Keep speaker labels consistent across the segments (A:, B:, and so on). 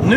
A: Nu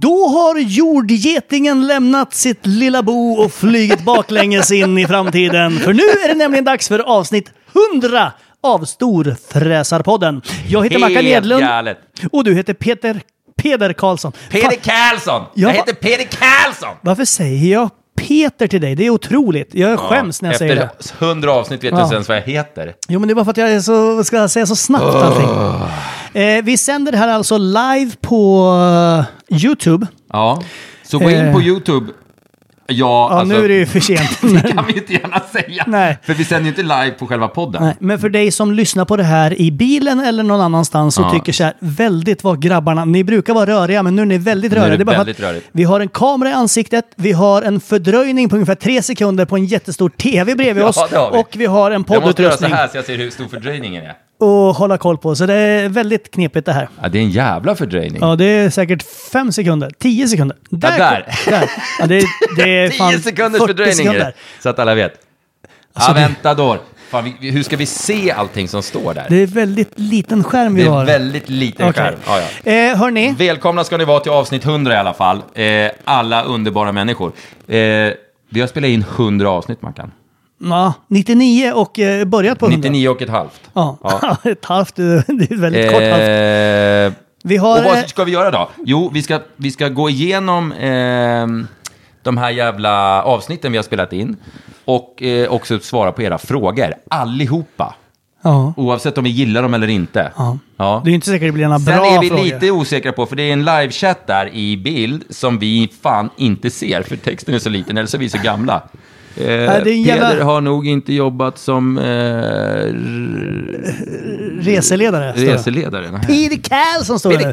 A: Då har jordgetingen lämnat sitt lilla bo och flugit baklänges in i framtiden. För nu är det nämligen dags för avsnitt 100 av Storfräsarpodden. Jag heter Mackan Edlund
B: galet.
A: och du heter Peter Peder Karlsson.
B: Peder
A: Fan,
B: Karlsson!
A: Ja,
B: Jag
A: va-
B: heter Peder Karlsson!
A: varför säger jag Peter till dig? Det är otroligt. Jag skäms när jag säger det.
B: Efter hundra avsnitt vet du
A: Ja.
B: inte ens vad jag heter.
A: Jo, men det var för att jag är så, ska jag säga så snabbt allting. Eh, vi sänder det här alltså live på eh, YouTube.
B: Ja. Så gå in
A: Eh.
B: på YouTube. Ja,
A: Ja,
B: alltså,
A: nu är det ju för sent.
B: det kan vi inte gärna säga.
A: Nej.
B: För vi sänder ju inte live på själva podden.
A: Nej, men för dig som lyssnar på det här i bilen eller någon annanstans och tycker så här, väldigt vad grabbarna, ni brukar vara röriga men nu är ni väldigt
B: är
A: röriga.
B: det
A: Det är bara för
B: väldigt
A: att
B: rörigt.
A: Vi har en kamera i ansiktet, vi har en fördröjning på ungefär tre sekunder på en jättestor tv bredvid
B: Ja,
A: oss
B: det har vi.
A: och vi har en
B: Jag måste göra så
A: poddutrustning
B: här så jag ser hur stor fördröjningen är.
A: att hålla koll på. Så det är väldigt knepigt det här.
B: Ja, det är en jävla fördröjning.
A: Ja, det är säkert fem sekunder, tio sekunder. Där!
B: där.
A: där. Ja, det, är- det är fan
B: 10 sekunders
A: 40
B: fördröjning är det,
A: sekunder.
B: Så att alla vet.
A: Alltså, det-
B: Aventador. Fan, vi- vi, hur ska vi se allting som står där?
A: Det är väldigt liten skärm vi
B: Det är
A: har.
B: en väldigt liten
A: Okej.
B: skärm. Ja, ja.
A: Eh, hörni,
B: Välkomna ska ni vara till avsnitt 100 i alla fall. Eh, alla underbara människor. Eh, vi har spelat in 100 avsnitt, Mackan.
A: ja, 99 och eh, börjat på 100.
B: 99 och ett halvt.
A: Ja, ett halvt, eh, det är ett väldigt kort halvt.
B: Eh,
A: Vi
B: och
A: har... eh,
B: vad ska vi göra då? Jo, vi ska, vi ska gå igenom ehm, de här jävla avsnitten vi har spelat in. Och eh, också svara på era frågor. Allihopa.
A: Ja.
B: Oavsett om vi gillar dem eller inte.
A: Ja.
B: Ja.
A: Det är ju inte säkert det blir några
B: Sen
A: bra
B: är vi
A: frågor.
B: lite osäkra på, för det är en livechatt där i bild som vi fan inte ser, för texten är så liten, eller så är vi så gamla. Eh,
A: det är en jävla-
B: Peder har nog inte jobbat som eh, r-
A: Reseledare. står det.
B: reseledare. Nej.
A: Peter Karlsson står det nu.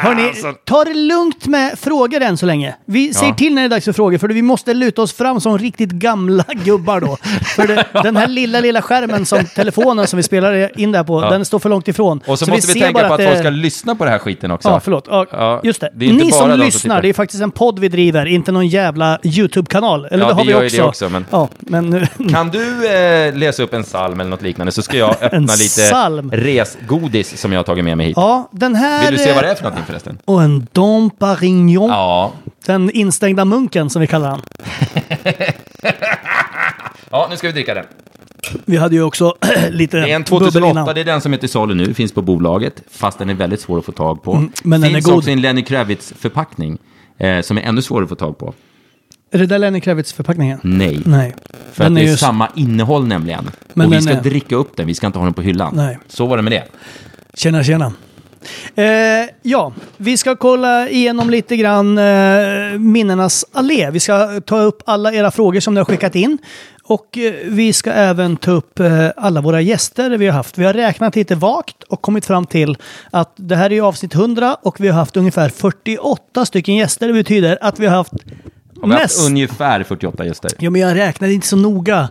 A: Hörni, ta det lugnt med frågor än så länge. Vi säger till när det är dags för frågor, för vi måste luta oss fram som riktigt gamla gubbar då. För det, den här lilla, lilla skärmen som telefonen som vi spelar in det här på, den står för långt ifrån.
B: Och så, måste vi,
A: ser bara
B: tänka på att,
A: det-
B: folk ska lyssna på den här skiten också.
A: Ja, förlåt. Ja,
B: Ja,
A: just det.
B: är inte
A: Ni
B: bara
A: som
B: de
A: lyssnar,
B: tittar.
A: det är faktiskt en podd vi driver, inte någon jävla YouTube-kanal. Eller
B: Ja,
A: det har
B: vi
A: vi
B: gör
A: också.
B: ju det också, men-
A: Ja, men nu...
B: Kan du eh, läsa upp en psalm eller något liknande så ska jag öppna lite
A: psalm.
B: resgodis som jag har tagit med mig hit.
A: Ja, den här... eh,
B: Vill du se vad det är för någonting förresten?
A: Och en Dom Parignon.
B: Ja.
A: Den instängda munken som vi kallar han.
B: ja, nu ska vi dricka den.
A: Vi hade ju också lite
B: Det är en
A: bubbel innan.
B: 2008, det är den som är till salu nu, finns på bolaget, fast den är väldigt svår att få tag på.
A: Mm, men den
B: finns
A: är god.
B: också i en Lenny Kravitz-förpackning. eh, som är ännu svårare att få tag på.
A: Är det där Lenny Kravitz-förpackningen?
B: Nej.
A: Nej.
B: Mm. För
A: Den
B: att det är,
A: ju-
B: samma innehåll nämligen.
A: Men
B: och vi
A: den
B: ska
A: är-
B: dricka upp den, vi ska inte ha den på hyllan.
A: Nej.
B: Så var det med det.
A: Tjena, tjena. Eh, ja, vi ska kolla igenom lite grann eh, minnenas allé. Vi ska ta upp alla era frågor som ni har skickat in. Och eh, vi ska även ta upp eh, alla våra gäster vi har haft. Vi har räknat lite vagt och kommit fram till att det här är ju avsnitt 100 och vi har haft ungefär 48 stycken gäster. Det betyder att vi har haft
B: Har vi
A: mest...
B: haft ungefär 48 gäster?
A: Ja, men jag räknade inte så noga.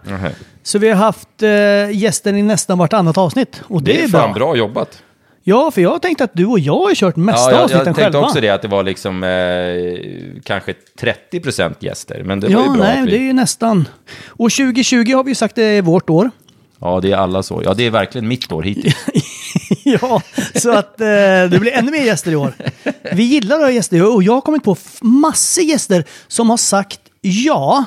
A: Så vi har haft eh, gäster i nästan vartannat avsnitt. Och det, är bra.
B: jobbat.
A: Ja, för jag tänkte att du och jag har kört mesta
B: Ja, jag, jag
A: avsnitten
B: tänkte
A: själva.
B: också det, att det var liksom eh, kanske 30% gäster. Men det var
A: Ja,
B: ju bra
A: nej,
B: att vi...
A: det är ju nästan. Och 2020 har vi ju sagt det är vårt år.
B: Ja, det är alla så. Ja, det är verkligen mitt år hittills.
A: ja, så att eh, det blir ännu mer gäster i år. Vi gillar att ha gäster och jag har kommit på f- massor gäster som har sagt ja.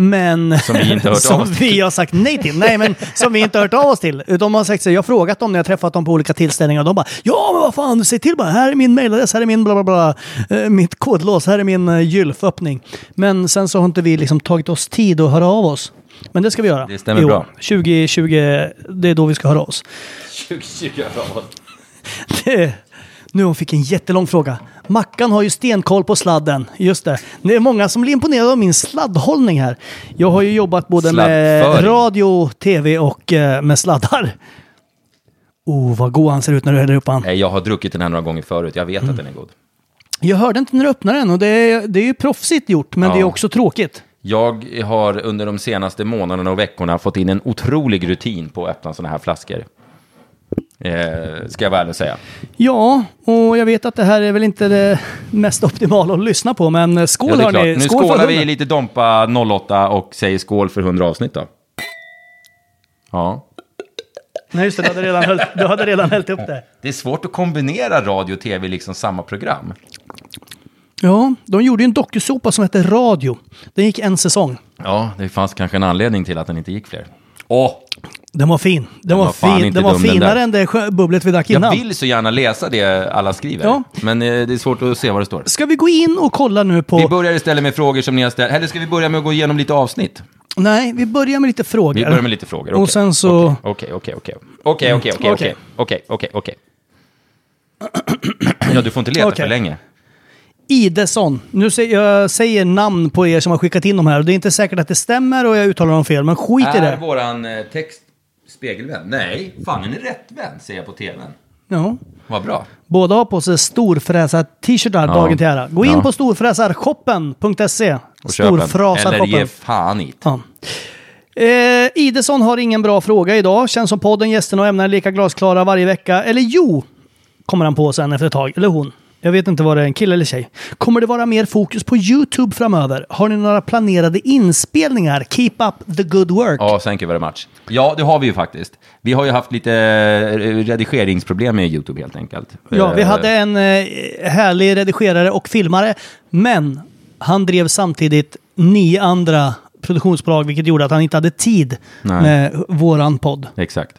A: Men
B: Som vi inte har hört
A: som
B: av oss
A: vi har sagt nej till. Nej, men som vi inte har hört av oss till. De har sagt så här, jag har frågat dem när jag har träffat dem på olika tillställningar och de bara ja men vad fan, säg till bara, här är min mailadress, här är min bla bla bla, eh, mitt kodlås, här är min eh, gylföppning. Men sen så har inte vi liksom tagit oss tid att höra av oss. Men det ska vi göra.
B: Det stämmer
A: I år.
B: bra.
A: 2020, det är då vi ska höra av oss.
B: 2020
A: Det- Nu hon fick en jättelång fråga. Mackan har ju stenkoll på sladden. Just det. Det är många som blir imponerade av min sladdhållning här. Jag har ju jobbat både med
B: Sladdföring.
A: radio, tv och eh, med sladdar. Oh, vad god han ser ut när du häller upp han.
B: Nej, Eh, jag har druckit den här några gånger förut. Jag vet att den är god.
A: Jag hörde inte när du öppnade den och det är, det är ju proffsigt gjort, men
B: Ja.
A: det är också tråkigt.
B: Jag har under de senaste månaderna och veckorna fått in en otrolig rutin på att öppna sådana här flaskor. Eh, ska jag vara ärlig och säga.
A: Ja, och jag vet att det här är väl inte det mest optimala att lyssna på, men eh, skål
B: Ja, det är klart.
A: hörni.
B: Nu
A: Skål för
B: skålar vi
A: hunden.
B: lite Dompa 08 och säger skål för 100 avsnitt då. Ja.
A: Nej, just det, du hade redan, hällt- du hade redan hällt upp det.
B: Det är svårt att kombinera radio och tv i liksom samma program.
A: Ja, de gjorde ju en dokusåpa som hette Radio. Den gick en säsong.
B: Ja, det fanns kanske en anledning till att den inte gick fler. Åh,
A: Den var fin. Den, var,
B: var fan
A: fin.
B: inte
A: Den var
B: dum, den
A: finare
B: där.
A: än det sjö- bubblet vi drack
B: jag
A: innan.
B: vill så gärna läsa det alla skriver.
A: Ja.
B: Men eh, det är svårt att se vad det står.
A: Ska vi gå in och kolla nu på...
B: Vi börjar istället med frågor som ni har ställt. Eller ska vi börja med att gå igenom lite avsnitt?
A: Nej, vi börjar med lite frågor.
B: Vi börjar med lite frågor.
A: Och
B: okej.
A: sen Mm, så...
B: Okej, okej, okej. Okej, okej, okej, okej. Okej, okej, okej. Ja, du får inte leta
A: Okej.
B: för länge.
A: Idesson. Nu säger jag säger namn på er som har skickat in dem här. Det är inte säkert att det stämmer och jag uttalar dem fel, men skit i
B: Är
A: det.
B: våran eh, text spegelvänd? Nej, fan den är rättvänd, ser jag på tvn.
A: Ja.
B: Vad bra.
A: Båda har på sig storfräsar-t-shirtar
B: Ja.
A: dagen till ära. Gå in
B: Ja.
A: på storfräsarshoppen.se.
B: Och köp en. Eller
A: Storfräsarshoppen.
B: ge fan i
A: Ja. Eh, Idesson har ingen bra fråga idag. Känns som podden, gästerna och ämnena är lika glasklara varje vecka. Eller jo, kommer han på sen efter ett tag. Eller hon. Jag vet inte vad det är, en kille eller tjej. Kommer det vara mer fokus på YouTube framöver? Har ni några planerade inspelningar? Keep up the good work.
B: Ja, thank you very much. Ja, det har vi ju faktiskt. Vi har ju haft lite eh, redigeringsproblem med YouTube helt enkelt.
A: Ja, vi
B: Eh,
A: hade en eh, härlig redigerare och filmare, men han drev samtidigt nio andra produktionsbolag, vilket gjorde att han inte hade tid
B: Nej.
A: med våran podd.
B: Exakt.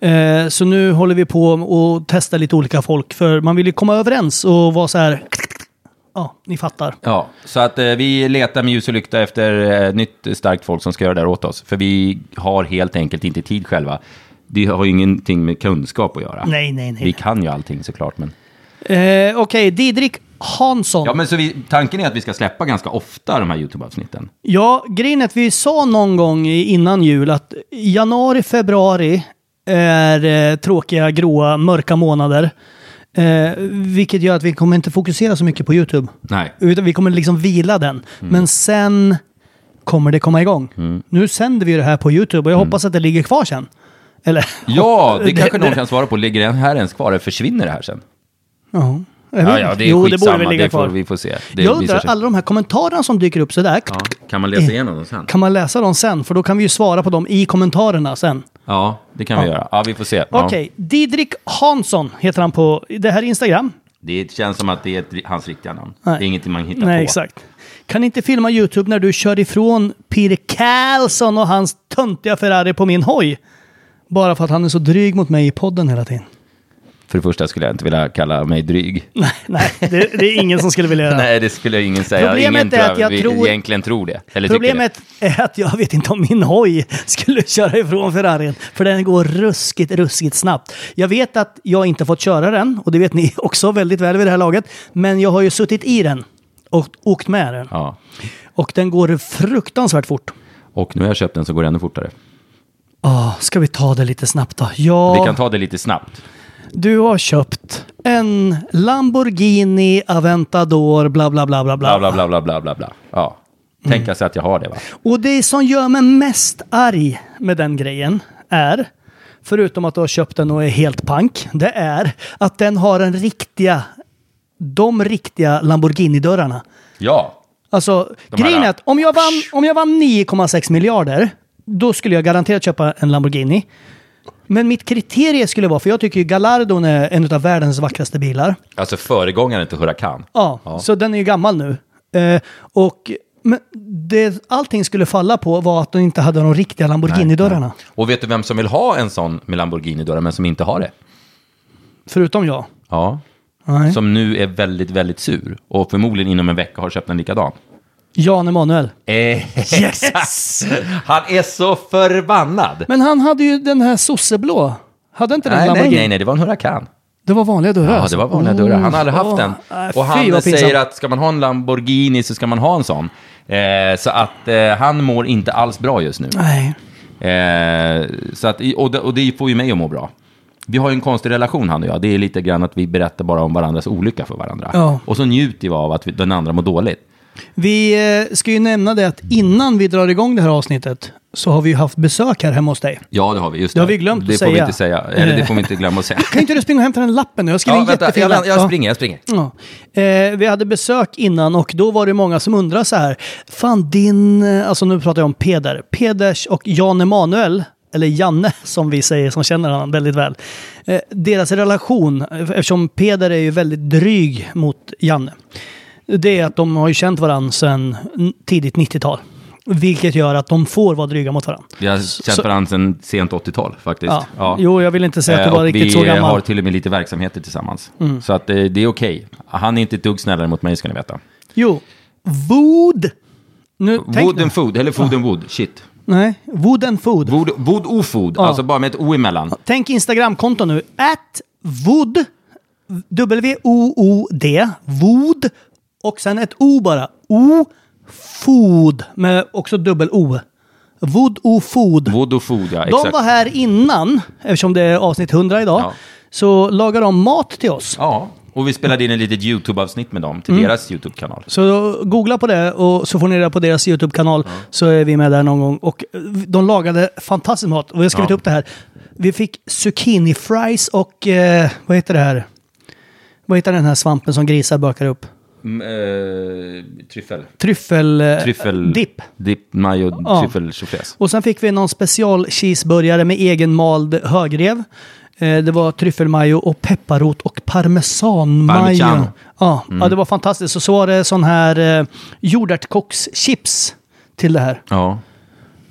A: Eh, så nu håller vi på och testar lite olika folk, för man vill ju komma överens och vara så här... Ja, ni fattar.
B: Ja, så att eh, vi letar med ljus och lykta efter eh, nytt starkt folk som ska göra det här åt oss. För vi har helt enkelt inte tid själva. Det har ju ingenting med kunskap att göra.
A: Nej, nej, nej.
B: Vi kan ju allting såklart, men...
A: Eh, Okej, Didrik Hansson.
B: Ja,
A: Ja,
B: men så vi, tanken är att vi ska släppa ganska ofta de här YouTube-avsnitten.
A: grejen är att vi sa någon gång i- innan jul att januari, februari är eh, tråkiga, gråa, mörka månader. Eh, vilket gör att vi kommer inte fokusera så mycket på YouTube.
B: Nej.
A: Utan vi kommer liksom vila den.
B: Mm.
A: Men sen kommer det komma igång. Nu sänder vi ju det här på YouTube och
B: Mm.
A: jag hoppas att det ligger kvar sen. Eller?
B: Ja, det kanske någon kan svara på. Ligger den här ens kvar? Eller försvinner det här sen?
A: Ja,
B: Ja, ja, det är
A: jo, det
B: skitsamma.
A: borde väl ligga
B: det
A: kvar.
B: får, vi får se.
A: jag
B: Det visar
A: undrar,
B: sig.
A: alla de här kommentarerna som dyker upp sådär,
B: Ja, kan man läsa igenom dem sen?
A: kan man läsa dem sen? För då kan vi ju svara på dem i kommentarerna sen.
B: Ja, det kan vi göra. Ja, vi får se. Ja.
A: Okej, Didrik Hansson heter han på det här Instagram.
B: Det känns som att det är ett, hans riktiga namn.
A: Nej.
B: Det är ingenting man hittar
A: Nej,
B: på.
A: exakt. Kan inte filma YouTube när du kör ifrån Peter Carlson och hans töntiga Ferrari på min hoj? Bara för att han är så dryg mot mig i podden hela tiden.
B: För det första skulle jag inte vilja kalla mig dryg.
C: Nej, det, det är ingen som skulle vilja göra.
B: Nej, det skulle ingen säga.
C: Problemet
B: ingen
C: är att jag
B: vi-
C: tror-
B: egentligen tror det. Eller tycker
C: Problemet är att jag vet inte om min hoj skulle köra ifrån Ferrarin, för den går ruskigt, ruskigt snabbt. Jag vet att jag inte fått köra den, och det vet ni också väldigt väl vid det här laget, men jag har ju suttit i den och åkt med den.
B: det. Ja.
C: Och den går fruktansvärt fort.
B: Och nu har jag köpt den så går det ännu fortare.
C: Åh, Ah, ska vi ta det lite snabbt då? Ja,
B: Vi kan ta det lite snabbt.
C: du har köpt en Lamborghini Aventador, bla bla bla bla bla.
B: Bla, bla, bla, bla, bla, bla, bla. Ja.
C: Mm.
B: Tänka sig att jag har det, va?
C: Och det som gör mig mest arg med den grejen är, förutom att du har köpt den och är helt pank, det är att den har den riktiga, de riktiga Lamborghini-dörrarna.
B: Ja.
C: Alltså,
B: De här-
C: grejen är att om jag vann, om jag vann 9,6 miljarder, då skulle jag garanterat köpa en Lamborghini. Men mitt kriterie skulle vara, för jag tycker ju Gallardon är en av världens vackraste bilar.
B: Alltså föregångaren till Huracan.
C: Ja, så den är ju gammal nu. Eh, och men det allting skulle falla på var att de inte hade de riktiga Lamborghini-dörrarna.
B: Och vet du vem som vill ha en sån med Lamborghini-dörrar, men som inte har det?
C: Förutom jag.
B: Ja.
C: Nej.
B: Som nu är väldigt, väldigt sur. Och förmodligen inom en vecka har köpt en likadan.
C: Jan Emanuel.
B: Eh,
C: Yes!
B: han är så förbannad!
C: Men han hade ju den här sosseblå. Hade inte den
B: Nej, nej,
C: Lamborghini?
B: nej, nej, det var en Huracan.
C: Det var vanliga dörrar.
B: Ja, det
C: alltså.
B: var vanliga dörrar. Han har aldrig haft
C: Åh,
B: den.
C: nej,
B: Och
C: fy,
B: han
C: vad pinsamt.
B: säger att ska man ha en Lamborghini så ska man ha en sån. Eh, så att eh, han mår inte alls bra just nu.
C: Nej.
B: Eh, så att, och, det, och det får ju mig att må bra. Vi har ju en konstig relation han och jag. Det är lite grann att vi berättar bara om varandras olycka för varandra.
C: Ja.
B: Och så njuter vi av att vi, den andra mår dåligt.
C: Vi eh, ska ju nämna det att innan vi drar igång det här avsnittet så har vi ju haft besök här hemma hos dig.
B: Ja, det har vi. Just
C: Det har vi glömt
B: det
C: att
B: får vi
C: säga.
B: inte säga. Eller det får vi inte glömma att säga.
C: Kan inte du springa och hämta den lappen nu? Jag skriver
B: Ja,
C: en
B: vänta,
C: jättefin
B: jag,
C: lapp.
B: jag
C: Ja.
B: springer, jag springer.
C: Ja. Eh, vi hade besök innan och då var det många som undrade så här. Fan din, eh, alltså nu pratar jag om Peder, Peders och Jan Emanuel, eller Janne som vi säger som känner honom väldigt väl. Eh, deras relation, eh, eftersom Peder är ju väldigt dryg mot Janne. Det är att de har ju känt varandra sedan n- tidigt 90-tal. Vilket gör att de får vara dryga mot varandra.
B: Vi har känt varandra sedan sent 80-tal faktiskt.
C: Ja. Jo, jag vill inte säga att
B: Eh,
C: du var
B: och
C: riktigt så
B: Vi
C: gammal. Mm.
B: har till och med lite verksamheter tillsammans. Så att eh, det är okej. Han är inte ett dugg snällare mot mig ska ni veta.
C: Jo, Wood. Nu, tänk
B: Wood
C: nu.
B: and food, eller food and wood, shit.
C: Nej, Wood and Food.
B: Wood, wood och food, alltså bara med ett o emellan.
C: Tänk Instagramkonto nu. At Wood, W-O-O-D, Wood, och sen ett O bara. O, Food, med också dubbel O. Wood O Food.
B: Wood och food, ja
C: De
B: exakt.
C: var här innan, eftersom det är avsnitt 100 idag,
B: Ja.
C: så lagar de mat till oss.
B: Ja, och vi spelade in ett litet YouTube-avsnitt med dem till
C: Mm.
B: deras YouTube-kanal.
C: Så googla på det och så får ni reda på deras YouTube-kanal så är vi med där någon gång. Och eh, de lagade fantastisk mat och jag har skrivit
B: Ja.
C: upp det här. Vi fick zucchini fries och eh, vad heter det här? Vad heter den här svampen som grisar bakar upp?
B: Mm, eh, tryffel.
C: Tryffel... eh,
B: Tryffel...
C: Dipp.
B: Dipp, majo,
C: Ja.
B: tryffelchaufförs.
C: Och sen fick vi någon special cheeseburgare med egen mald högrev. Eh, Det var tryffelmajo och pepparrot och parmesanmajo.
B: Parmigiano.
C: Ja,
B: Mm.
C: ja, det var fantastiskt. Och så var det sån här eh, jordärtskockschips till det här.
B: Ja.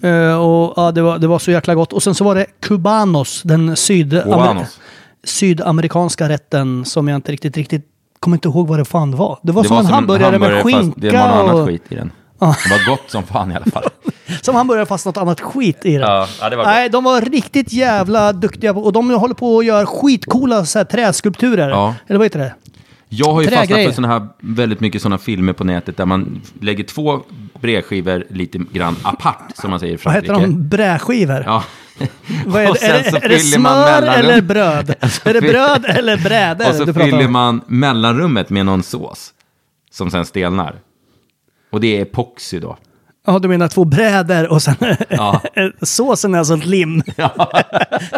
C: Eh, och, ja, det, var, det var så jäkla gott. Och sen så var det cubanos, den sydamer-
B: Cubanos.
C: sydamerikanska rätten som jag inte riktigt, riktigt kommer inte ihåg vad det fan var. Det var
B: Det
C: som
B: var
C: en hamburgare, med
B: fast
C: skinka
B: Det var något
C: och...
B: annat skit i den. Det var gott som fan i alla fall.
C: Som hamburgare fast något annat skit i det.
B: Ja, ja, det var gott.
C: Nej, de var riktigt jävla duktiga på- och de håller på och gör skitcoola så här, träskulpturer.
B: Ja.
C: Eller vad heter det?
B: Jag har ju
C: Trägrejer.
B: fastnat för såna här, väldigt mycket sådana filmer på nätet där man lägger två bredskivor lite grann apart, som man säger i
C: Vad
B: Frankrike.
C: heter de? Brädskivor?
B: Ja.
C: Vad är,
B: Och
C: det?
B: sen
C: är,
B: så
C: det, är det
B: fyller man
C: smör
B: mellanrum.
C: eller bröd? Är
B: fyller-
C: det bröd eller brädor
B: Och så
C: du pratar
B: fyller
C: om?
B: man mellanrummet med någon sås som sen stelnar. Och det är epoxy då.
C: Ja, du menar två brädor och sen
B: Ja.
C: såsen är alltså ett lim.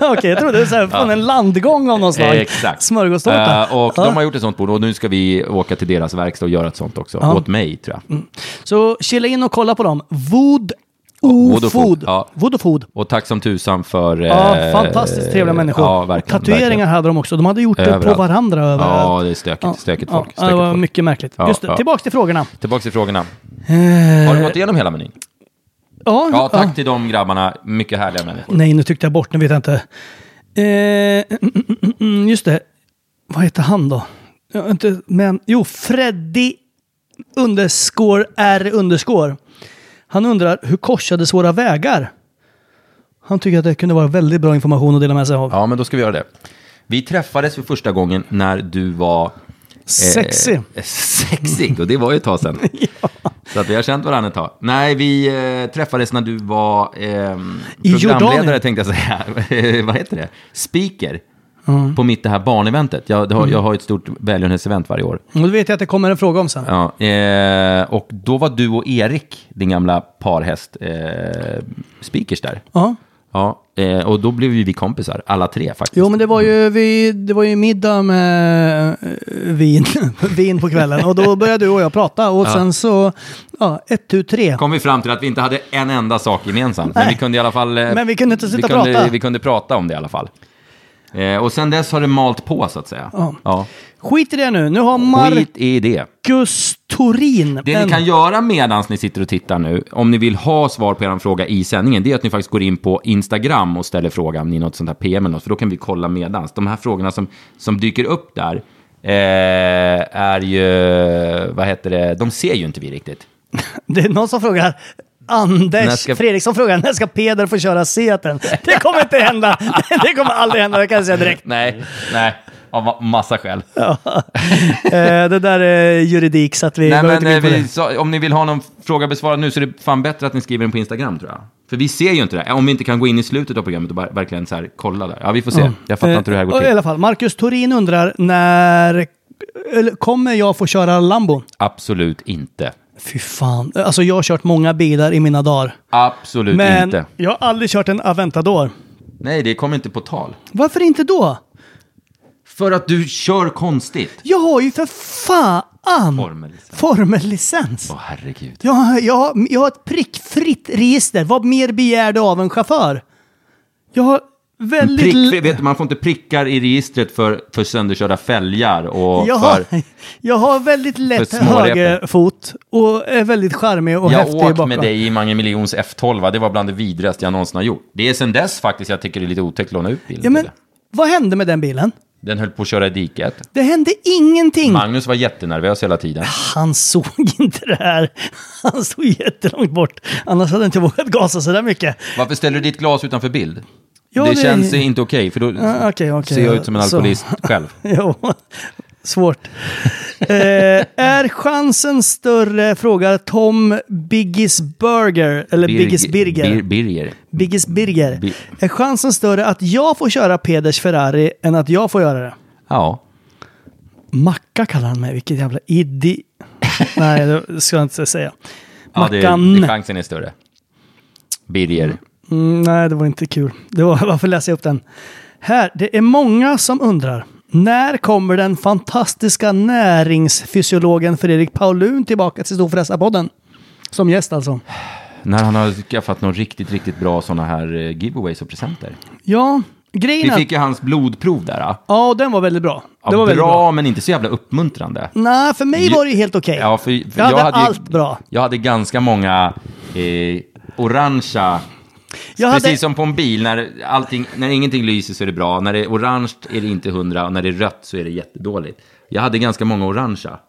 C: Okej, jag trodde det var så här, fan en landgång av någon slag.
B: Exakt.
C: Smörgåstårta.
B: Eh, och
C: Ja.
B: de har gjort ett sånt bord och nu ska vi åka till deras verkstad och göra ett sånt också. Åt mig, tror jag.
C: Mm. Så chilla in och kolla på dem. Wood O
B: Wood och Food,
C: Food.
B: ja.
C: Wood och Food.
B: Och tack som tusan för...
C: Ja,
B: eh,
C: fantastiskt trevliga människor.
B: Ja, verkligen.
C: Tatueringar
B: verkligen.
C: hade de också. De hade gjort det
B: Överallt.
C: på varandra överallt.
B: Ja, det är stökigt. Stökigt folk.
C: Ja, det
B: stökigt
C: var
B: folk.
C: mycket märkligt.
B: Ja,
C: Just det,
B: ja.
C: tillbaks till frågorna. Eh,
B: Tillbaka till frågorna. Har du gått igenom hela menyn?
C: Ja,
B: Ja, tack till de grabbarna. Mycket härliga människor.
C: Nej, nu tyckte jag bort, nu vet jag inte. Eh, mm, mm, mm, mm, just det. Vad heter han då? Jag har inte, men, jo, Freddy underscore R underscore. Han undrar, hur korsades våra vägar? Han tycker att det kunde vara väldigt bra information att dela med sig av.
B: Ja, men då ska vi göra det. Vi träffades för första gången när du var...
C: Sexig.
B: Eh, sexig, och det var ju ett tag sedan. Så att vi har känt varandra ett tag. Nej, vi eh, träffades när du var eh,
C: I
B: programledare,
C: Jordanien.
B: tänkte jag säga. Vad heter det? Speaker.
C: Mm.
B: På mitt det här barneventet. Jag, det har, jag har ett stort välgörenhetsevent varje år.
C: Och då vet jag att det kommer en fråga om sen.
B: Ja, eh, och då var du och Erik, din gamla parhäst, eh, speakers där.
C: Ja.
B: Ja, eh, och då blev ju vi kompisar, alla tre faktiskt.
C: Jo, men det var ju, vi, det var ju middag med eh, vin, vin på kvällen och då började du och jag prata och sen så, ja, ett, tu, tre.
B: kom vi fram till att vi inte hade en enda sak gemensamt. Men
C: Nej.
B: vi kunde i alla fall... eh,
C: Men vi kunde inte sitta och
B: kunde,
C: prata.
B: Vi kunde prata om det i alla fall. Eh, och sen dess har det malt på, så att säga. Ja.
C: Skit i det nu, nu har
B: Skit i det.
C: Marcus Torin
B: Det
C: en-
B: ni kan göra medan ni sitter och tittar nu, om ni vill ha svar på er fråga i sändningen, det är att ni faktiskt går in på Instagram och ställer frågan om ni har något sånt här PM eller något, för då kan vi kolla medans. De här frågorna som, som dyker upp där eh, är ju, vad heter det, de ser ju inte vi riktigt.
C: Det är någon som frågar.
B: När
C: Anders
B: ska-
C: Fredriksson frågar när ska Peder få köra Seaten? Det kommer inte hända. Det kommer aldrig hända, det kan jag säga direkt.
B: Nej, nej, av ma- massa skäl.
C: Eh, Det där är juridik så att vi
B: Nej,
C: går
B: men
C: inte in
B: eh,
C: på
B: vi,
C: det.
B: sa- om ni vill ha någon fråga besvarad nu så är det fan bättre att ni skriver den på Instagram tror jag. För vi ser ju inte det. Om vi inte kan gå in i slutet av programmet och bara, verkligen så här, kolla där. Ja, vi får se. Jag fattar inte hur det här går
C: Eh, I
B: till.
C: alla fall, Marcus Torin undrar när... eller Kommer jag få köra Lambo?
B: Absolut inte.
C: Fy fan. Alltså jag har kört många bilar i mina dagar.
B: Absolut
C: Men
B: inte.
C: jag har aldrig kört en Aventador.
B: Nej, det kommer inte på tal.
C: Varför inte då?
B: För att du kör konstigt.
C: Jag har ju för fan
B: Formellicens.
C: formellicens.
B: Åh, herregud.
C: Jag, har- jag, har- jag har ett prickfritt register. Vad mer begär du av en chaufför? Jag har väldigt...
B: Prick,
C: l-
B: vet du, man får inte prickar i registret för, för sönderkörda fälgar och
C: jag, har,
B: för...
C: jag har väldigt lätt
B: för smårepen.
C: högerfot och är väldigt charmig och
B: Jag
C: häftig
B: åkt
C: bakom.
B: med dig i Mange Miljons F12, det var bland det vidrigaste jag någonsin har gjort. Det är sen dess faktiskt jag tycker det är lite otäckt att låna ut bilen
C: Ja, men,
B: till det.
C: vad hände med den bilen?
B: Den höll på att köra i diket.
C: Det hände ingenting.
B: Magnus var jättenervös hela tiden.
C: Han såg inte det här. Han stod jättelångt bort. Annars hade jag inte vågat gasa så där mycket.
B: Varför ställer du ditt glas utanför bild?
C: Ja,
B: det,
C: det-
B: känns inte okej, för då
C: Ah, okej, okej.
B: ser jag ut som en
C: Så.
B: alkoholist själv.
C: Jo, svårt. Eh, är chansen större, frågar Tom Biggis Burger, eller Biggis Birger.
B: Bir, birger.
C: Biggis Birger.
B: Bi-
C: är chansen större att jag får köra Peders Ferrari än att jag får göra det?
B: Ja.
C: Macka kallar han mig, vilket jävla idi... Nej, det ska jag inte säga.
B: ja det,
C: Mackan.
B: det, chansen är större. Birger.
C: Mm, nej, det var inte kul. Det var, varför läser jag upp den? Här, det är många som undrar. När kommer den fantastiska näringsfysiologen Fredrik Paulun tillbaka till Storfräsarpodden? Som gäst alltså.
B: När han har skaffat några riktigt, riktigt bra sådana här eh, giveaways och presenter.
C: Ja,
B: Vi
C: grejen är...
B: fick ju hans blodprov där. ah.
C: Ja, den var väldigt bra.
B: Ja,
C: det
B: bra,
C: var väldigt bra.
B: men inte så jävla uppmuntrande.
C: Nej, för mig var det ju helt okej.
B: Ja, för, för
C: jag, hade
B: ju-
C: allt bra.
B: Jag hade ganska många eh, orangea
C: Jag
B: Precis
C: hade...
B: som på en bil, när, allting, när ingenting lyser så är det bra, när det är orange är det inte hundra och när det är rött så är det jättedåligt. Jag hade ganska många orangea.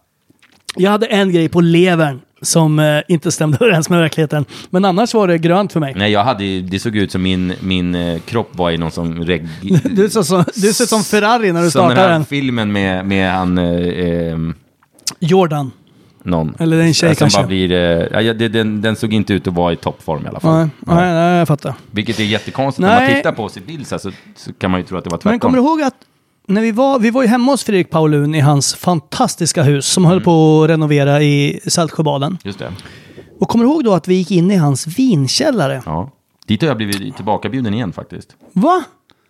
C: Jag hade en grej på levern som eh, inte stämde överens med verkligheten. Men annars var det grönt för mig.
B: Nej, jag hade ju- det såg ut som min, min eh, kropp var i någon som reg...
C: Du ser som, du ser som Ferrari när du
B: som
C: startar
B: den här
C: den.
B: filmen med, med han, eh, eh,
C: Jordan.
B: någon.
C: Eller en tjej
B: som
C: kanske.
B: Bara blir, eh, ja, ja, det, den, den såg inte ut att vara i toppform i alla fall.
C: Nej, nej, nej, jag fattar.
B: Vilket är jättekonstigt, när man
C: Nej.
B: tittar på sig bild så, här, så, så kan man ju tro att det var tvärtom.
C: Men kommer du ihåg att när vi var, vi var ju hemma hos Fredrik Paulun i hans fantastiska hus som
B: Mm.
C: höll på att renovera i Saltsjöbaden.
B: Just det.
C: Och kommer du ihåg då att vi gick in i hans vinkällare?
B: Ja. Dit har jag blivit tillbakabjuden igen faktiskt.
C: Va?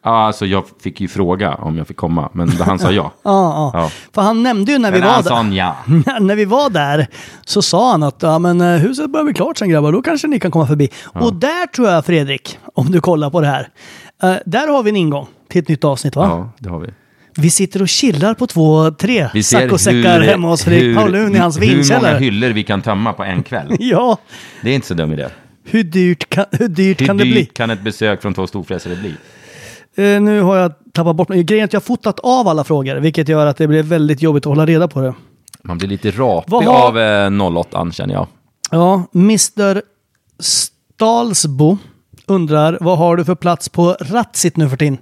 B: Ja, alltså jag fick ju fråga om jag fick komma, men han sa ja.
C: Ja, ja.
B: Ja. Mm.
C: För han nämnde ju när vi
B: Men
C: var
B: han
C: där.
B: sa ja.
C: när vi var där så sa han att ja, men, eh, huset börjar bli klart sen grabbar, då kanske ni kan komma förbi. Och där tror jag Fredrik, om du kollar på det här, eh, där har vi en ingång till ett nytt avsnitt va?
B: Ja, det har vi.
C: Vi sitter och chillar på två, tre
B: Vi
C: saccosäckar hemma hos Fredrik Paulun i
B: Hur
C: hans
B: många
C: vinkällare.
B: hyllor vi kan tömma på en kväll.
C: Ja,
B: Det är inte så dum idé.
C: hur dyrt kan, hur dyrt
B: Hur
C: kan
B: dyrt
C: det bli?
B: kan ett besök från två storfräsare bli?
C: Eh, nu har jag tappat bort mig. Grejen är att jag har fotat av alla frågor, vilket gör att det blir väldigt jobbigt att hålla reda på det.
B: Man blir lite rapig
C: Vad har-
B: av eh, 08 känner jag.
C: Ja, Mr Stalsbo undrar vad har du för plats på Ratsit nu för tiden?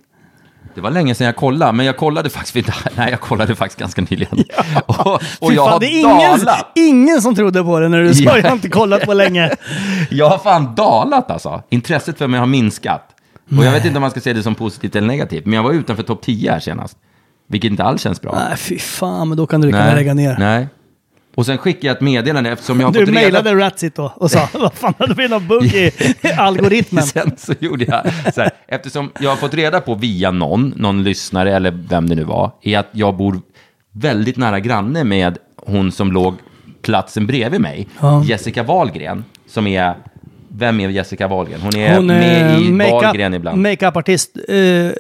B: Det var länge sedan jag kollade, men jag kollade faktiskt vid, nej, jag kollade faktiskt ganska nyligen. Och, och
C: Fy
B: jag
C: fan,
B: har
C: det är ingen,
B: dalat.
C: ingen som trodde på det när du sa
B: Ja.
C: jag har inte kollat på länge.
B: Jag har fan dalat alltså. Intresset för mig har minskat. Och jag vet inte om man ska se det som positivt eller negativt, men jag var utanför topp 10 här senast. Vilket inte alls känns bra.
C: Nej, fy fan, men då kan du lika gärna lägga ner.
B: Nej. Och sen skickade jag ett meddelande eftersom jag har
C: Du
B: fått reda
C: mejlade Ratsit då och sa vad fan hade vi någon bugg i i algoritmen?
B: Sen så gjorde jag så här, eftersom jag har fått reda på via någon, någon lyssnare eller vem det nu var, är att jag bor väldigt nära granne med hon som låg platsen bredvid mig, Jessica Wahlgren, som är, vem är Jessica Wahlgren? Hon är,
C: Hon
B: med
C: är
B: i Wahlgren
C: makeup-
B: ibland.
C: makeup-artist. Eh, jag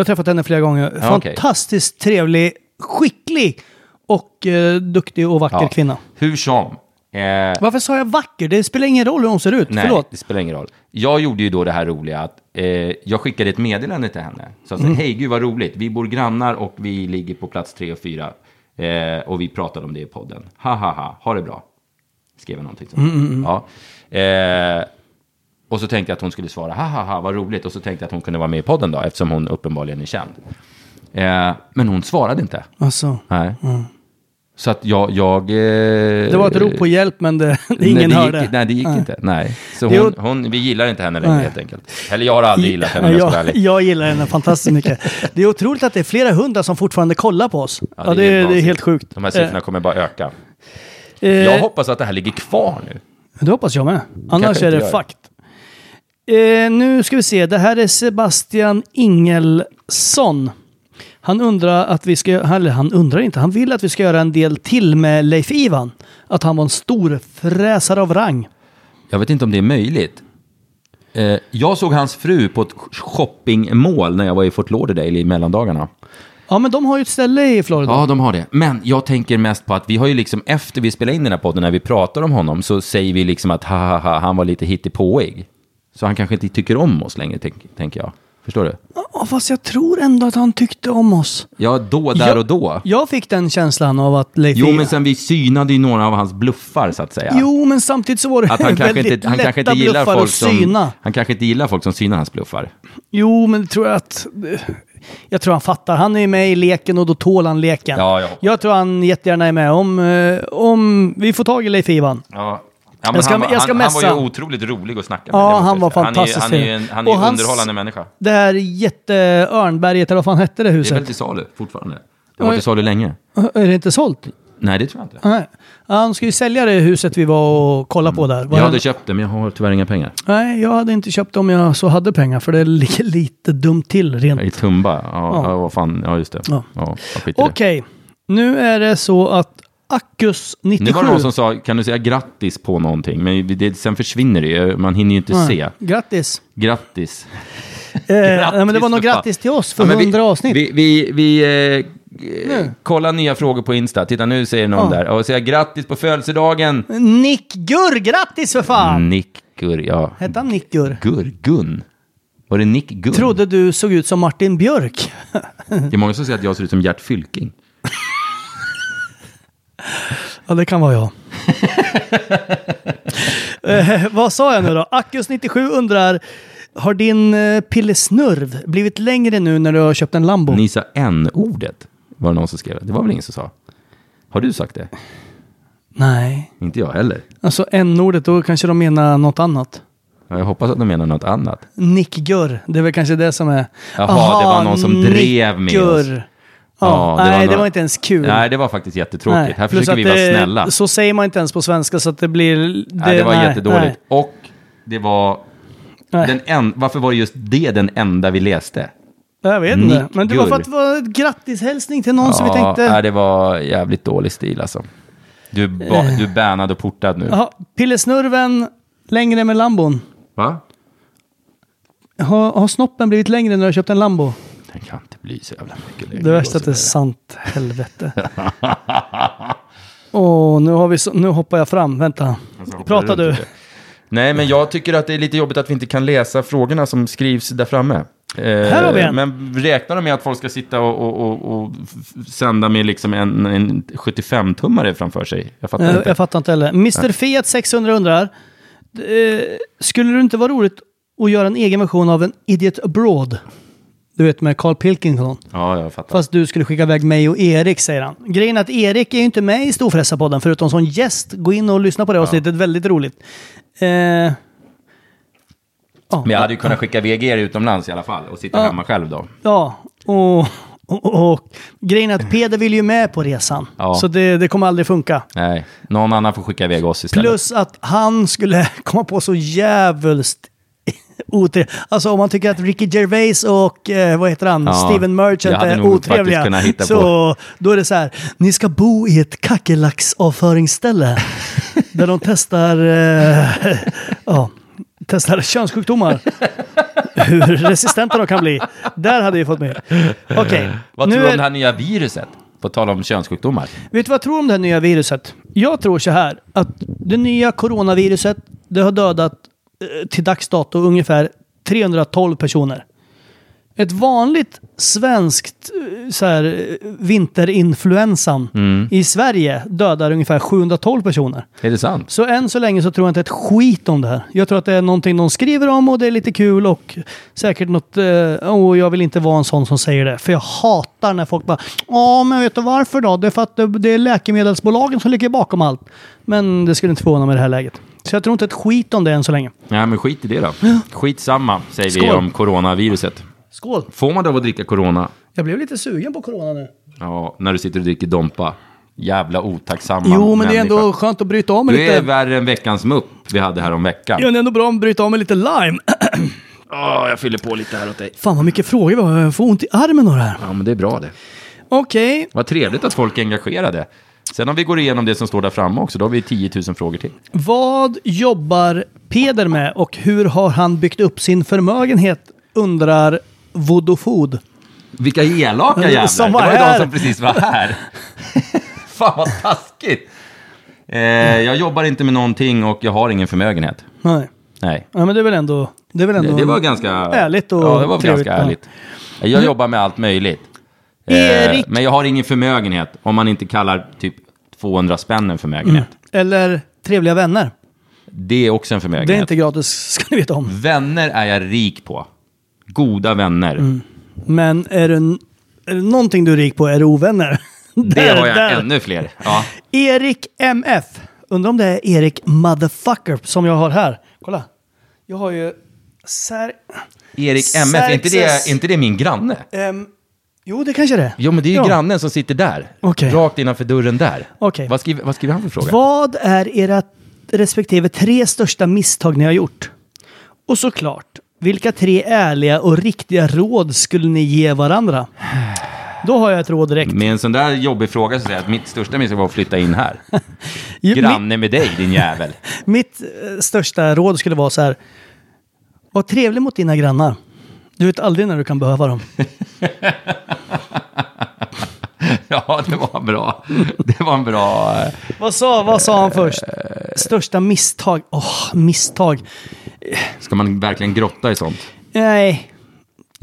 C: har träffat henne flera gånger.
B: Ja, okej.
C: Fantastiskt trevlig, skicklig och eh, duktig och vacker
B: Ja.
C: kvinna.
B: Hur som. Eh,
C: Varför sa jag vacker? Det spelar ingen roll hur hon ser ut.
B: Nej,
C: Förlåt.
B: det spelar ingen roll. Jag gjorde ju då det här roliga att eh, jag skickade ett meddelande till henne. Så jag
C: Mm.
B: sa, hej gud vad roligt, vi bor grannar och vi ligger på plats tre och fyra. Eh, och vi pratade om det i podden. Ha ha ha, ha det bra. Skrev jag någonting sånt.
C: Mm,
B: Ja. Eh, och så tänkte jag att hon skulle svara, ha ha ha, vad roligt. Och så tänkte jag att hon kunde vara med i podden då, eftersom hon uppenbarligen är känd. Eh, men hon svarade inte.
C: Alltså,
B: Nej. Så att jag... jag eh,
C: det var ett rop på hjälp, men det, det ingen
B: nej, det
C: hörde.
B: Gick, nej, det gick inte. Nej. Så
C: Jo.
B: hon, hon, vi gillar inte henne längre
C: Nej.
B: helt enkelt. Eller jag har aldrig gillat henne om jag ska vara
C: jag,
B: ärlig.
C: jag gillar henne fantastiskt mycket. Det är otroligt att det är flera hundra som fortfarande kollar på oss. Ja, det, är, det är
B: vansinnigt.
C: helt sjukt.
B: De här siffrorna kommer bara öka.
C: Eh,
B: Jag
C: eh,
B: hoppas att det här ligger kvar nu.
C: Det hoppas jag med. Annars
B: Kanske
C: är det
B: inte gör.
C: fakt. Eh, nu ska vi se. Det här är Sebastian Ingelsson. Han undrar att vi ska... Han, eller han undrar inte. Han vill att vi ska göra en del till med Leif Ivan. Att han var en stor fräsare av rang.
B: Jag vet inte om det är möjligt. Eh, jag såg hans fru på ett shoppingmål när jag var i Fort Lauderdale i mellandagarna.
C: Ja, men de har ju ett ställe i Florida.
B: Ja, de har det. Men jag tänker mest på att vi har ju liksom efter vi spelar in den här podden, när vi pratar om honom, så säger vi liksom att ha ha ha, han var lite hittepåig. Så han kanske inte tycker om oss längre, tänk, tänker jag. Förstår du?
C: Ja, fast jag tror ändå att han tyckte om oss.
B: Ja, då, där
C: Jag-
B: och då.
C: Jag fick den känslan av att Leif
B: Jo,
C: Ivan-
B: men sen vi synade ju några av hans bluffar, så att säga.
C: Jo, men samtidigt så var det
B: Att han kanske,
C: väldigt
B: inte, han kanske inte
C: lätta
B: gillar
C: bluffar
B: folk
C: att syna.
B: som... Han kanske inte gillar folk som synar hans bluffar.
C: Jo, men det tror jag att... Jag tror han fattar. Han är ju med i leken och då tål han leken.
B: Ja, jag hoppas
C: jag tror han jättegärna är med om, eh, om vi får tag i Leif Ivan.
B: Ja.
C: Jag ska-
B: han, var-
C: jag ska
B: han, han var
C: messa.
B: ju otroligt rolig att snacka med.
C: Ja,
B: det måste
C: han
B: jag
C: var
B: säga.
C: fantastisk.
B: Han är, ju- han är, ju en, han är
C: Och
B: ju en
C: hans-
B: underhållande människa.
C: Det här jätte-Örnberget, eller vad fan hette det
B: Det är väl
C: huset?
B: till salu fortfarande? Det har varit till salu länge.
C: Är det inte sålt?
B: Nej, det tror jag inte.
C: Nej. Han ska ju sälja det huset vi var och kollade på där. Var
B: Jag
C: han-
B: hade köpt det, men jag har tyvärr inga pengar.
C: Nej, jag hade inte köpt det om jag så hade pengar, för det ligger lite dumt till rent
B: I Tumba? Ja, ja. vad fan. Ja, just det.
C: Ja.
B: Ja, ja skit i det.
C: Okej, nu är det så att Ackus 97...
B: Nu var det någon som sa, kan du säga grattis på någonting? Men det, sen försvinner det ju. Man hinner ju inte se.
C: Grattis!
B: Grattis.
C: Eh, nej, men det var nog
B: för fan.
C: grattis till oss för
B: Ja, men vi-
C: 100 avsnitt.
B: Vi, vi, vi eh, eh, kollar nya frågor på Insta. Titta, nu säger någon
C: Ja.
B: där. Och säger grattis på födelsedagen.
C: Nick Gurr, grattis för fan!
B: Nick Gur, ja.
C: Hette han Nick Gurr?
B: Gur, Gun. Var det Nick Gun?
C: Trodde du såg ut som Martin Björk.
B: Det är många som säger att jag ser ut som Gert Fylking.
C: Ja, det kan vara jag. eh, vad sa jag nu då? Ackus97 undrar, har din eh, pillesnurv blivit längre nu när du har köpt en Lambo?
B: Nisa N-ordet var det någon som skrev. Det var väl ingen som sa. Har du sagt det?
C: Nej.
B: Inte jag heller.
C: Alltså n-ordet, då kanske de menar något annat.
B: Ja, Jag hoppas att de menar något annat.
C: Nick Gurr, det är väl kanske det som är...
B: Jaha, det var någon som drev med oss.
C: Gurr. Ja, nej, det var inte ens kul.
B: Nej, det var faktiskt jättetråkigt.
C: Nej,
B: Här
C: plus
B: försöker
C: att eh,
B: vi vara
C: det-
B: snälla.
C: Så säger man inte ens på svenska så att det blir... Det,
B: nej, det var
C: nej,
B: jättedåligt. Och det var...
C: Nej,
B: Den
C: nej,
B: en, varför var det just det den enda vi läste?
C: jag vet inte.
B: Nick
C: Men det var för
B: Gurr.
C: att det var ett grattishälsning till någon som vi
B: nej,
C: tänkte...
B: det var jävligt dålig stil alltså. Du, är ba,
C: Eh.
B: du är bannad och portad nu.
C: Jaha, pillesnurven längre med lambon.
B: Va?
C: Har, har snoppen blivit längre när du har köpt en lambo?
B: Den kan inte bli så jävla mycket längre.
C: Det värsta är att det är sant. Helvete. Åh, nu, har vi så, nu hoppar jag fram. Vänta. Prata du.
B: Nej, men jag tycker att det är lite jobbigt att vi inte kan läsa frågorna som skrivs där framme. Eh,
C: Här har vi en.
B: Men räknar de med att folk ska sitta och, och, och, och f- sända med liksom en, en 75-tummare framför sig? Jag fattar
C: Eh,
B: inte.
C: Jag fattar inte heller. Mr. Fiat 600 undrar. eh, Skulle det inte vara roligt att göra en egen version av en Idiot Abroad? Du vet med Carl Pilkington.
B: ja, jag fattar.
C: Fast du skulle skicka iväg mig och Erik, säger han. Grejen är att Erik är ju inte med i Storfräsarpodden, förutom som gäst. Gå in och lyssna på det avsnittet, väldigt roligt. Eh, ja.
B: Men jag hade ju kunnat skicka iväg er utomlands i alla fall och sitta hemma själv då.
C: Ja, och, och, och, och grejen är att Peder vill ju med på resan.
B: Ja.
C: Så det, det kommer aldrig funka.
B: Nej, någon annan får skicka iväg oss istället.
C: Plus att han skulle komma på så jävulst otrevligt. Alltså om man tycker att Ricky Gervais och eh, vad heter han,
B: Ja,
C: Steven
B: jag
C: Merchant
B: hade
C: är
B: nog
C: otrevliga.
B: faktiskt kunnat hitta
C: så då är det så här, ni ska bo i ett kackerlacksavföringsställe. där de testar, eh, ja, testar könssjukdomar. Hur resistenta de kan bli. Där hade vi fått med. Okej.
B: Vad
C: nu
B: tror du om
C: är-
B: det här nya viruset? På tal om könssjukdomar.
C: Vet du vad jag tror om det här nya viruset? Jag tror så här att det nya coronaviruset, det har dödat eh, till dags dato ungefär 312 personer. Ett vanligt svenskt eh, så här, eh, vinterinfluensan i Sverige dödar ungefär 712 personer.
B: Är det sant?
C: Så än så länge så tror jag inte ett skit om det här. Jag tror att det är någonting de skriver om och det är lite kul och säkert något... eh, Åh, jag vill inte vara en sån som säger det. För jag hatar när folk bara... Ja, men vet du varför då? Det är för att det- det är läkemedelsbolagen som ligger bakom allt. Men det skulle inte förvåna mig i det här läget. Så jag tror inte ett skit om det än så länge.
B: Nej, men skit i det då. Skit samma, säger vi
C: Skål.
B: om coronaviruset.
C: Skål!
B: Får man då att dricka corona?
C: Jag blev lite sugen på corona nu.
B: Ja, när du sitter och dricker Dompa. Jävla otacksamma
C: Jo, men det är
B: människa.
C: ändå skönt att bryta av med
B: Du är
C: lite...
B: värre än veckans mupp vi hade här om veckan.
C: Ja, det är ändå bra att bryta av med lite lime.
B: Åh, jag fyller på lite här åt dig.
C: Fan vad mycket frågor vi har. Jag får ont i armen av det här.
B: Ja, men det är bra det.
C: Okej,
B: Vad trevligt att folk är engagerade. Sen om vi går igenom det som står där framme också, då har vi 10 000 frågor till.
C: Vad jobbar Peder med och hur har han byggt upp sin förmögenhet? Undrar Vodofod.
B: Vilka elaka jävlar!
C: Som
B: det
C: var
B: var ju
C: här.
B: de som precis var här. Fan vad taskigt! Eh, jag jobbar inte med någonting och jag har ingen förmögenhet.
C: Nej.
B: Nej.
C: Ja, men det är väl ändå... Det, är väl ändå
B: Det, det var ganska
C: ärligt och
B: ja, det var
C: trevligt. Mm.
B: ganska ärligt. Jag jobbar med allt möjligt. Eh,
C: Erik.
B: Men jag har ingen förmögenhet, om man inte kallar typ 200 spänn en förmögenhet.
C: Mm. Eller trevliga vänner.
B: Det är också en förmögenhet.
C: Det är inte gratis, ska ni veta
B: Mm.
C: om.
B: Vänner är jag rik på. Goda vänner.
C: Mm. Men är det, n- är det någonting du är rik på är det ovänner.
B: Det har jag ännu fler. Ja.
C: Erik MF. Undrar om det är Erik Motherfucker som jag har här. Kolla. Jag har ju... Sär...
B: Erik MF, är inte det,
C: Xerxes.
B: är inte det min granne?
C: ehm, jo, det kanske det är.
B: Jo, men det är ju
C: Ja.
B: grannen som sitter där.
C: Okej.
B: Rakt innanför dörren där.
C: Okej.
B: Vad, skriver, vad skriver han för fråga?
C: Vad är era respektive tre största misstag ni har gjort? Och såklart, vilka tre ärliga och riktiga råd skulle ni ge varandra? Då har jag ett råd direkt.
B: Med en sån där jobbig fråga så säger jag att mitt största misstag var att flytta in här.
C: Ju- mi-
B: Granne med dig, din jävel.
C: mitt eh, största råd skulle vara så här. Var trevlig mot dina grannar. Du vet aldrig när du kan behöva dem.
B: Ja, det var bra. Det var en bra... eh,
C: Vad sa, vad sa han först? Största misstag? Åh, misstag.
B: Ska man verkligen grotta i sånt?
C: Nej.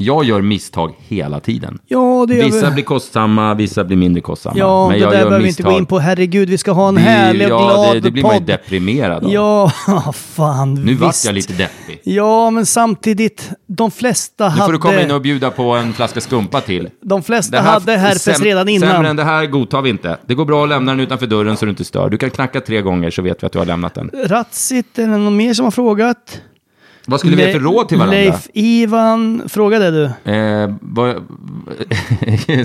B: Jag gör misstag hela tiden.
C: Ja, det gör
B: Vissa
C: vi.
B: blir kostsamma, vissa blir mindre kostsamma.
C: Ja,
B: men
C: det där
B: jag gör
C: behöver vi inte
B: misstag.
C: gå in på. Herregud, vi ska ha en
B: Det är ju-
C: härlig och glad
B: det, det blir man ju
C: podd.
B: deprimerad av.
C: Ja, fan.
B: nu
C: visst.
B: vart jag lite deppig.
C: Ja, men samtidigt, de flesta
B: Nu får
C: hade,
B: du komma in och bjuda på en flaska skumpa till.
C: de flesta
B: Det här-
C: hade herpes
B: säm-
C: redan innan.
B: Sämre än det här godtar vi inte. Det går bra att lämna den utanför dörren så du inte stör. Du kan knacka tre gånger så vet vi att du har lämnat den.
C: Ratsit, är det någon mer som har frågat?
B: Vad skulle vi ge för
C: Le-
B: råd till varandra?
C: Leif Ivan, fråga det du.
B: Eh, vad,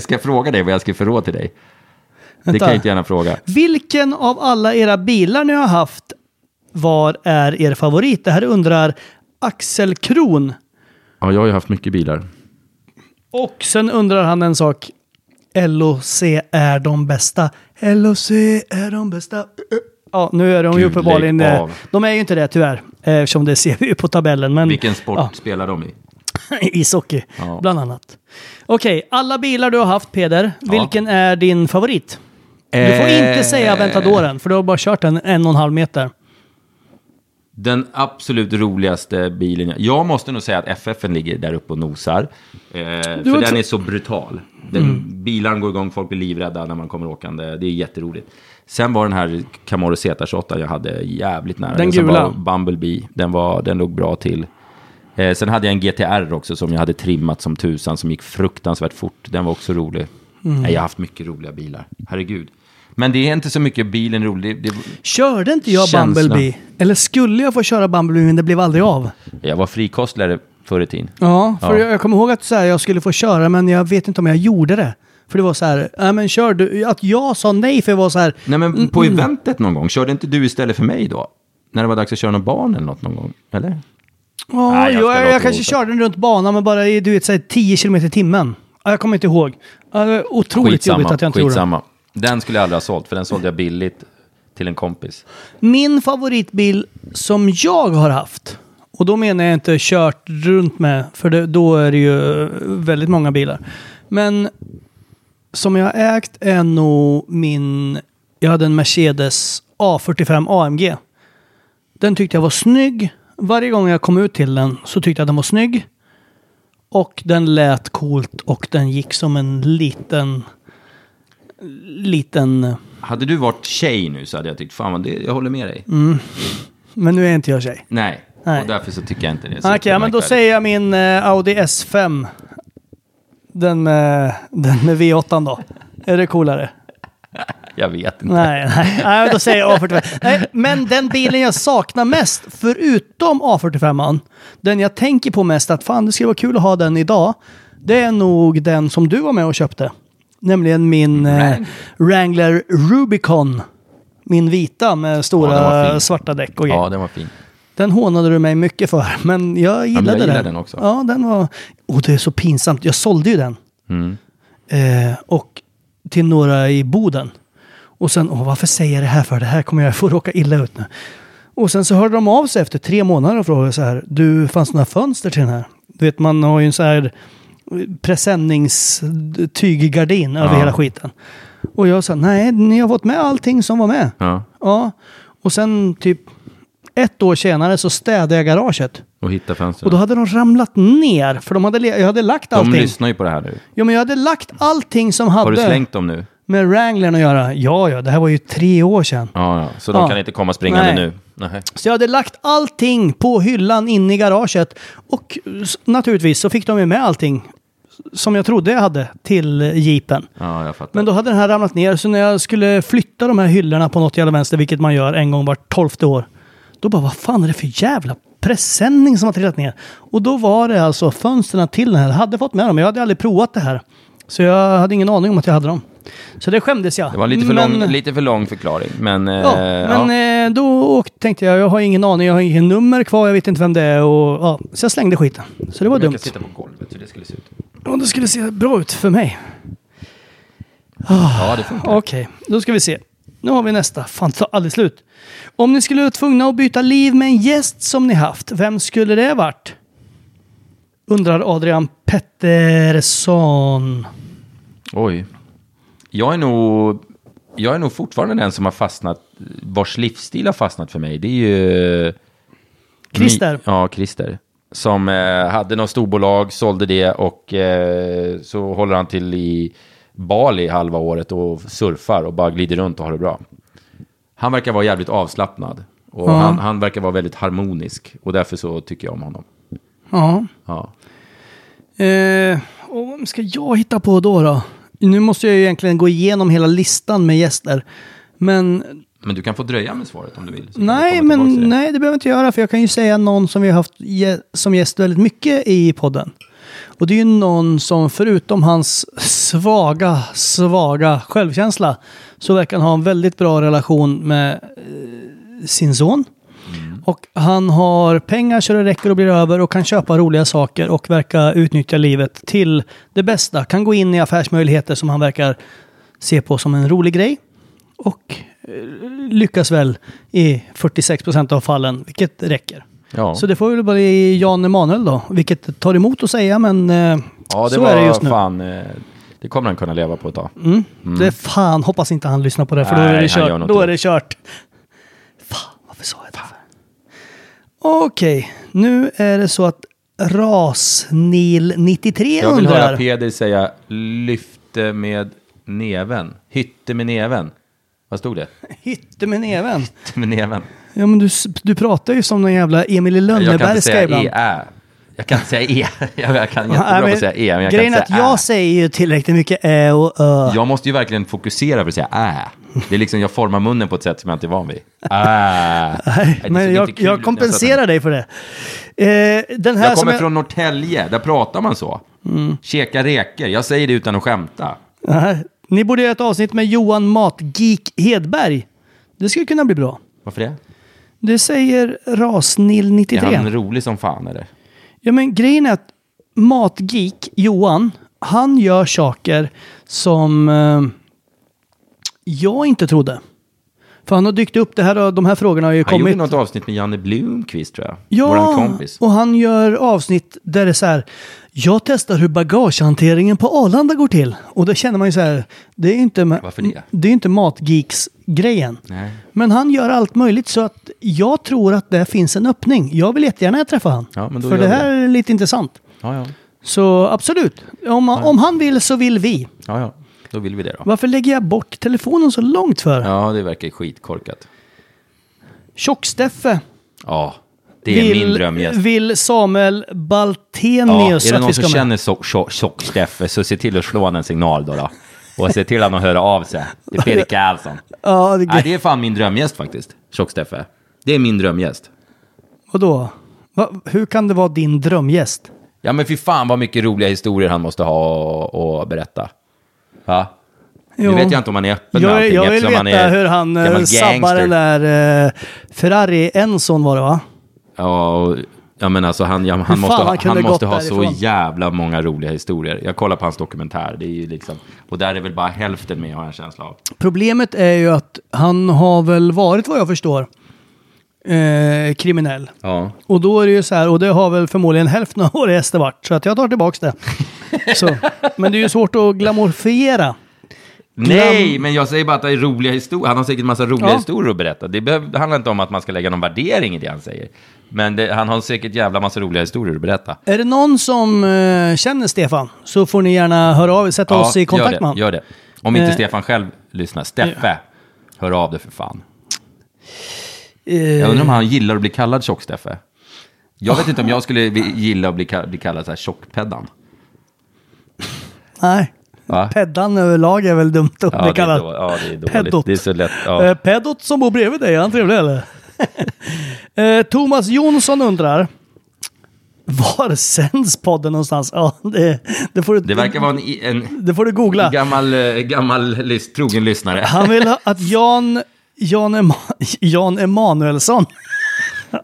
B: ska jag fråga dig vad jag ska ge för råd till dig? Det
C: Vänta.
B: kan jag inte gärna fråga.
C: Vilken av alla era bilar ni har haft var är er favorit? Det här undrar Axel Kron.
B: Ja, jag har ju haft mycket bilar.
C: Och sen undrar han en sak. LOC är de bästa. LOC är de bästa. Ja, nu är de ju
B: Gud,
C: uppenbarligen...
B: lägg
C: eh,
B: av.
C: De är ju inte det tyvärr, eh, eftersom det ser vi ju på tabellen. Men,
B: Vilken sport
C: Ja,
B: spelar de i?
C: ishockey,
B: Ja.
C: bland annat. Okej, alla bilar du har haft, Peder. Vilken är din favorit?
B: Eh,
C: Du får inte säga Ventadoren, för du har bara kört den en och en halv meter.
B: Den absolut roligaste bilen. jag- Jag måste nog säga att FFen ligger där uppe och nosar. Eh, för
C: var
B: den
C: också- Mm.
B: är så brutal. Den, Bilarna går igång, folk blir livrädda när man kommer åkande. Det är jätteroligt. Sen var den här Camaro Z28 jag hade jävligt nära.
C: Den
B: som
C: gula.
B: var Bumblebee. Den, var, den låg bra till. Eh, sen hade jag en GTR också som jag hade trimmat som tusan som gick fruktansvärt fort. Den var också rolig.
C: Mm.
B: Nej, jag har haft mycket roliga bilar. Herregud. Men det är inte så mycket bilen rolig. Det,
C: Körde inte jag
B: Känslan.
C: Bumblebee? Eller skulle jag få köra Bumblebee men det blev aldrig av?
B: det, jag var frikostlare förr i tiden.
C: Ja, för
B: Ja.
C: Jag, jag kommer ihåg att så här, jag skulle få köra men jag vet inte om jag gjorde det. För det var så här, nej men kör du. Att jag sa nej för jag var så här, "Mm,
B: Nej, men på eventet någon gång, körde inte du istället för mig då? När det var dags att köra någon barn eller något någon gång? Eller?
C: ja,
B: Nej, jag
C: jag,
B: ska
C: jag,
B: låta
C: kanske
B: osäker.
C: körde den runt banan men bara i du vet, så här, 10 km i timmen. Ja, jag kommer inte ihåg. Ja, det var otroligt jobbigt att jag inte gjorde det.
B: skitsamma. Den skulle jag aldrig ha sålt, för den sålde jag billigt till en kompis.
C: Min favoritbil som jag har haft, och då menar jag inte kört runt med, för det, då är det ju väldigt många bilar. Men som jag har ägt är nog min, jag hade en Mercedes A45 AMG. Den tyckte jag var snygg. Varje gång jag kom ut till den så tyckte jag att den var snygg. Och den lät coolt och den gick som en liten, liten,
B: Hade du varit tjej nu så hade jag tyckt, fan vad det, jag håller med dig.
C: men nu är inte jag tjej.
B: Nej.
C: Mm. Nej.
B: och därför så tycker jag inte det. är så
C: Okej, ja, men då
B: märkvärdigt.
C: säger jag min eh, Audi S5. Den med, den med V8 då. Är det coolare?
B: Jag vet inte.
C: Nej, nej, nej då säger jag A45. Nej, men den bilen jag saknar mest, förutom A45, den jag tänker på mest att fan det skulle vara kul att ha den idag, det är nog den som du var med och köpte. Nämligen min eh, Wrangler Rubicon. Min vita med
B: den
C: stora
B: var fin.
C: svarta däck och grejer.
B: Ja, den var fin.
C: Den hånade du mig mycket för, men jag gillade,
B: gillar
C: den.
B: den också.
C: Ja, den var... Och det är så pinsamt. Jag sålde ju den. Eh, och till några i Boden. Och sen, åh, varför säger jag det här för? Det här kommer jag få råka illa ut nu. Och sen så hörde de av sig efter tre månader och frågade så här, du, fanns det några fönster till den här? Du vet, man har ju en så här eh, presenningstyggardin över
B: Ja.
C: hela skiten. Och jag sa, nej, ni har fått med allting som var med.
B: Ja.
C: Ja, och sen typ ett år senare så städade jag garaget.
B: Och hitta fönstren.
C: Och då hade de ramlat ner, för de hade, le- jag hade lagt
B: de
C: allting.
B: lyssnar ju på det här nu.
C: Ja, men jag hade lagt allting som
B: Har du
C: hade
B: slängt dem nu?
C: med Wranglern att göra. Ja, ja, det här var ju tre år sedan.
B: Ja, ja. Så de
C: Ja.
B: kan inte komma springande
C: Nej.
B: nu? Nej.
C: Så jag hade lagt allting på hyllan inne i garaget. Och s- naturligtvis så fick de ju med allting som jag trodde jag hade till eh, jeepen.
B: Ja, jag fattar.
C: Men då hade den här ramlat ner, så när jag skulle flytta de här hyllorna på något jävla vänster, vilket man gör en gång vart tolfte år, då bara vad fan är det för jävla presenning som har trillat ner? Och då var det alltså fönstren till den här, jag hade fått med dem, jag hade aldrig provat det här. Så jag hade ingen aning om att jag hade dem. Så det skämdes jag.
B: Det var en lite för,
C: Men-
B: lång, lite för lång förklaring, men... eh,
C: Ja, men eh, då åk- tänkte jag, jag har ingen aning, jag har ingen nummer kvar, jag vet inte vem det är och ja, så jag slängde skiten. Så det var
B: jag
C: dumt.
B: kan sitta på golvet hur det skulle se ut.
C: Ja, det skulle se bra ut för mig.
B: Ja, det funkar.
C: Okej, då ska vi se. Nu har vi nästa. Fan, ta aldrig slut. Om ni skulle vara tvungna att byta liv med en gäst som ni haft, vem skulle det varit? Undrar Adrian Pettersson.
B: Oj. Jag är nog... Jag är nog fortfarande den som har fastnat, vars livsstil har fastnat för mig. Det är ju...
C: Christer.
B: Mi- Ja, Christer. Som eh, hade något storbolag, sålde det och eh, så håller han till i Bali halva året och surfar och bara glider runt och har det bra. Han verkar vara jävligt avslappnad och han, han verkar vara väldigt harmonisk och därför så tycker jag om honom.
C: Ja.
B: Ja.
C: Eh, och vad ska jag hitta på då då? Nu måste jag ju egentligen gå igenom hela listan med gäster. Men
B: Men du kan få dröja med svaret om du vill. så kan vi
C: nej,
B: komma tillbaka
C: men
B: till det.
C: nej, det behöver jag inte göra. För jag kan ju säga någon som vi har haft ge- som gäst väldigt mycket i podden. Och det är ju någon som förutom hans svaga, svaga självkänsla så verkar han ha en väldigt bra relation med eh, sin son.
B: Mm.
C: Och han har pengar så det räcker och blir över och kan köpa roliga saker och verkar utnyttja livet till det bästa. Kan gå in i affärsmöjligheter som han verkar se på som en rolig grej. Och eh, lyckas väl i 46 procent av fallen, vilket räcker.
B: Ja.
C: Så det får väl bli Jan Emanuel då, vilket tar emot att säga men eh,
B: Ja, det
C: så
B: var
C: är det just nu. Mm,
B: fan... eh, Det kommer han kunna leva på ett tag.
C: Det är fan, hoppas inte han lyssnar på det för då
B: Mm. Nej,
C: är det
B: han gör
C: kört.
B: något
C: Då
B: dumt.
C: är det kört. Fan, varför sa jag det? Okej, nu är det så att Rasnil93
B: Jag vill höra
C: undrar.
B: Peder säga lyfte med neven. Hytte med neven. Vad stod det?
C: Hytte med näven.
B: Hytte med neven.
C: Ja, men du, s- du pratar ju som den jävla Emil i
B: Jag kan inte
C: Lönnebergska
B: säga
C: ibland.
B: e. Jag kan inte säga e. Jag jag kan
C: Nej,
B: jättebra på
C: men
B: att säga e, men jag kan
C: grejen är
B: inte
C: att
B: säga
C: jag
B: ä.
C: säger ju tillräckligt mycket ä och ö.
B: Jag måste ju verkligen fokusera för att säga ä. Det är liksom, jag formar munnen på ett sätt som jag inte är van vid. Ä. Nej, det är så
C: Men jag,
B: inte kul.
C: jag kompenserar dig för det. Eh, den här
B: Jag
C: som
B: kommer
C: jag- Mm.
B: från Norrtälje, där pratar man så. Käka räkor, jag säger det utan att skämta.
C: Nej, Ni borde göra ett avsnitt med Johan Matgeek Hedberg. Det skulle kunna bli bra.
B: Varför det?
C: Det säger Rasnil93.
B: Är han rolig som fan eller?
C: Ja, men grejen är att matgeek Johan, han gör saker som eh, jag inte trodde. För han har dykt upp, det här, och de här frågorna har ju
B: Han
C: kommit.
B: gjorde något avsnitt med Janne Blomqvist tror jag.
C: ja,
B: Våran kompis.
C: och han gör avsnitt där det är så här, jag testar hur bagagehanteringen på Arlanda går till. Och då känner man ju så här, det är ju inte,
B: Varför det?
C: Det är ju inte matgeeks-grejen.
B: Nej.
C: Men han gör allt möjligt så att jag tror att det finns en öppning. Jag vill jättegärna träffa han.
B: Ja, men då
C: För
B: gör
C: det
B: vi
C: här
B: det.
C: är lite intressant.
B: Ja, ja.
C: Så absolut, om, om han vill så vill vi.
B: ja, ja. Då vill vi det då.
C: Varför lägger jag bort telefonen så långt för?
B: Ja, det verkar skitkorkat.
C: Tjock-Steffe
B: Ja, det är min
C: vill,
B: drömgäst.
C: vill Samuel
B: Ja,
C: Baltenius
B: är det
C: att vi
B: någon som
C: ska med.
B: känner so- tjo- Tjock-Steffe så se till att slå en signal då. då. Och se till att de hör av sig. Det är Fredrik Karlsson.
C: Ja, det,
B: Nej, det är fan min drömgäst faktiskt. Tjock-Steffe. Det är min drömgäst.
C: Vadå? Va, hur kan det vara din drömgäst?
B: Ja men fy fan vad mycket roliga historier han måste ha och, och berätta. Va?
C: Jo.
B: Nu vet jag inte om han är öppen med
C: Jag,
B: allting
C: jag vill
B: eftersom
C: veta
B: är
C: hur han
B: gammal
C: eh, sabbar
B: gangster.
C: den där eh, Ferrari Enson var det va?
B: Ja, och, ja men alltså han, ja, han
C: fan
B: måste,
C: han
B: ha,
C: kunde
B: han måste
C: gått
B: ha
C: därifrån?
B: så jävla många roliga historier. Jag kollar på hans dokumentär, det är ju liksom, och där är väl bara hälften med har jag en känsla av.
C: Problemet är ju att han har väl varit vad jag förstår eh, kriminell.
B: Ja.
C: Och då är det ju så här, och det har väl förmodligen hälften av våra gäster varit, så att jag tar tillbaks det. Så. Men det är ju svårt att glamorfiera.
B: Nej, men jag säger bara att det är roliga historier. Han har säkert massa roliga
C: Ja.
B: historier att berätta. Det behöver, handlar inte om att man ska lägga någon värdering i det han säger. Men det, han har säkert jävla massa roliga historier att berätta.
C: Är det någon som eh, känner Stefan så får ni gärna höra av er, sätta oss i
B: gör
C: kontakt med
B: det,
C: honom.
B: gör det. Om inte
C: Eh.
B: Stefan själv lyssnar. Steffe, hör av dig för fan.
C: Eh,
B: Jag undrar om han gillar att bli kallad tjock-Steffe. Jag vet inte om jag skulle vi- gilla att bli kallad, bli kallad så här tjockpeddan.
C: Nej,
B: Va?
C: peddan överlag är väl dumt att
B: Ja,
C: bli
B: det är
C: kallad.
B: då- ja, det är dåligt.
C: Pedot.
B: Det är så lätt, ja.
C: Eh, pedot som bor bredvid dig, är han trevlig eller? eh, Thomas Jonsson undrar. Var sänds podden någonstans? Ja, det, det, får du,
B: Det verkar vara en, i- en
C: det får du googla.
B: gammal, eh, gammal lys, trogen lyssnare.
C: Han vill ha att Jan, Jan, Ema, Jan Emanuelsson,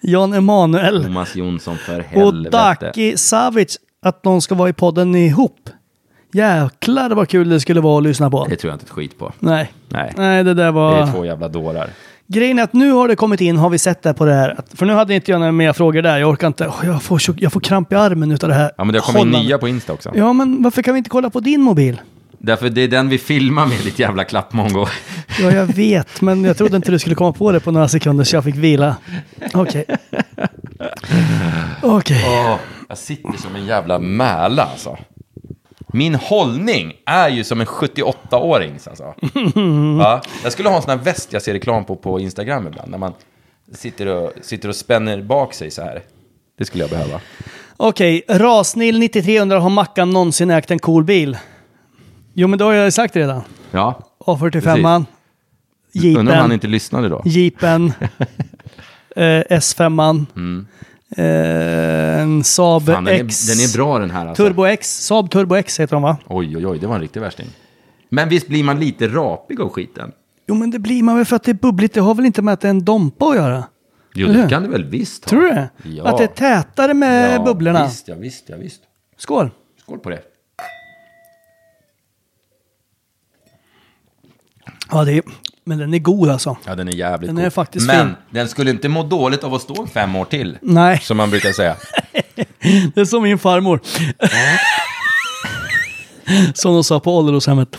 C: Jan Emanuel
B: Thomas Jonsson, för
C: och
B: helvete.
C: Daki Savic, att de ska vara i podden ihop. Jäklar vad kul det skulle vara att lyssna på.
B: Det tror jag inte ett skit på.
C: Nej.
B: Nej.
C: Nej, det där
B: Det
C: var...
B: är två jävla dårar.
C: Grejen är att nu har det kommit in, har vi sett det på det här. Att- För nu hade inte jag några mer frågor där. Jag orkar inte. Åh, jag, får, tjock- jag får kramp i armen utav det här.
B: Ja, men det har kommit in
C: hållandet.
B: nya på Insta också.
C: Ja, men varför kan vi inte kolla på din mobil?
B: Därför det är den vi filmar med, ditt jävla klappmongo.
C: Ja, jag vet, men jag trodde inte du skulle komma på det på några sekunder så jag fick vila. Okej. Okej.
B: Åh, jag sitter som en jävla mäla alltså. Min hållning är ju som en 78-årings alltså. Ja, jag skulle ha en sån här väst jag ser reklam på på Instagram ibland. När man sitter och, sitter och spänner bak sig så här. Det skulle jag behöva.
C: Okej, Rasnil 9300 har Mackan någonsin ägt en cool bil? Jo, men det har jag ju sagt redan.
B: Ja,
C: A45an,
B: undrar om han
C: Jeepen,
B: inte lyssnade då.
C: Jeepen, eh, S5an, eh, en Saab
B: Mm. Fan, den, är,
C: X.
B: den är bra den här alltså.
C: Turbo X, Saab Turbo X heter de va?
B: Oj, oj, oj, det var en riktig värsting. Men visst blir man lite rapig av skiten?
C: Jo, men det blir man väl för att det är bubbligt. Det har väl inte med att det är en Dompa att göra?
B: Jo,
C: Eller hur?
B: det kan du väl visst ha.
C: Tror du det?
B: Ja.
C: Att det är tätare med
B: ja,
C: bubblorna?
B: Visst, ja, visst, ja, visst.
C: Skål!
B: Skål på det.
C: Ja, det är, men den är god alltså.
B: Ja, den är jävligt
C: Den
B: god.
C: är faktiskt
B: Men
C: fin.
B: den skulle inte må dåligt av att stå fem år till.
C: Nej.
B: Som man brukar säga.
C: Det är som min farmor. Som de sa på ålderdomshemmet.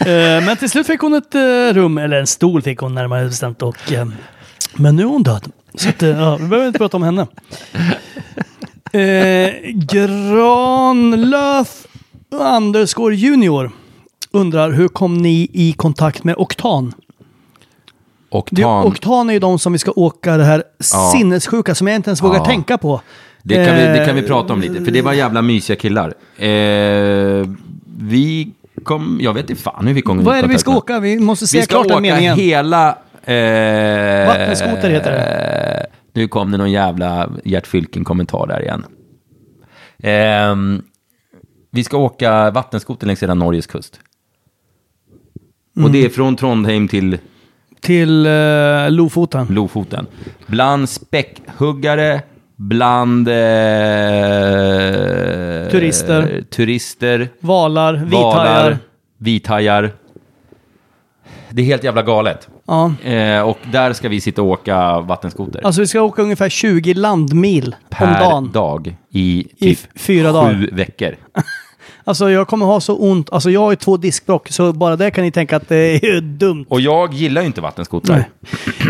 C: Eh, Men till slut fick hon ett eh, rum, eller en stol fick hon närmare bestämt. Och, eh, men nu är hon död. Så att, eh, ja, vi behöver inte prata om henne. Eh, Granlöf underscore junior undrar hur kom ni i kontakt med Oktan? Det,
B: Oktan.
C: Oktan är ju de som vi ska åka det här sinnessjuka som jag inte ens vågar
B: Ja.
C: tänka på.
B: Det kan, vi, det kan vi
C: Eh,
B: prata om lite, för det var jävla mysiga killar. Eh, vi kom, jag vet inte fan hur vi kom i
C: Vad är det vi
B: kontakt
C: ska
B: med-
C: åka? Vi måste säga
B: Mm, Vi ska
C: klart
B: åka
C: den meningen.
B: hela... Eh,
C: Vattenskoter heter
B: det. Nu kom det någon jävla Gert Fylking-kommentar där igen. Ehm, vi ska åka vattenskoter längs hela Norges kust.
C: Mm.
B: Och det är från Trondheim till
C: Till eh, Lofoten.
B: Lofoten. Bland späckhuggare, bland... Eh,
C: Turister.
B: Turister.
C: Valar, vithajar.
B: valar, Vithajar. Det är helt jävla galet.
C: Ja.
B: Eh, och där ska vi sitta och åka vattenskoter.
C: Alltså vi ska åka ungefär 20 landmil
B: per
C: om dagen.
B: dag i typ
C: I f- fyra
B: sju
C: dagar.
B: veckor.
C: Alltså jag kommer ha så ont. Alltså jag har ju två diskbråck, så bara det kan ni tänka att det är ju dumt.
B: Och jag gillar ju inte vattenskotrar.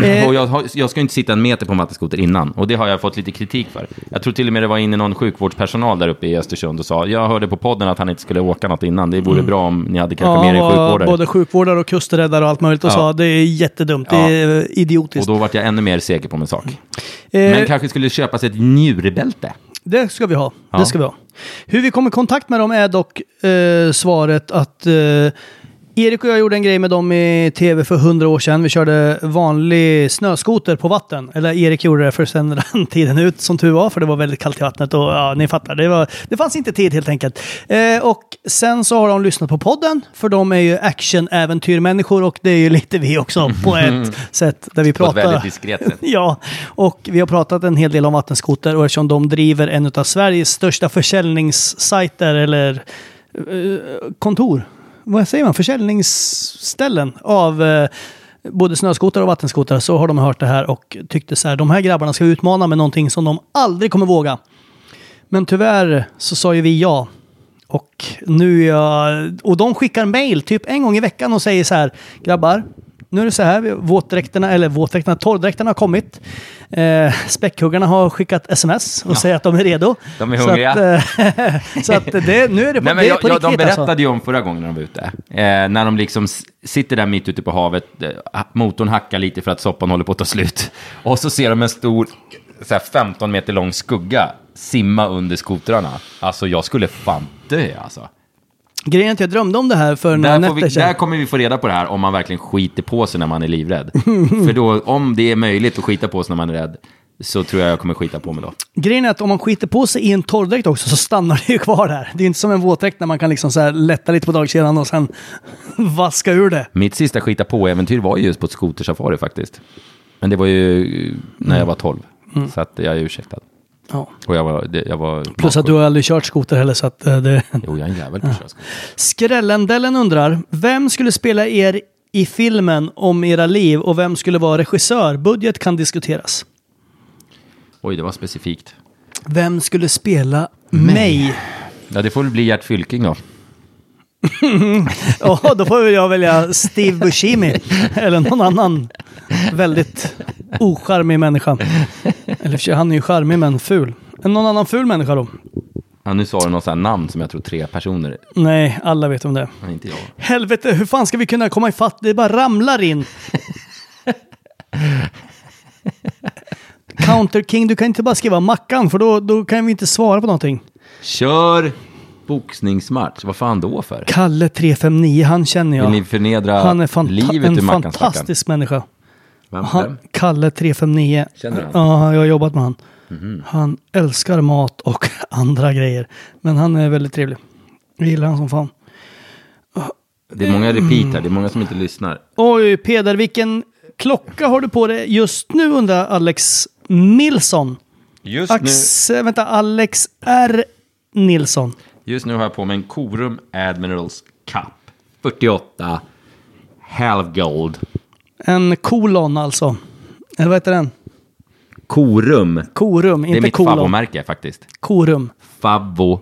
C: Eh.
B: Och jag, har- jag ska ju inte sitta en meter på en vattenskoter innan. Och det har jag fått lite kritik för. Jag tror till och med det var inne någon sjukvårdspersonal där uppe i Östersund och sa jag hörde på podden att han inte skulle åka något innan. Det vore bra om ni hade kanske med er
C: han var
B: sjukvårdare.
C: Mm. Både sjukvårdare och kusträddare och allt möjligt och
B: Ja.
C: sa det är jättedumt, det är eh,
B: Och
C: idiotiskt.
B: då vart jag ännu mer säker på min sak.
C: eh,
B: Men kanske skulle köpas ett njurbälte.
C: Det ska vi ha.
B: Ja.
C: Det ska vi ha. Hur vi kom i kontakt med dem är dock eh, svaret att eh, Erik och jag gjorde en grej med dem i tv för hundra år sedan. Vi körde vanlig snöskoter på vatten. Eller Erik gjorde det, för sen rann tiden ut som tur var, för det var väldigt kallt i vattnet. Och ja, ni fattar, det, var, det fanns inte tid helt enkelt. Eh, och sen så har de lyssnat på podden, för de är ju action-äventyrmänniskor och det är ju lite vi också på ett sätt där vi
B: På ett
C: pratar.
B: väldigt diskret sätt.
C: Ja, och vi har pratat en hel del om vattenskoter och eftersom de driver en av Sveriges största försäljningssajter eller eh, kontor. Vad säger man? Försäljningsställen av eh, både snöskotrar och vattenskotrar så har de hört det här och tyckte så här, de här grabbarna ska utmana med någonting som de aldrig kommer våga. Men tyvärr så sa ju vi ja. Och nu är jag, och de skickar mail typ en gång i veckan och säger så här, grabbar, nu är det så här, vi- våtdräkterna, eller våtdräkterna, torrdräkterna har kommit. Eh, späckhuggarna har skickat sms och säger att de är redo.
B: De är
C: Så
B: hungriga.
C: att, eh, Så att, det, nu
B: Nej,
C: är det på, det
B: men
C: är
B: jag,
C: på
B: jag,
C: riktigt
B: de berättade
C: alltså.
B: ju om förra gången de var ute. Eh, när de liksom s- sitter där mitt ute på havet, eh, ha- motorn hackar lite för att soppan håller på att ta slut. Och så ser de en stor, så här 15 meter lång skugga simma under skotrarna. Alltså jag skulle fan dö alltså.
C: Grejen är att jag drömde om det här för några
B: Där, får
C: nätter
B: vi,
C: sedan.
B: där kommer vi få reda på det här om man verkligen skiter på sig när man är livrädd. För då, om det är möjligt att skita på sig när man är rädd, så tror jag jag kommer skita på mig då.
C: Grejen är att om man skiter på sig i en torrdräkt också så stannar det ju kvar där. Det är ju inte som en våtdräkt när man kan liksom så här lätta lite på dragkedjan och sen vaska ur det.
B: Mitt sista skita på-äventyr var ju just på ett skotersafari faktiskt. Men det var ju eh, när jag var 12.
C: Mm.
B: Så att jag är ursäktad.
C: Ja.
B: Och jag var... Det, jag var
C: Plus att du har aldrig kört skoter heller så att eh, det...
B: Jo, jag är en jävel på att köra skoter.
C: Skrällendellen undrar, vem skulle spela er i filmen om era liv och vem skulle vara regissör? Budget kan diskuteras.
B: Oj, det var specifikt.
C: Vem skulle spela mig?
B: Ja, det får väl bli Gert Fylking då.
C: Ja, då får jag välja Steve Buscemi eller någon annan väldigt ocharmig människa. Eller i och för sig, han är ju charmig men ful. Någon annan ful människa då?
B: Ja, nu sa du någon sån här namn som jag tror tre personer...
C: Nej, alla vet om det är.
B: Nej, inte jag.
C: Helvete, hur fan ska vi kunna komma ifatt? Det bara ramlar in. Counter King, du kan inte bara skriva Mackan för då, då kan vi inte svara på någonting.
B: Kör boxningsmatch. Vad fan då för?
C: Kalle 359, han känner jag.
B: Vill ni förnedra
C: han är fanta-
B: livet ur
C: en
B: Mackans Mackan?
C: fantastisk människa.
B: Vem,
C: Han,
B: vem?
C: Kalle 359.
B: Känner du han? Mhm.
C: Ja, jag har jobbat med han. Han älskar mat och andra grejer. Men han är väldigt trevlig. Jag gillar han som fan.
B: Det är många repeat här. Det är många som inte lyssnar.
C: Oj, Peder, vilken klocka har du på dig just nu undrar Alex Nilsson.
B: Just
C: Ax, eh, vänta, Alex R. Nilsson.
B: Just nu har jag på mig en Corum Admirals Cup 48 Half Gold.
C: En kolon alltså. Eller vad heter den?
B: Corum.
C: Korum,
B: Det är
C: inte
B: mitt
C: kolon.
B: favomärke faktiskt.
C: Korum.
B: Favvo.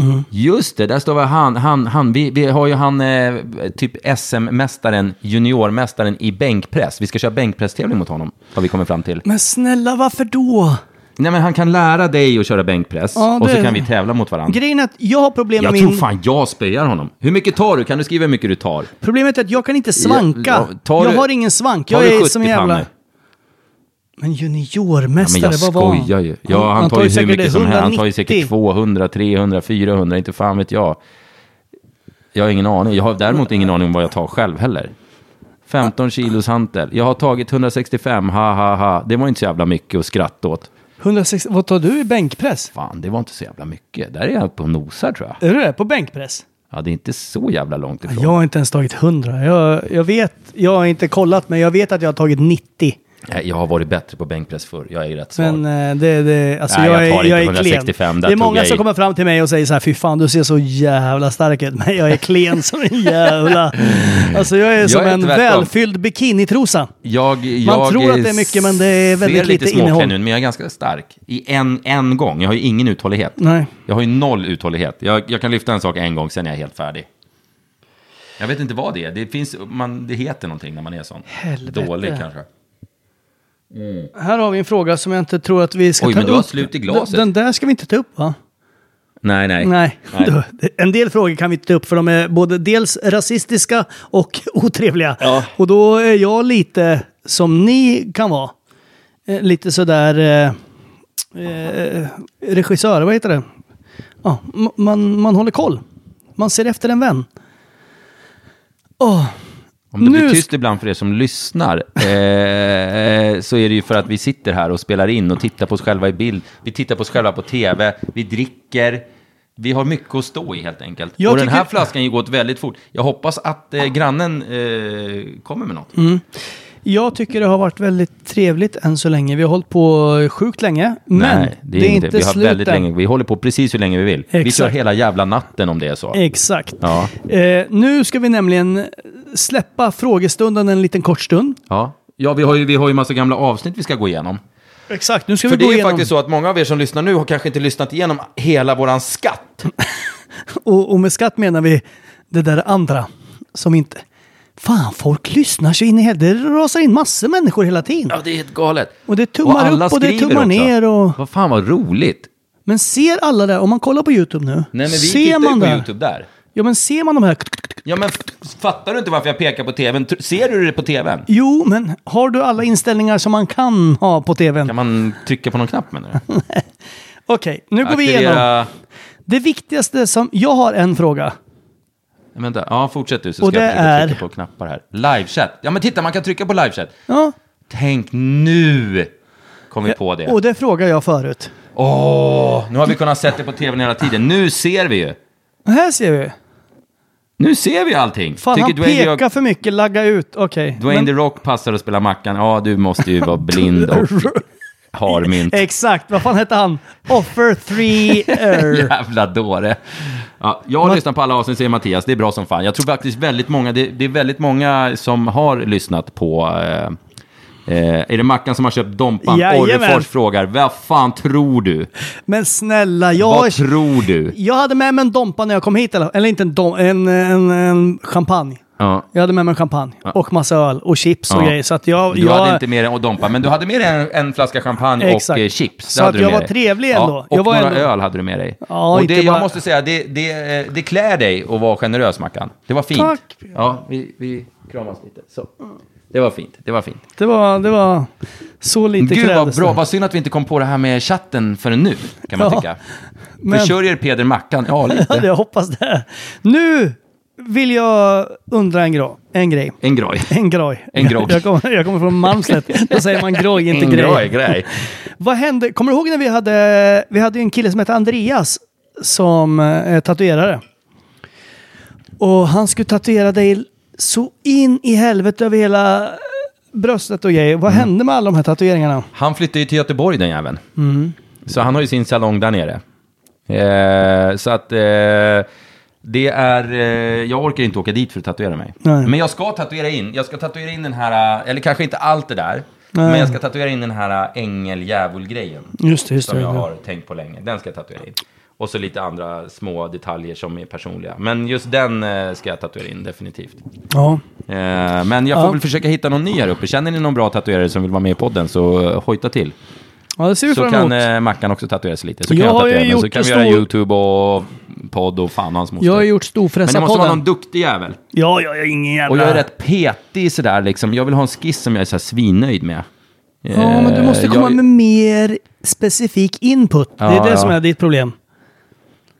B: Mm. Just det, där står vi han, han, han vi, vi har ju han, eh, typ SM-mästaren, juniormästaren i bänkpress. Vi ska köra bänkpresstävling mot honom, har vi kommit fram till.
C: Men snälla, varför då?
B: Nej men han kan lära dig att köra bänkpress,
C: Ja,
B: och så
C: det-
B: kan vi tävla mot varandra.
C: Grejen är att jag har problem med
B: Jag
C: min...
B: tror fan jag spöar honom. Hur mycket tar du? Kan du skriva hur mycket du tar?
C: Problemet är att jag kan inte svanka.
B: Ja, tar
C: jag
B: du-
C: har ingen svank.
B: Tar
C: Jag
B: du
C: är
B: 70
C: som en jävla...
B: pannor?
C: Men
B: Men
C: juniormästare,
B: jag
C: vad var han?
B: skojar ju. Ja, han, tar ju hur
C: säkert
B: mycket som helst. Han tar ju
C: 190.
B: säkert 200, 300, 400, inte fan vet jag. Jag har ingen aning. Jag har däremot ingen aning om vad jag tar själv heller. 15 kilos hantel. Jag har tagit 165, ha ha ha. Det var inte så jävla mycket att skratta åt.
C: 160, vad tar du i bänkpress?
B: Fan, det var inte så jävla mycket. Där är jag uppe och nosar tror jag.
C: Är du det? På bänkpress?
B: Ja, det är inte så jävla långt ifrån.
C: Jag har inte ens tagit 100. Jag, jag vet, jag har inte kollat, men jag vet att jag har tagit 90.
B: Nej, jag har varit bättre på bänkpress förr. Jag är ju rätt svag.
C: Men eh, det, det, alltså
B: Nej,
C: jag,
B: jag tar
C: är,
B: inte
C: jag är
B: 165,
C: klen.
B: där
C: Det är
B: tog
C: många
B: jag
C: som
B: i.
C: kommer fram till mig och säger så här, fy fan du ser så jävla stark ut, men jag är klen som en jävla... Alltså jag är som
B: är
C: en
B: tvärtom.
C: välfylld bikinitrosa.
B: Jag, jag
C: tror att det är mycket, men det är väldigt
B: ser lite
C: lite innehåll.
B: småklen ut, men jag är ganska stark. I en, en gång. Jag har ju ingen uthållighet.
C: Nej.
B: Jag har ju noll uthållighet. Jag, jag kan lyfta en sak en gång, sen är jag helt färdig. Jag vet inte vad det är. Det, finns, man, det heter någonting när man är sån.
C: Helvete.
B: Dålig kanske.
C: Här har vi en fråga som jag inte tror att vi ska
B: Oj,
C: ta
B: men du har
C: upp.
B: slut i glaset.
C: Den, den där ska vi inte ta upp va?
B: Nej, nej.
C: Nej.
B: Nej.
C: Du, En del frågor kan vi inte ta upp för de är både dels rasistiska och otrevliga. Och då är jag lite som ni kan vara. Eh, Lite sådär... Eh, eh, regissör, vad heter det? Ja, ma- man, man håller koll. Man ser efter en vän. Åh,
B: Om det
C: Nu
B: blir
C: sk-
B: tyst ibland för er som lyssnar eh, eh, så är det ju för att vi sitter här och spelar in och tittar på oss själva i bild. Vi tittar på oss själva på tv, vi dricker. Vi har mycket att stå i helt enkelt.
C: Jag
B: och den här
C: tycker-
B: flaskan gick åt väldigt fort. Jag hoppas att eh, grannen eh, kommer med något.
C: Mm. jag tycker det har varit väldigt trevligt än så länge. Vi har hållit på sjukt länge. Men
B: Nej,
C: det är, inte
B: Vi, har
C: slut
B: väldigt
C: än.
B: länge, vi håller på precis hur länge vi vill. Vi
C: Exakt.
B: kör hela jävla natten om det är så.
C: Exakt.
B: Ja.
C: Eh, nu ska vi nämligen släppa frågestunden en liten kort stund.
B: Ja, ja vi, har ju, vi har ju massa gamla avsnitt vi ska gå igenom.
C: Exakt, nu ska
B: För
C: vi
B: det
C: gå
B: är ju
C: igenom.
B: faktiskt så att många av er som lyssnar nu har kanske inte lyssnat igenom hela våran skatt.
C: Och, och med skatt menar vi det där andra som inte... Fan, folk lyssnar så in i helvete. Det rasar in massor människor hela tiden.
B: Ja, det är helt galet.
C: Och det tummar
B: alla
C: upp och det
B: skriver
C: tummar ner och-
B: Vad fan vad roligt.
C: Men ser alla det? Om man kollar på YouTube nu.
B: Nej, men vi
C: ser
B: tittar ju
C: man
B: på
C: det?
B: YouTube där.
C: Ja, men ser man de här...
B: Ja, men f- fattar du inte varför jag pekar på tvn? Tr- Ser du det på tvn?
C: Jo, men har du alla inställningar som man kan ha på tvn?
B: Kan man trycka på någon knapp menar du?
C: Okej, nu går vi igenom. Det viktigaste som... Jag har en fråga.
B: Nej, Vänta, ja fortsätt du så
C: Och
B: ska jag
C: det
B: försöka
C: är-
B: trycka på knappar här. Livechatt. Ja men titta, man kan trycka på livechatt.
C: Ja.
B: Tänk nu kom vi på det.
C: Och det frågar jag förut.
B: Åh, nu har vi kunnat sett det på tvn hela tiden. Nu ser vi ju.
C: Och här ser vi.
B: Nu ser vi allting.
C: Fan, han
B: Dwayne The
C: pekar
B: Rock-
C: för mycket, lagga ut. Okej.
B: Dwayne
C: Men-
B: The Rock passar att spela Mackan. Ja, du måste ju vara blind och har mynt.
C: Exakt, vad fan hette han? Offer 3 er
B: Jävla dåre. Ja, jag har lyssnat på alla avsnitt, säger Mattias. Det är bra som fan. Jag tror faktiskt väldigt många, det, det är väldigt många som har lyssnat på... Eh, eh, är det Mackan som har köpt Dompan?
C: Jajamän.
B: Orrefors frågar, vad fan tror du?
C: Men snälla, jag,
B: Vad tror du?
C: jag hade med mig en Dompa när jag kom hit. Eller, eller inte en, dom, en, en, en champagne.
B: Ja.
C: Jag hade med mig en champagne och massa öl och chips och
B: Ja.
C: grejer. Så att jag...
B: Du
C: jag
B: hade inte med dig en Dompa, men du hade med dig en, en flaska champagne
C: Exakt.
B: och eh, chips. Det
C: Så
B: hade
C: att
B: du
C: jag
B: med
C: var
B: dig.
C: trevlig ändå.
B: Ja, och
C: Jag var
B: några
C: ändå-
B: öl hade du med dig.
C: Ja,
B: och
C: inte
B: det, jag
C: bara-
B: måste säga, det, det, eh, det klär dig att vara generös, Mackan. Det var fint.
C: Tack.
B: Ja, vi, vi kramas lite. Så. Det var fint. Det var fint.
C: Det, var, det var så lite
B: Gud vad
C: krävdes
B: bra,
C: det.
B: vad synd att vi inte kom på det här med chatten förrän nu, kan man
C: Ja,
B: tycka.
C: men-
B: Försörjer Peder Mackan? Ja,
C: Ja,
B: lite.
C: jag hoppas det. Nu vill jag undra en, gra- en grej.
B: En groj.
C: En groj.
B: En groj.
C: Jag kommer, jag kommer från Malmslätt. Då säger man groj, inte
B: En
C: grej.
B: groj, grej.
C: Vad hände? Kommer du ihåg när vi hade, vi hade ju en kille som hette Andreas som eh, tatuerare? Och han skulle tatuera dig så in i helvete över hela eh, bröstet och grejer.
B: Mm.
C: Vad hände med alla de här tatueringarna?
B: Han flyttade ju till Göteborg den jäveln. Så han har ju sin salong där nere. Eh, så att eh, det är... Eh, jag orkar inte åka dit för att tatuera mig.
C: Nej.
B: Men jag ska tatuera in. Jag ska tatuera in den här... eh, Eller kanske inte allt det där.
C: Nej.
B: Men jag ska tatuera in den här ängel-djävul-grejen.
C: Just det, just
B: eh, Som
C: det.
B: jag har tänkt på länge. Den ska jag tatuera in. Och så lite andra små detaljer som är personliga. Men just den eh, ska jag tatuera in definitivt.
C: Ja.
B: Eh, men jag får
C: Ja.
B: väl försöka hitta någon ny här uppe. Känner ni någon bra tatuerare som vill vara med i podden så eh, hojta till.
C: ja, det ser vi
B: Så
C: fram
B: kan
C: emot.
B: eh, Mackan också tatuera sig lite. Så kan
C: Jag
B: jag,
C: har ju
B: tatuera mig. Så
C: gjort
B: kan
C: en
B: vi göra
C: stor-
B: YouTube och podd och fan och hans moster.
C: jag har gjort
B: Men det måste vara någon
C: Storfräsarpodden.
B: duktig jävel.
C: Ja, ja, ja, ingen jävla...
B: Och jag är rätt petig sådär liksom. Jag vill ha en skiss som jag är så här svinnöjd med.
C: Ja, men du måste
B: Eh,
C: komma
B: jag-
C: med mer specifik input. det
B: Ja,
C: är det
B: ja.
C: som är ditt problem.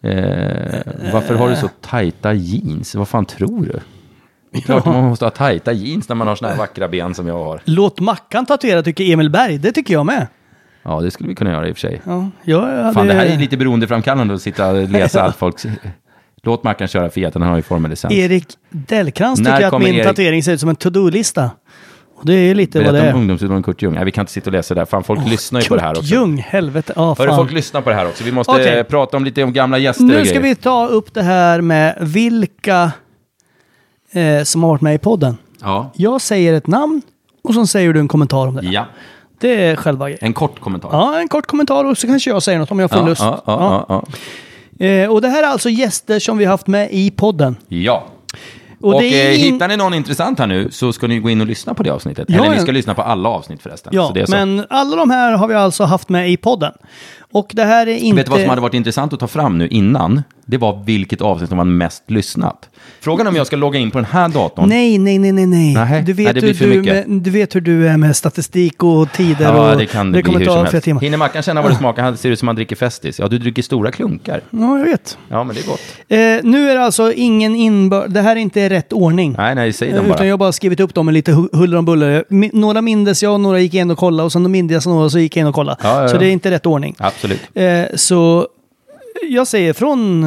B: Eh, varför har du så tajta jeans? Vad fan tror du? Det är klart man måste ha tajta jeans när man har såna här vackra ben som jag har.
C: Låt Mackan tatuera tycker Emil Berg. Det tycker jag med.
B: Ja, det skulle vi kunna göra i och för sig.
C: Ja, jag hade...
B: Fan, det här är lite beroendeframkallande att sitta och läsa allt folks... Låt Mackan köra Fiat, han har ju formellicens.
C: Erik Dellkrans
B: När
C: tycker att
B: kommer
C: min
B: Erik-
C: tatuering ser ut som en to-do-lista. Och det är lite vad det
B: Berätta om
C: är.
B: ungdomsutgången Kurt Ljung. Nej, vi kan inte sitta och läsa det där. Fan, folk lyssnar ju på det här också.
C: Ljung, helvete. Ja,
B: Hörru,
C: fan.
B: folk lyssnar på det här också. Vi måste
C: Okej.
B: eh, prata om lite om gamla gäster och
C: Nu ska
B: grejer.
C: vi ta upp det här med vilka eh, som har varit med i podden.
B: Ja.
C: Jag säger ett namn och så säger du en kommentar om det.
B: ja,
C: Det är själva grejen.
B: en kort kommentar.
C: Ja, en kort kommentar och så kanske jag säger något om jag får
B: ja,
C: lust.
B: ja, ja, ja.
C: Ja. Eh, och det här är alltså gäster som vi haft med i podden.
B: ja.
C: Och,
B: Och,
C: det är
B: eh,
C: in-
B: hittar ni någon intressant här nu så ska ni gå in och lyssna på det avsnittet.
C: Ja,
B: Eller ni
C: ja.
B: ska lyssna på alla avsnitt förresten.
C: Ja,
B: så det är så.
C: men alla de här har vi alltså haft med i podden. Och det här är inte...
B: Vet du vad som hade varit intressant att ta fram nu innan? Det var vilket avsnitt som var mest lyssnat. Frågan om jag ska logga in på den här datorn.
C: Nej, nej, nej, nej, nej.
B: Nähä.
C: Du,
B: Nej,
C: vet
B: det
C: hur
B: blir för
C: du,
B: mycket.
C: med, du vet hur du är med statistik och tider
B: Ja,
C: och...
B: det kan det,
C: kommer
B: bli hur
C: ta
B: som
C: flera
B: helst.
C: timmar.
B: Hinner Mackan känna vad det smakar? Han ser ut som han dricker Festis. Ja, du dricker stora klunkar.
C: Ja, jag vet.
B: Ja, men det är gott.
C: Eh, nu är det alltså ingen inbör... Det här är inte i rätt ordning.
B: Nej, nej, säg
C: Eh,
B: dem bara.
C: Utan jag har bara skrivit upp dem med lite hu- huller om buller. Mi- Några mindes jag, några gick jag in och kollade och sen mindes jag några och så gick jag in och kollade.
B: Ja, ja,
C: Så
B: ja.
C: det är inte i rätt ordning.
B: Absolut.
C: Eh, så jag säger från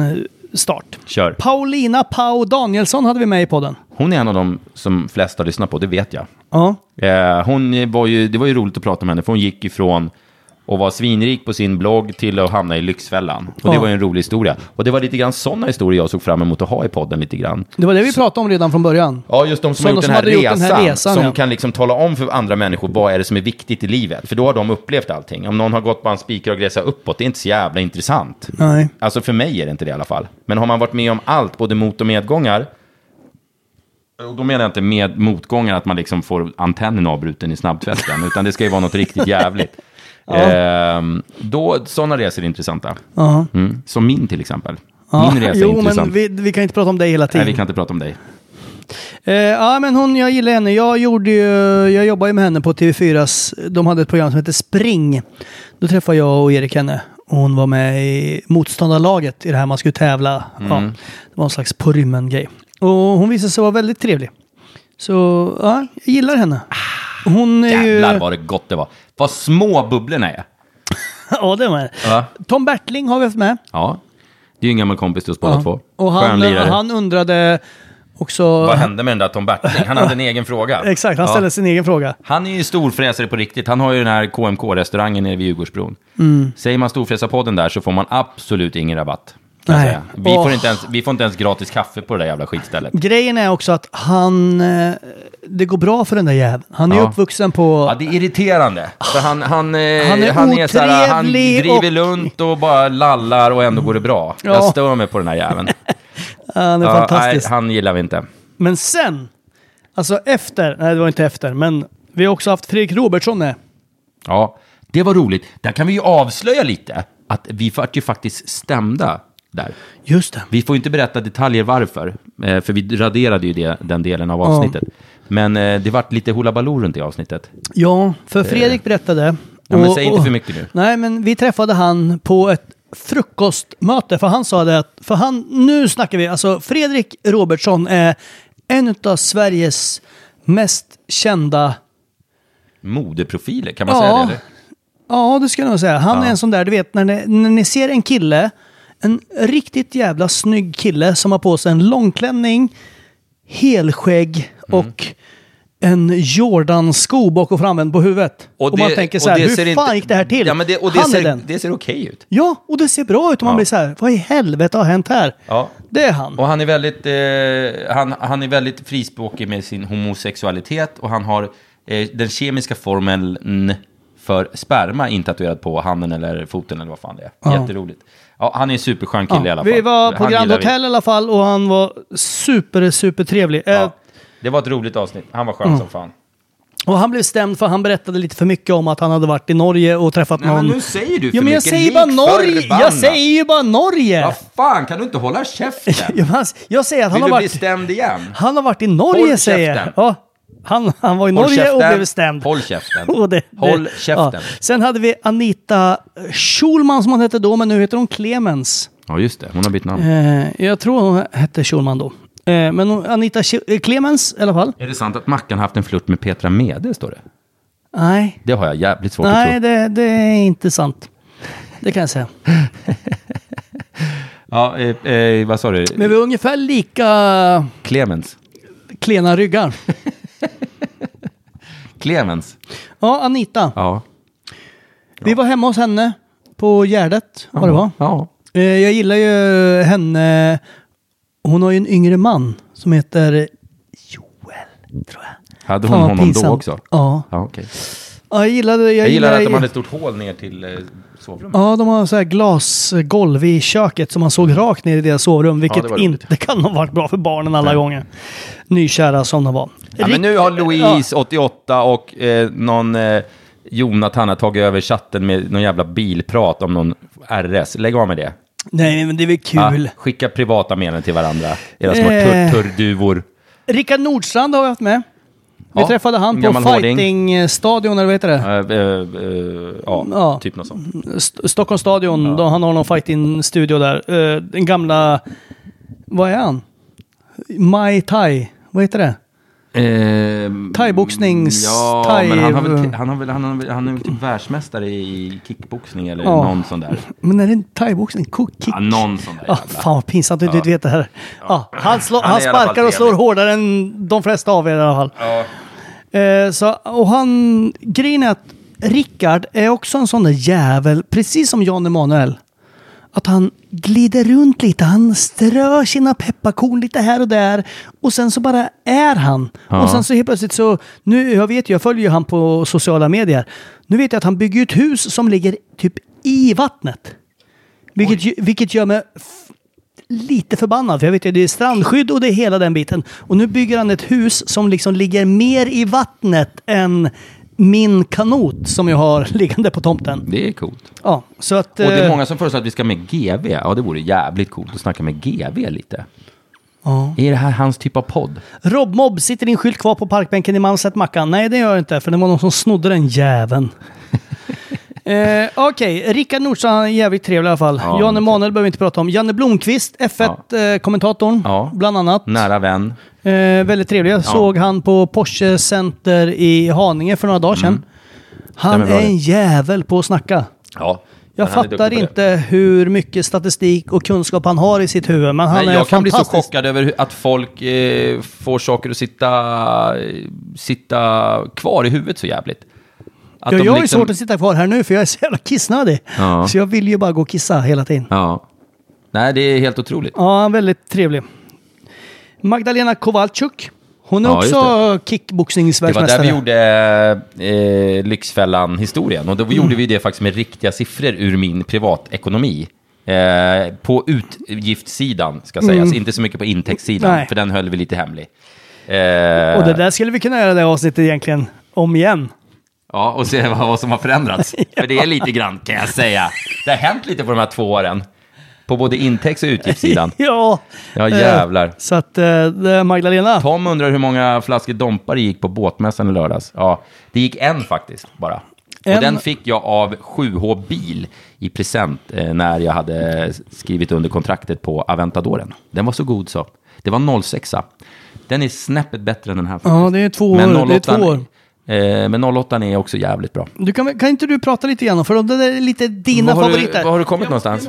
C: start.
B: Kör.
C: Paulina Pau Danielsson hade vi med i podden.
B: Hon är en av dem som flest har lyssnat på, det vet jag.
C: Ja.
B: Eh, hon var ju, det var ju roligt att prata med henne, för hon gick ifrån att vara svinrik på sin blogg till att hamna i Lyxfällan. Och det
C: Ja.
B: var ju en rolig historia. Och det var lite grann sådana historier jag såg fram emot att ha i podden lite grann.
C: Det var det vi pratade om redan från början.
B: Ja, just de som
C: Sådana
B: har gjort,
C: som
B: den, här
C: hade gjort den
B: resan,
C: här resan,
B: Som
C: ja.
B: kan liksom tala om för andra människor vad är det som är viktigt i livet. För då har de upplevt allting. Om någon har gått på en spikrak resa uppåt, det är inte så jävla intressant.
C: Nej.
B: Alltså för mig är det inte det i alla fall. Men har man varit med om allt, både mot och medgångar. Och då menar jag inte med motgångar att man liksom får antennen avbruten i snabbtvätten. utan det ska ju vara något riktigt jävligt. Ehm, då, sådana resor är intressanta.
C: Ja.
B: Mm. Som min till exempel.
C: Ja.
B: Min resa är
C: Jo,
B: intressant.
C: men vi, vi kan inte prata om dig hela
B: Nej,
C: tiden.
B: vi kan inte prata om dig.
C: Eh, ja, men hon, jag gillar henne. Jag, gjorde ju, jag jobbade ju med henne på TV4s, de hade ett program som hette Spring. Då träffade jag och Erik henne. Och hon var med i motståndarlaget i det här man skulle tävla. Ja,
B: Mm.
C: det var en slags på rymmen-grej. Och hon visade sig vara väldigt trevlig. Så ja, jag gillar henne. Hon är
B: Jävlar
C: ju...
B: vad det gott det var. Vad små bubblorna är.
C: ja, det var det.
B: Ja.
C: Tom Bertling har vi haft med.
B: ja. Det är ju en gammal kompis till oss båda två.
C: Och han,
B: Skärmlirare.
C: han undrade också...
B: Vad hände med den där Tom Bertling? Han hade en egen fråga.
C: Exakt, han
B: Ja.
C: ställde sin egen fråga.
B: Han är ju storfräsare på riktigt. Han har ju den här KMK-restaurangen nere vid Djurgårdsbron.
C: Mm.
B: Säger man storfräsarpodden där så får man absolut ingen rabatt. kan jag
C: Nej.
B: säga. Vi, får
C: Åh.
B: inte ens, vi får inte ens gratis kaffe på det där jävla skitstället.
C: Grejen är också att han... eh, Det går bra för den där jäveln. Han är
B: Ja.
C: uppvuxen på...
B: Ja, det är irriterande. För han, han, eh,
C: Han är
B: så här, han
C: otrevlig
B: driver
C: och-
B: lunt och bara lallar och ändå går det bra.
C: Ja.
B: Jag stör mig på den här jäveln.
C: Han är
B: Ja, nej,
C: fantastisk.
B: han gillar vi inte.
C: Men sen... Alltså efter... Nej, det var inte efter, men... Vi har också haft Fredrik Robertsson med.
B: Ja, det var roligt. Där kan vi ju avslöja lite att vi vart ju faktiskt stämda där.
C: Just det.
B: Vi får inte berätta detaljer varför, eh, för vi raderade ju det, den delen av avsnittet. Men eh, det vart lite hula baloo runt det avsnittet.
C: Ja, för Fredrik berättade...
B: Eh. Ja, men säg inte för mycket nu.
C: Nej, men vi träffade han på ett frukostmöte, för han sa det att... För han... Nu snackar vi, alltså Fredrik Robertsson är en av Sveriges mest kända
B: Modeprofiler, kan man
C: Ja.
B: säga det? Eller?
C: Ja, det skulle jag nog säga. Han är en sån där, du vet, när ni, när ni ser en kille, en riktigt jävla snygg kille som har på sig en långklänning, helskägg
B: Mm.
C: och en Jordan-sko bak och framvänd på huvudet. Och, man tänker så här, hur fan gick det här till?
B: Ja, men det, och det
C: han
B: ser,
C: är den.
B: Det ser okej ut.
C: Ja, och det ser bra ut och man
B: Ja.
C: blir så här, vad i helvete har hänt här?
B: Ja.
C: Det är han.
B: Och han är väldigt, eh, han, han är väldigt frispråkig med sin homosexualitet och han har eh, den kemiska formeln för sperma intatuerad på handen eller foten eller vad fan det är. Jätteroligt. Ja, han är en superskön kille i alla fall.
C: Vi var på
B: Han
C: Grand
B: gillar vi.
C: Hotel i alla fall och han var super, super trevlig. Eh,
B: Ja. Det var ett roligt avsnitt. Han var skön
C: Mm.
B: som fan.
C: och han blev stämd för han berättade lite för mycket om att han hade varit i Norge och träffat
D: Nej,
C: någon.
D: men nu säger du för
C: ja, men jag
D: mycket.
C: säger
D: Lik
C: bara Norge!
D: förbannat.
C: Jag säger ju bara Norge!
D: Vad fan, kan du inte hålla käften?
C: Ja, men han- Jag säger att han
D: Vill
C: har
D: du bli
C: varit,
D: stämd igen?
C: han har varit i Norge
D: Håll
C: säger jag.
D: käften.
C: Ja, han, han var i Norge och blev stämd.
B: Håll käften.
C: Och det- det-
B: Håll käften.
C: Sen hade vi Anita Schulman som hon hette då, men nu heter hon Clemens.
D: Ja, just det. Hon har bytt namn.
C: Eh, jag tror hon hette Schulman då. Eh, men hon, Anita Sch- eh, Clemens i alla fall.
D: Är det sant att Mackan haft en flört med Petra Mede, står det?
C: Nej,
D: Det har jag jävligt svårt att
C: nej
D: tro.
C: det, det är inte sant. Det kan jag säga.
D: Ja, eh, eh, vad sa du?
C: Men vi har ungefär lika
D: Clemens.
C: klena ryggar.
D: Clemens.
C: Ja, Anita.
D: Ja.
C: Vi var hemma hos henne på Gärdet, vad det var.
D: Ja.
C: Eh, Jag gillar ju henne. Hon har ju en yngre man som heter Joel, tror jag.
D: Hade
C: Fan,
D: hon
C: vad
D: honom då
C: pinsamt.
D: också?
C: Ja.
D: Ja, okej.
C: Ja, jag gillade... Jag,
B: Jag gillar
C: gillar
B: att de hade ett stort hål ner till eh, sovrummet.
C: Ja, de har så här glasgolv i köket som man såg rakt ner i deras sovrum, vilket
B: det var roligt.
C: inte kan ha varit bra för barnen alla gånger. Nykära som de var.
B: Ja, men nu har Louise, 88, och eh, någon eh, Jonathan har tagit över chatten med någon jävla bilprat om någon RS. Lägg av med det.
C: Nej, men det är väl
B: Ja,
C: kul.
B: skicka privata meddelanden till varandra. Era små
C: Eh.
B: tur- turrduvor.
C: Rickard Nordstrand har vi haft med. Vi
B: Ja,
C: träffade han
B: en
C: på
B: gammal hårding.
C: Fightingstadion, eller vad heter det?
B: Eh, eh, eh, ja,
C: Ja.
B: typ något sånt.
C: St- Stockholmsstadion, då han har någon fighting-studio där. Eh, den gamla... Vad är han? Mai Tai. Vad heter det? Eh, Thaiboxnings...
B: Mm, Ja,
C: thai...
B: men han, har väl, han, har väl, han, har väl, han är väl typ världsmästare i kickboxning eller
C: Ja.
B: någon sån där.
C: Men är det en thaiboxning? Cook kick?
B: Ja, någon sån där
C: Ja,
B: jävla.
C: fan vad pinsamt att du inte vet det här. Ja. han, slår, han,
B: Han är i alla fall
C: sparkar och slår
B: trevlig.
C: hårdare än de flesta av er i alla fall. Eh, så, och han, grejen är att Rickard är också en sån där jävel, precis som Jan Emanuel. Att han glider runt lite, han strör sina pepparkorn lite här och där. Och sen så bara är han. Och sen så helt plötsligt så, nu, jag vet ju, jag följer ju han på sociala medier. Nu vet jag att han bygger ett hus som ligger typ i vattnet. Vilket, ju, vilket gör mig f- lite förbannad. För jag vet ju, det är strandskydd och det är hela den biten. Och nu bygger han ett hus som liksom ligger mer i vattnet än min kanot som jag har liggande på tomten.
D: Det är coolt.
C: Ja, så att...
D: Och det är
C: eh,
D: många som föreslår att vi ska med GV. Ja, det vore jävligt coolt att snacka med GV lite.
C: Ja.
D: Är det här hans typ av podd?
C: Rob Mobb, sitter din skylt kvar på parkbänken i Malmslätt Mackan? Nej, det gör jag inte, för det var någon som snodde den jäveln. eh, Okej, Rickard Nordstrand är jävligt trevlig i alla fall.
D: Ja,
C: Jan
D: men-
C: Emanuel behöver vi inte prata om. Janne Blomqvist, F1-kommentatorn,
D: Ja.
C: bland annat.
D: Nära vän.
C: Eh, väldigt trevlig. Jag såg han på Porsche Center i Haninge för några dagar sedan.
B: Mm.
C: Han
D: Stämmer bra
C: är
D: det.
C: en jävel på att snacka.
D: Ja.
C: Jag
B: han är duktig
C: fattar
B: på det.
C: inte hur mycket statistik och kunskap han har i sitt huvud, men han
B: Nej,
C: är
B: jag kan bli så
C: fantastisk.
B: chockad över hur- att folk eh, får saker att sitta, eh, sitta kvar i huvudet så jävligt. Att
C: Ja,
B: de
C: jag har ju
B: liksom-
C: svårt att sitta kvar här nu för jag är så jävla kissnödig.
D: Ja.
C: Så jag vill ju bara gå och kissa hela tiden.
D: Ja.
B: Nej, det är helt otroligt.
C: Ja, han är väldigt trevlig. Magdalena Kowalczuk. Hon är
D: Ja, just
C: också
B: Det var där vi
C: kickboxningsvärldsmästare.
B: gjorde eh, Lyxfällan-historien. Och då
C: Mm.
B: gjorde vi det faktiskt med riktiga siffror ur min privatekonomi. Eh, på utgiftssidan, ska sägas. Inte så mycket på intäktssidan,
C: Mm. Nej.
B: för den höll vi lite hemlig. Eh,
C: Och det där skulle vi kunna göra det här avsnittet egentligen om igen.
B: Ja, och se vad, vad som har förändrats. För det är lite grann, kan jag säga. Det har hänt lite på de här två åren. På både intäkts och utgiftssidan.
C: Ja,
B: Ja,
C: eh,
B: jävlar.
C: Så att eh, det- Magdalena.
B: Tom undrar hur många flaskor dompare gick på båtmässan i lördags. Ja, det gick en faktiskt bara.
C: En-
B: Och den fick jag av 7H Bil i present eh, när jag hade skrivit under kontraktet på Aventadoren. Den var så god så. Det var 06. Den är snäppet bättre än den här.
C: Ja, det är två år.
B: Men
C: det är två
B: 08,
C: år.
B: Eh, men 08 är också jävligt bra.
C: Du kan, kan inte du prata lite grann om- för det där är lite dina
B: Var har, du,
C: favoriter.
B: var har du kommit någonstans?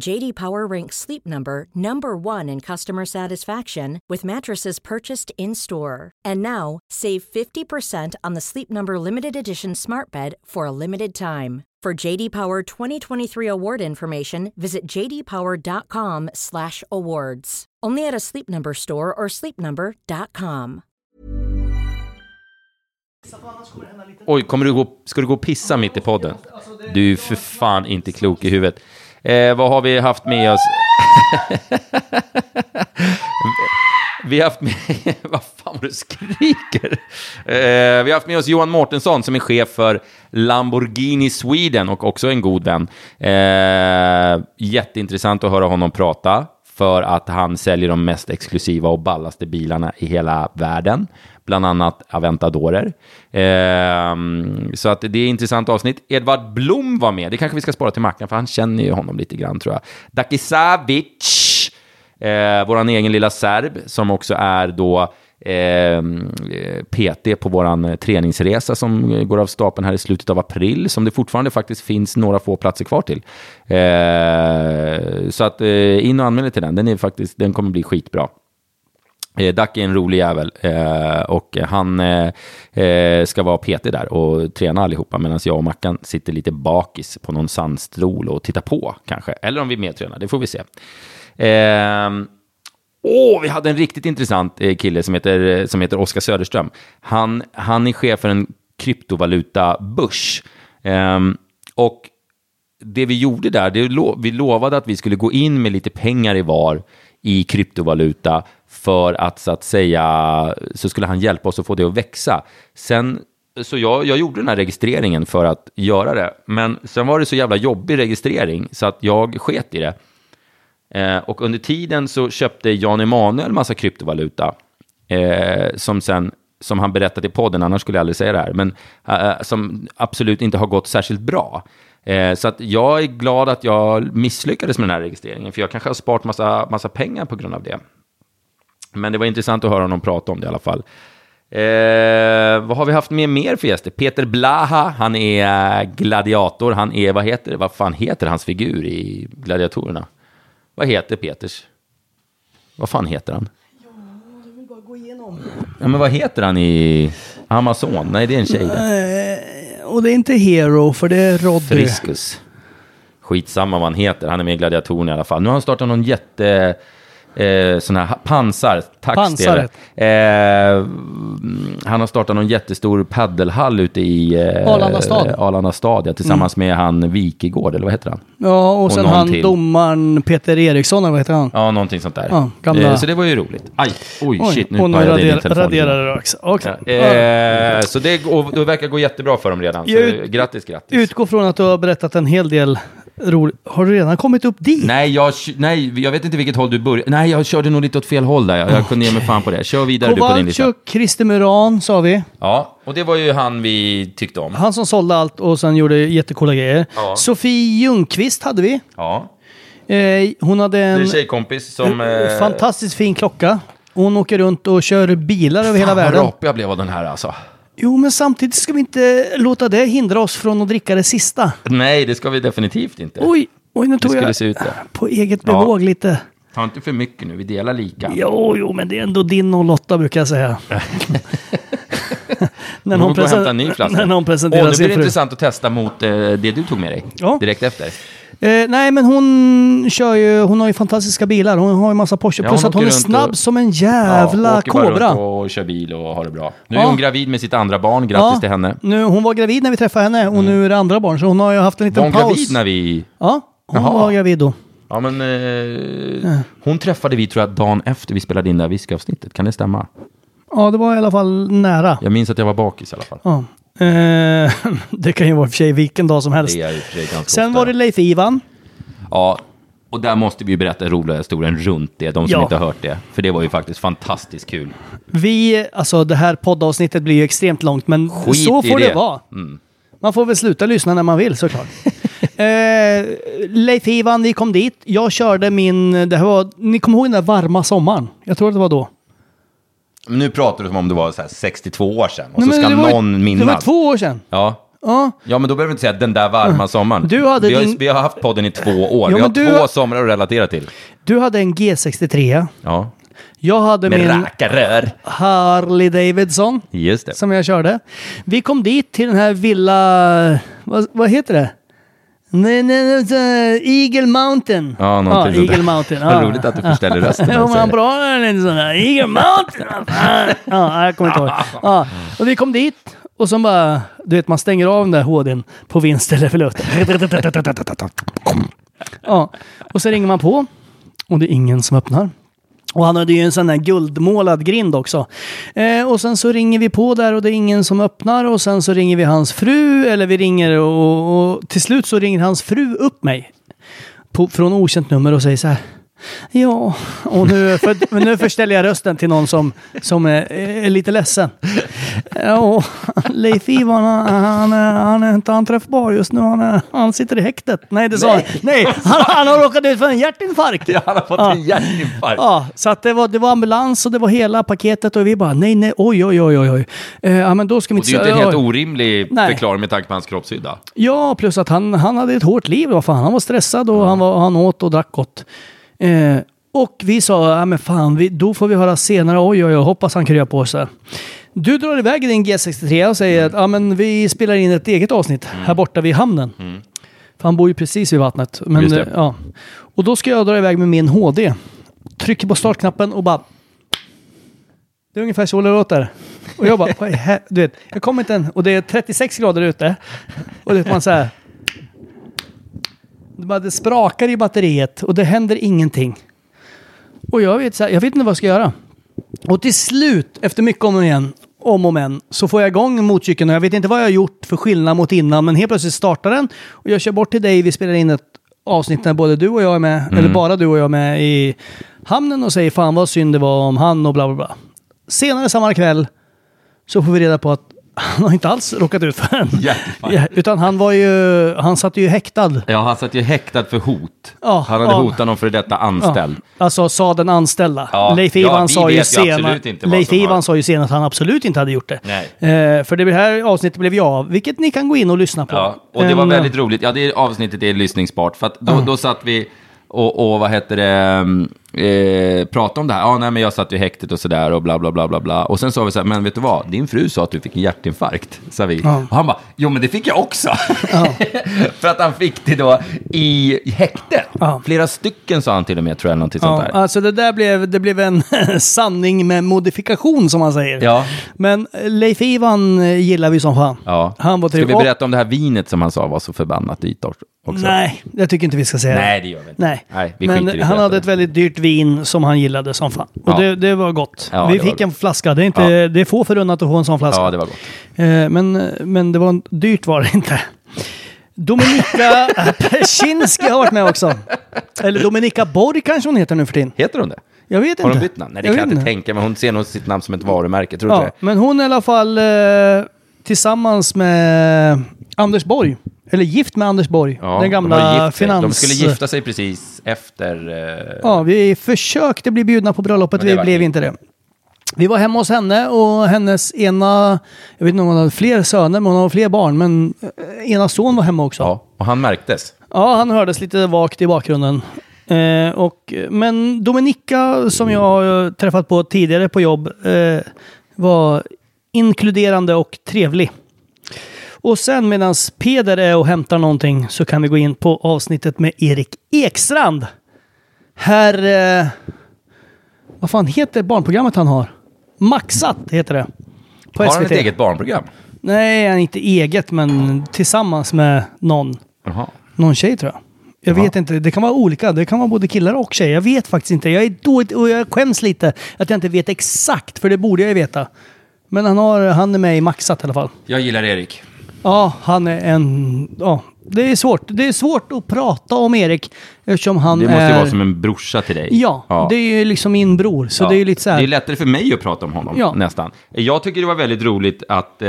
E: JD Power ranks Sleep Number number 1 in customer satisfaction with mattresses purchased in-store. And now, save 50% on the Sleep Number limited edition Smart Bed for a limited time. For JD Power 2023 award information, visit jdpower.com/awards. Only at a Sleep Number store or sleepnumber.com.
B: Oj, kommer du gå, ska du gå och pissa mitt i podden? Du är ju för fan inte klok i huvudet. Eh, vad har vi haft med oss? vi har haft med... vad fan vad du skriker? Eh, vi har haft med oss Johan Mårtensson som är chef för Lamborghini Sweden och också en god vän. Eh, jätteintressant att höra honom prata för att han säljer de mest exklusiva och ballaste bilarna i hela världen, bland annat Aventadorer. Ehm, så att det är ett intressant avsnitt. Edvard Blom var med, det kanske vi ska spara till mackan, för han känner ju honom lite grann tror jag. Dakisavic, eh, vår egen lilla serb, som också är då eh, PT på vår träningsresa som eh, går av stapeln här i slutet av april, som det fortfarande faktiskt finns några få platser kvar till. Eh, så att eh, in och anmäl er till den, den, är faktiskt, den kommer bli skitbra. Eh, Dac är en rolig jävel eh, och han eh, eh, ska vara PT där och träna allihopa medan jag och Mackan sitter lite bakis på någon sandstol och tittar på kanske. Eller om vi medtränar, det får vi se. Ehm, Åh, vi hade en riktigt intressant eh, kille som heter, eh, som heter Oskar Söderström. Han, han är chef för en kryptovalutabörs. Ehm, och det vi gjorde där, det lo vi lovade att vi skulle gå in med lite pengar i var i kryptovaluta för att så att säga, så skulle han hjälpa oss att få det att växa. Sen, så jag, jag gjorde den här registreringen för att göra det, men sen var det så jävla jobbig registrering så att jag sket i det. Eh, och under tiden så köpte Jan Emanuel massa kryptovaluta. Eh, som sen, som han berättade i podden, annars skulle jag aldrig säga det här, men eh, som absolut inte har gått särskilt bra. Eh, så att jag är glad att jag misslyckades med den här registreringen, för jag kanske har sparat massa, massa pengar på grund av det. Men det var intressant att höra honom prata om det i alla fall. Eh, vad har vi haft med mer för gäster? Peter Blaha, han är gladiator. Han är, vad heter det? Vad fan heter hans figur i Gladiatorerna? Vad heter Peters? Vad fan heter han? Ja, men vad heter han i Amazon? Nej, det är en tjej där.
C: Och det är inte Hero, för det är Roddy.
F: Friskus.
B: Skitsamma vad han heter, han är med i Gladiatorerna i alla fall. Nu har han startat någon jätte... Eh, sån här ha- pansar, tack
C: Pansaret.
B: Steve. Eh, mm, han har startat någon jättestor paddelhall ute i eh,
C: Arlanda stad. Mm.
B: Arlanda stad ja, tillsammans med han Wikegård, eller vad heter han?
C: Ja, och sen
B: Och någon
C: han
B: till.
C: domaren Peter Eriksson, eller vad heter han?
B: Ja, någonting sånt där. Eh,
C: Ja, gamla-
B: så det var ju roligt. Aj, oj,
C: Oj,
B: shit, nu
C: och nu
B: pajade jag din
C: rader,
B: telefon.
C: raderar det också. Okej.
B: Eh, så det, och det verkar gå jättebra för dem redan. Så
C: Jag ut-
B: grattis, grattis.
C: Utgå från att du har berättat en hel del roligt. Har du redan kommit upp dit?
B: Nej jag, nej, jag vet inte vilket håll du började. Nej, jag körde nog lite åt fel håll där. Jag, jag kunde ge mig fan på det. Kör vidare du på din lista.
C: Kowalczyk, Christer Muran sa vi.
B: Ja, och det var ju han vi tyckte om.
C: Han som sålde allt och sen gjorde jättekola grejer.
B: Ja.
C: Sofie Ljungqvist hade vi.
B: Ja.
C: Eh, hon hade
B: Det är en
C: en
B: tjejkompis som...
C: eh, fantastiskt fin klocka. Hon åker runt och kör bilar över hela världen.
B: Vad rapig jag blev av den här alltså.
C: Jo, men samtidigt ska vi inte låta det hindra oss från att dricka det sista.
B: Nej, det ska vi definitivt inte.
C: Oj, oj nu tog
B: skulle
C: jag
B: se ut det.
C: på eget bevåg lite.
B: Ta inte för mycket nu, vi delar lika.
C: Jo, jo, men det är ändå din 08 brukar jag säga. när,
B: Hon
C: någon
B: går och hämtar en
C: presen-
B: ny flaska.
C: när någon
B: Åh,
C: presenterar
B: nu blir
C: sin
B: det
C: fru.
B: intressant att testa mot eh, det du tog med dig.
C: Ja.
B: Direkt efter.
C: Eh, nej, men hon kör ju, hon har ju fantastiska bilar. Hon har ju massa Porsche.
B: Ja,
C: Plus
B: hon
C: att hon är
B: åker runt
C: snabb
B: och-
C: som en jävla
B: åker bara
C: kobra.
B: runt och kör bil och har det bra. Nu är
C: Ja.
B: hon gravid med sitt andra barn, grattis till henne. Mm.
C: Nu, hon var gravid när vi träffade henne och nu är det andra barn. Så hon har ju haft en liten
B: Var hon
C: paus.
B: gravid när vi...
C: Ja, hon
B: Jaha.
C: var gravid då.
B: Ja, men eh, hon träffade vi tror jag dagen efter vi spelade in det här whiskyavsnittet. Kan det stämma?
C: Ja, det var i alla fall nära.
B: Jag minns att jag var bakis i alla fall.
C: Ja. Eh, det kan ju vara i och för sig vilken dag som helst.
B: Det är jag i och för sig ganska
C: Sen
B: ofta.
C: var det Leif Ivan.
B: Ja, och där måste vi ju berätta den roliga historien runt det, de som
C: Ja.
B: inte har hört det. För det var ju faktiskt fantastiskt kul.
C: Vi, alltså det här poddavsnittet blir ju extremt långt, men
B: Skit
C: så
B: i
C: får det,
B: det. Mm.
C: vara. Man får väl sluta lyssna när man vill såklart. eh, Leif Ivan, vi kom dit. Jag körde min, det här var, ni kommer ihåg den där varma sommaren? Jag tror att det var då.
B: Nu pratar du som om det var så här 62 år sedan och
C: Nej,
B: så
C: men
B: ska
C: det var ju-
B: någon
C: Det var
B: minnas.
C: två år sedan.
B: Ja.
C: Ja.
B: ja, men då behöver du inte säga den där varma sommaren.
C: Du hade
B: vi, har,
C: din-
B: vi har haft podden i två år.
C: Ja,
B: vi har
C: men du
B: två
C: har-
B: somrar att relatera till.
C: Du hade en G63.
B: Ja,
C: Jag hade
B: med
C: min
B: rackarrör.
C: Harley Davidson
B: Just det.
C: som jag körde. Vi kom dit till den här villa... Vad, vad heter det? Nej, nej, nej, nej, Eagle Mountain.
B: Ja, någonting sånt där.
C: Eagle Mountain.
B: Vad roligt att du förställer rösten när
C: Ja,
B: du
C: men
B: säger
C: han
B: det.
C: pratar lite sådär. Eagle Mountain, vad fan. Ja, jag kommer inte ihåg. Ja, och vi kom dit och så bara... Du vet, man stänger av den där HDn på vinst eller förlust. Ja, och så ringer man på och det är ingen som öppnar. Och han hade ju en sån här guldmålad grind också. Eh, och sen så ringer vi på där och det är ingen som öppnar och sen så ringer vi hans fru eller vi ringer och, och till slut så ringer hans fru upp mig på, från okänt nummer och säger så här. Ja, och nu, för, nu förställer jag rösten till någon som, som är, är lite ledsen. Ja, och Leif Ivan, han, han, är- han är inte anträffbar just nu. Han, är, han sitter i häktet. Nej, det sa han. Nej, han, han har råkat ut för en hjärtinfarkt.
B: Han har fått en hjärtinfarkt.
C: Ja, så att det, var, det var ambulans och det var hela paketet och vi bara nej, nej, oj, oj, oj, oj. oj. Eh, ja, men då ska vi
B: Och
C: inte
B: det är ju inte en
C: säga-
B: helt orimlig
C: Nej.
B: förklaring med tanke på hans kroppshydda.
C: Ja, plus att han, han hade ett hårt liv. Vad fan. Han var stressad och han, var, han åt och drack gott. Eh, och vi sa, ja men fan, vi, då får vi höra senare, oj oj oj, hoppas han kryar på sig. Du drar iväg i din G63 och
B: Mm.
C: säger att ja, men vi spelar in ett eget avsnitt här borta vid hamnen. För han bor ju precis vid vattnet. Men,
B: Mm. Just det.
C: eh, ja. Och då ska jag dra iväg med min HD. Trycker på startknappen och bara... Det är ungefär så det låter. Och jag bara, vad i hel- du vet, jag kommer inte än och det är 36 grader ute. Och det man så här... Det, bara, det sprakar i batteriet och det händer ingenting. Och jag vet, så här, jag vet inte vad jag ska göra. Och till slut, efter mycket om och igen, om och men, så får jag igång motorcykeln och jag vet inte vad jag har gjort för skillnad mot innan, men helt plötsligt startar den och jag kör bort till dig, vi spelar in ett avsnitt när både du och jag är med, eller bara du och jag är med i hamnen och säger fan vad synd det var om han och bla bla bla. Senare samma kväll så får vi reda på att han har inte alls råkat ut för en.
B: Hjärtinfarkt.
C: Ja, Utan han var ju, han satt ju häktad.
B: Ja, han satt ju häktad för hot.
C: Ja,
B: han hade
C: ja.
B: hotat någon före detta anställd.
C: Alltså sa den anställda.
B: Ja,
C: Leif
B: ja,
C: Ivan
B: vi
C: sa, ju
B: vet ju
C: senare,
B: absolut inte vad
C: Leif
B: som har-
C: Ivan sa ju senare att han absolut inte hade gjort det. Eh, för det här avsnittet blev jag av, vilket ni kan gå in och lyssna på.
B: Ja, och det var
C: En, eh, Mm.
B: väldigt roligt. Ja, det avsnittet är lyssningsbart. För att då, då satt vi och, och vad heter det, eh, pratade om det här. Ja, nej, men jag satt i häktet och sådär och bla, bla, bla, bla, bla. Och sen sa vi så här, men vet du vad? Din fru sa att du fick en hjärtinfarkt, sa vi. Och han bara, jo, men det fick jag också. för att han fick det då i häktet.
C: Ja.
B: Flera stycken sa han till och med, tror jag, någonting sånt
C: Ja,
B: där.
C: alltså det där blev, det blev en sanning med modifikation som man säger.
B: Ja.
C: Men eh, Leif Ivan eh, gillar vi som fan.
B: Ja.
C: Han var
B: Ska vi
C: trevlig.
B: berätta om det här vinet som han sa var så förbannat dyrt också?
C: Och- Nej, jag tycker inte vi ska säga
B: Nej,
C: det.
B: det gör vi inte.
C: Nej,
B: Nej, vi skiter i
C: men
B: det.
C: han hade ett väldigt dyrt vin som han gillade som fan. Och
B: Ja.
C: det, det var gott.
B: Ja,
C: vi
B: det var
C: fick en
B: gott.
C: flaska. Det är, inte,
B: Ja.
C: det är få förunnat att få en sån flaska.
B: Ja, det var gott.
C: Eh, men, men det var en, dyrt var det inte. Dominika Persinski har varit med också. Eller Dominika Borg kanske hon heter nu för tiden.
B: Heter hon det?
C: Jag vet inte.
B: Har hon bytt namn? Nej, det
C: Jag
B: kan jag
C: vet
B: inte tänka mig. Hon ser nog sitt namn som ett varumärke, tror du
C: Ja,
B: inte det?
C: men hon är i alla fall eh, tillsammans med Anders Borg. Eller gift med Anders Borg.
B: Ja,
C: den
B: de har ju
C: gamla
B: gift sig.
C: finans...
B: De skulle gifta sig precis efter... eh,
C: Ja, vi försökte bli bjudna på bröllopet,
B: Men det
C: vi
B: vart
C: blev inte
B: inte.
C: det. Vi var hemma hos henne och hennes ena, jag vet inte om hon hade fler söner, men hon har fler barn, men eh, ena son var hemma också. Ja,
B: Ja, och han märktes.
C: han hördes lite vagt i bakgrunden. Eh, och, men Dominika, som jag har eh, träffat på tidigare på jobb, eh, var inkluderande och trevlig. Och sen medan Peder är och hämtar någonting så kan vi gå in på avsnittet med Erik Ekstrand. Herr... Eh, vad fan heter barnprogrammet han har? Maxat heter det. På
G: Har
C: SVT.
G: han ett eget barnprogram?
C: Nej, han är inte eget, men tillsammans med någon.
G: Jaha.
C: Någon tjej tror jag. Jag vet inte, det kan vara olika. Det kan vara både killar och tjejer. Jag vet faktiskt inte. Jag är dåligt och jag skäms lite att jag inte vet exakt, för det borde jag ju veta. Men han, har, han är med i Maxat i alla fall.
G: Jag gillar Erik.
C: Mm. Ja, han är en... Ja, det är svårt. Det är svårt att prata om Erik eftersom han
B: Det måste
C: är...
B: ju vara som en brorsa till dig.
C: Eh. Ja, det är ju liksom min bror. Så
B: Ja.
C: det är ju lite så här...
B: Det är lättare för mig att prata om honom,
C: Ja.
B: nästan. Jag tycker det var väldigt roligt att eh,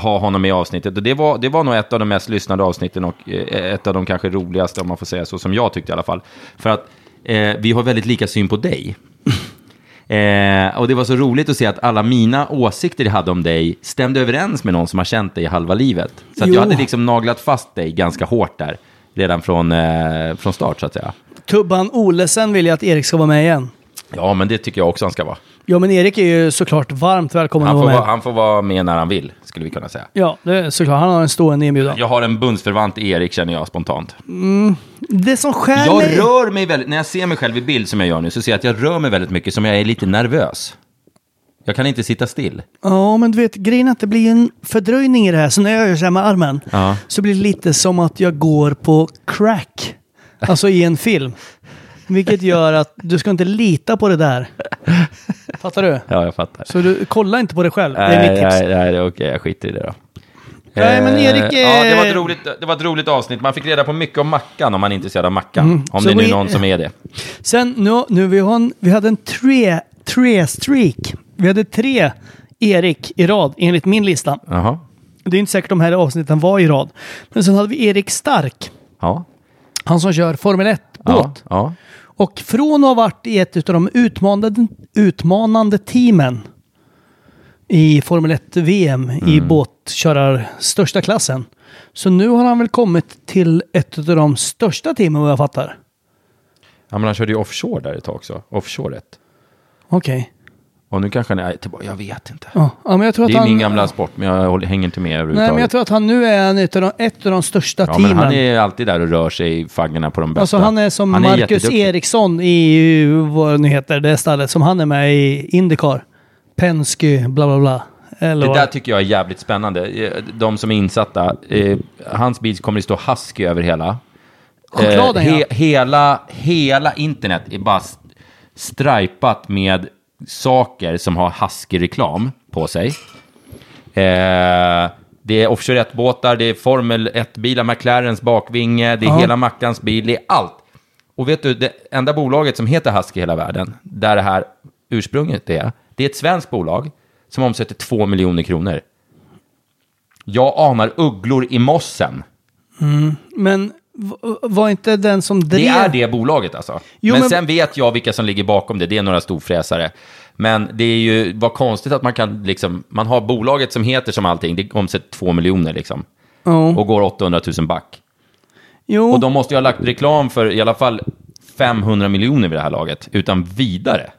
B: ha honom med i avsnittet. Och det, var, det var nog ett av de mest lyssnade avsnitten och eh, ett av de kanske roligaste, om man får säga så, som jag tyckte i alla fall. För att eh, vi har väldigt lika syn på dig. Eh, och det var så roligt att se att alla mina åsikter jag hade om dig stämde överens med någon som har känt dig i halva livet. Så att
C: Jo.
B: jag hade liksom naglat fast dig ganska hårt där, redan från, eh, från start så att säga.
C: Tubban Olesen vill jag att Erik ska vara med igen.
B: Ja, men det tycker jag också han ska vara.
C: Ja, men Erik är ju såklart varmt välkommen
B: Han
C: att
B: får,
C: vara med.
B: vara, han får vara med när han vill, skulle vi kunna säga.
C: Ja, det är såklart. Han har en stående inbjudan.
B: Jag har en bundsförvant i Erik, känner jag spontant.
C: Det som skär
B: Jag
C: mig...
B: rör mig väldigt, när jag ser mig själv i bild som jag gör nu, så ser jag att jag rör mig väldigt mycket, som jag är lite nervös. Jag kan inte sitta still.
C: Ja, men du vet, grejen är att det blir en fördröjning i det här. Så när jag gör så här med armen så blir det lite som att jag går på crack. Alltså i en film. Vilket gör att du ska inte lita på det där. Fattar du?
B: Ja, jag fattar.
C: Så du, kolla inte på det själv. Det är mitt tips.
B: Nej, nej, nej, okej, jag skiter i det då.
C: Nej, men Erik
B: Eh,
C: är-
B: Ja, det var, ett roligt, det var ett roligt avsnitt. Man fick reda på mycket om Mackan, om man är intresserad av Mackan. Om
C: Mm. Så
B: det är nu
C: vi-
B: är någon som är det.
C: Sen nu, nu vi, har en, vi hade en tre, tre streak. Vi hade tre Erik i rad enligt min lista.
B: Jaha.
C: Det är inte säkert de här avsnitten var i rad. Men sen hade vi Erik Stark.
B: Ja.
C: Han som kör Formel 1-båt.
B: Ja. ja.
C: Och från att ha varit i ett av de utmanande, utmanande teamen i Formel 1-VM i
B: Mm.
C: båtkörar största klassen. Så nu har han väl kommit till ett av de största teamen vad jag fattar.
B: Ja, men han körde ju offshore där ett tag också. Offshore rätt.
C: Okej.
B: Och nu kanske han är tillbaka. Jag vet inte.
C: Ja. Ja, men jag tror att
B: Det är
C: han...
B: min gamla sport, men jag håller- hänger inte med
C: Nej,
B: överhuvudtaget.
C: men jag tror att han nu är en utav de, ett av de största
B: ja, men
C: teamen.
B: han är alltid där och rör sig i faggorna på de bästa.
C: Alltså han är som Marcus
B: jätteduktig.
C: Eriksson i vad det nu heter, det stallet som han är med i Indycar. Penske, bla bla bla. Eller
B: Det
C: vad-
B: där tycker jag är jävligt spännande. Eh, De som är insatta. eh, Hans bil kommer att stå husky över hela.
C: Chokladen, ja.
B: Eh, hela, hela internet är bara s- strajpat med saker som har husky-reklam på sig. Eh, det är offshore 1-båtar, det är Formel 1-bilar, McLarens bakvinge, det är hela Mackans bil, det är allt. Och vet du, det enda bolaget som heter Husky i hela världen, där det här ursprunget är, det är ett svenskt bolag som omsätter 2 miljoner kronor. Jag anar ugglor i mossen.
C: Men v- var inte den som drev...
B: Det är det bolaget alltså.
C: Jo,
B: men,
C: men-
B: sen vet jag vilka som ligger bakom det. Det är några storfräsare. Men det är ju, vad konstigt att man kan liksom, man har bolaget som heter som allting, det omsätter två miljoner liksom.
C: Ja.
B: Och går 800 000 back.
C: Jo,
B: Och de måste ju ha lagt reklam för i alla fall 500 miljoner vid det här laget, utan vidare.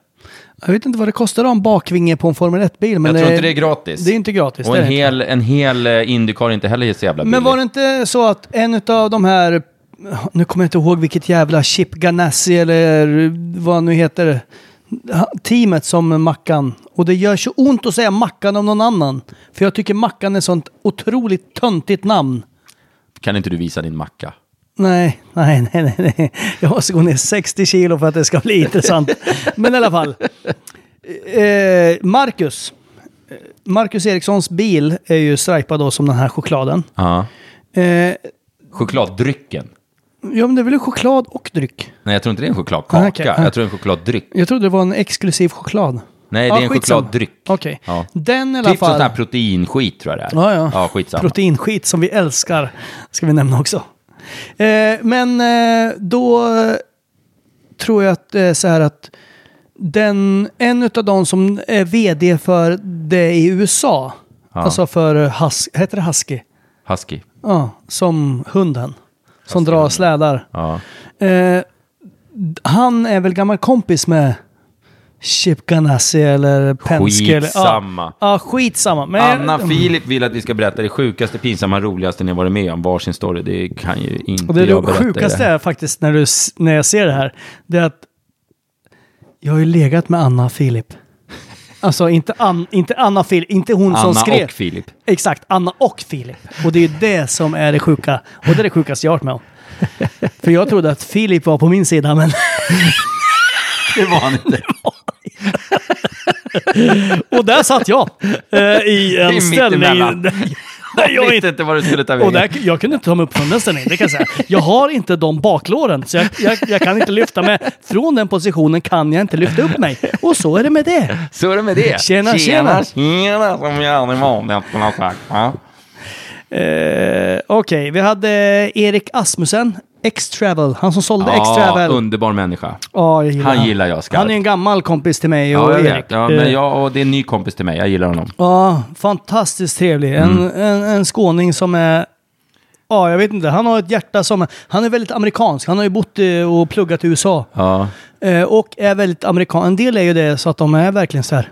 C: jag vet inte vad det kostar att ha en bakvinge på en Formel 1-bil. Men eh,
B: jag tror inte det är gratis.
C: Det är inte gratis.
B: Och
C: det
B: en
C: är det
B: hel, en hel eh, Indycar är inte heller så jävla
C: inte.
B: billig.
C: Men var det inte så att en av de här... Nu kommer jag inte ihåg vilket jävla Chip Ganassi eller vad han nu heter. ha- Teamet som Mackan. Och det gör så ont att säga Mackan om någon annan. För jag tycker Mackan är ett sånt otroligt töntigt namn.
B: Kan inte du visa din macka?
C: Nej, nej, nej, nej, nej. Jag måste gå ner 60 kilo för att det ska bli intressant. Men i alla fall. Eh, Marcus. Eh, Marcus Erikssons bil är ju strajpad då som den här chokladen.
B: Ja.
C: Eh, ja,
B: Chokladdrycken.
C: men det är väl en choklad och dryck?
B: Nej, jag tror inte det är en chokladkaka.
C: Ah, okej. Ah.
B: Jag tror det är en chokladdryck.
C: Jag trodde det var en exklusiv choklad.
B: Nej, det är en
C: skitsamma.
B: chokladdryck.
C: Okej.
B: Ja.
C: Den i alla
B: Typ sån här
C: fall.
B: proteinskit tror jag det är.
C: Ja, ja.
B: ja skitsamma.
C: Proteinskit som vi älskar. Ska vi nämna också. Eh, men eh, då eh, tror jag att det är så här att den, en av de som är vd för det i USA, alltså för hus, heter det Husky?
B: Husky.
C: Ja, som hunden. Som drar slädar.
B: Ja.
C: Eh, han är väl gammal kompis med Chip Ganassi eller Penske. eller-
B: Skitsamma.
C: Ja, ja skitsamma. Men
B: Anna Filip vill att vi ska berätta det sjukaste, pinsamma, roligaste ni har varit med om. Varsin story. Det kan ju inte
C: Och det
B: jag berätta. i
C: sjukaste
B: det.
C: är faktiskt när, du, s- när jag ser det här, det är att jag har ju legat med Anna Filip. Alltså inte, an, inte Anna Filip, inte hon som
B: Anna
C: skrev.
B: och Filip.
C: Exakt, Anna och Filip. Och det är ju det som är det sjuka. Och det är det sjukaste jag har varit med om. För jag trodde att Filip var på min sida, men...
B: Det var han inte.
C: Och där satt jag! eh, I
B: I
C: en ställning
B: mittemellan.
C: där där
B: Jag
C: jag
B: visste
C: inte
B: inte vad du skulle ta
C: Och
B: vägen.
C: där, jag kunde inte ta mig upp från den ställningen, det kan jag säga. Jag har inte de baklåren, så jag, jag, jag kan inte lyfta mig. Från den positionen kan jag inte lyfta upp mig. Och så är det med det.
B: Så är det med det.
C: Tjena,
B: tjena,
C: tjena.
B: tjena som jag är van att man har sagt. va?
C: Eh, Okej, vi hade Erik Asmussen, X-Travel, han som sålde
B: Ja,
C: X-Travel.
B: underbar människa.
C: Ja, jag gillar
B: Han
C: han.
B: gillar jag skarpt.
C: Han är en gammal kompis till mig och
B: Ja, jag
C: Erik.
B: vet. Ja, men
C: Eh,
B: jag, och det är en ny kompis till mig. Jag gillar honom.
C: ja, fantastiskt trevlig. En,
B: Mm.
C: en, en skåning som är... Ja, jag vet inte. Han har ett hjärta som... Han är väldigt amerikansk. Han har ju bott eh, och pluggat i USA.
B: Ja.
C: Eh, Och är väldigt amerikan. En del är ju det så att de är verkligen så här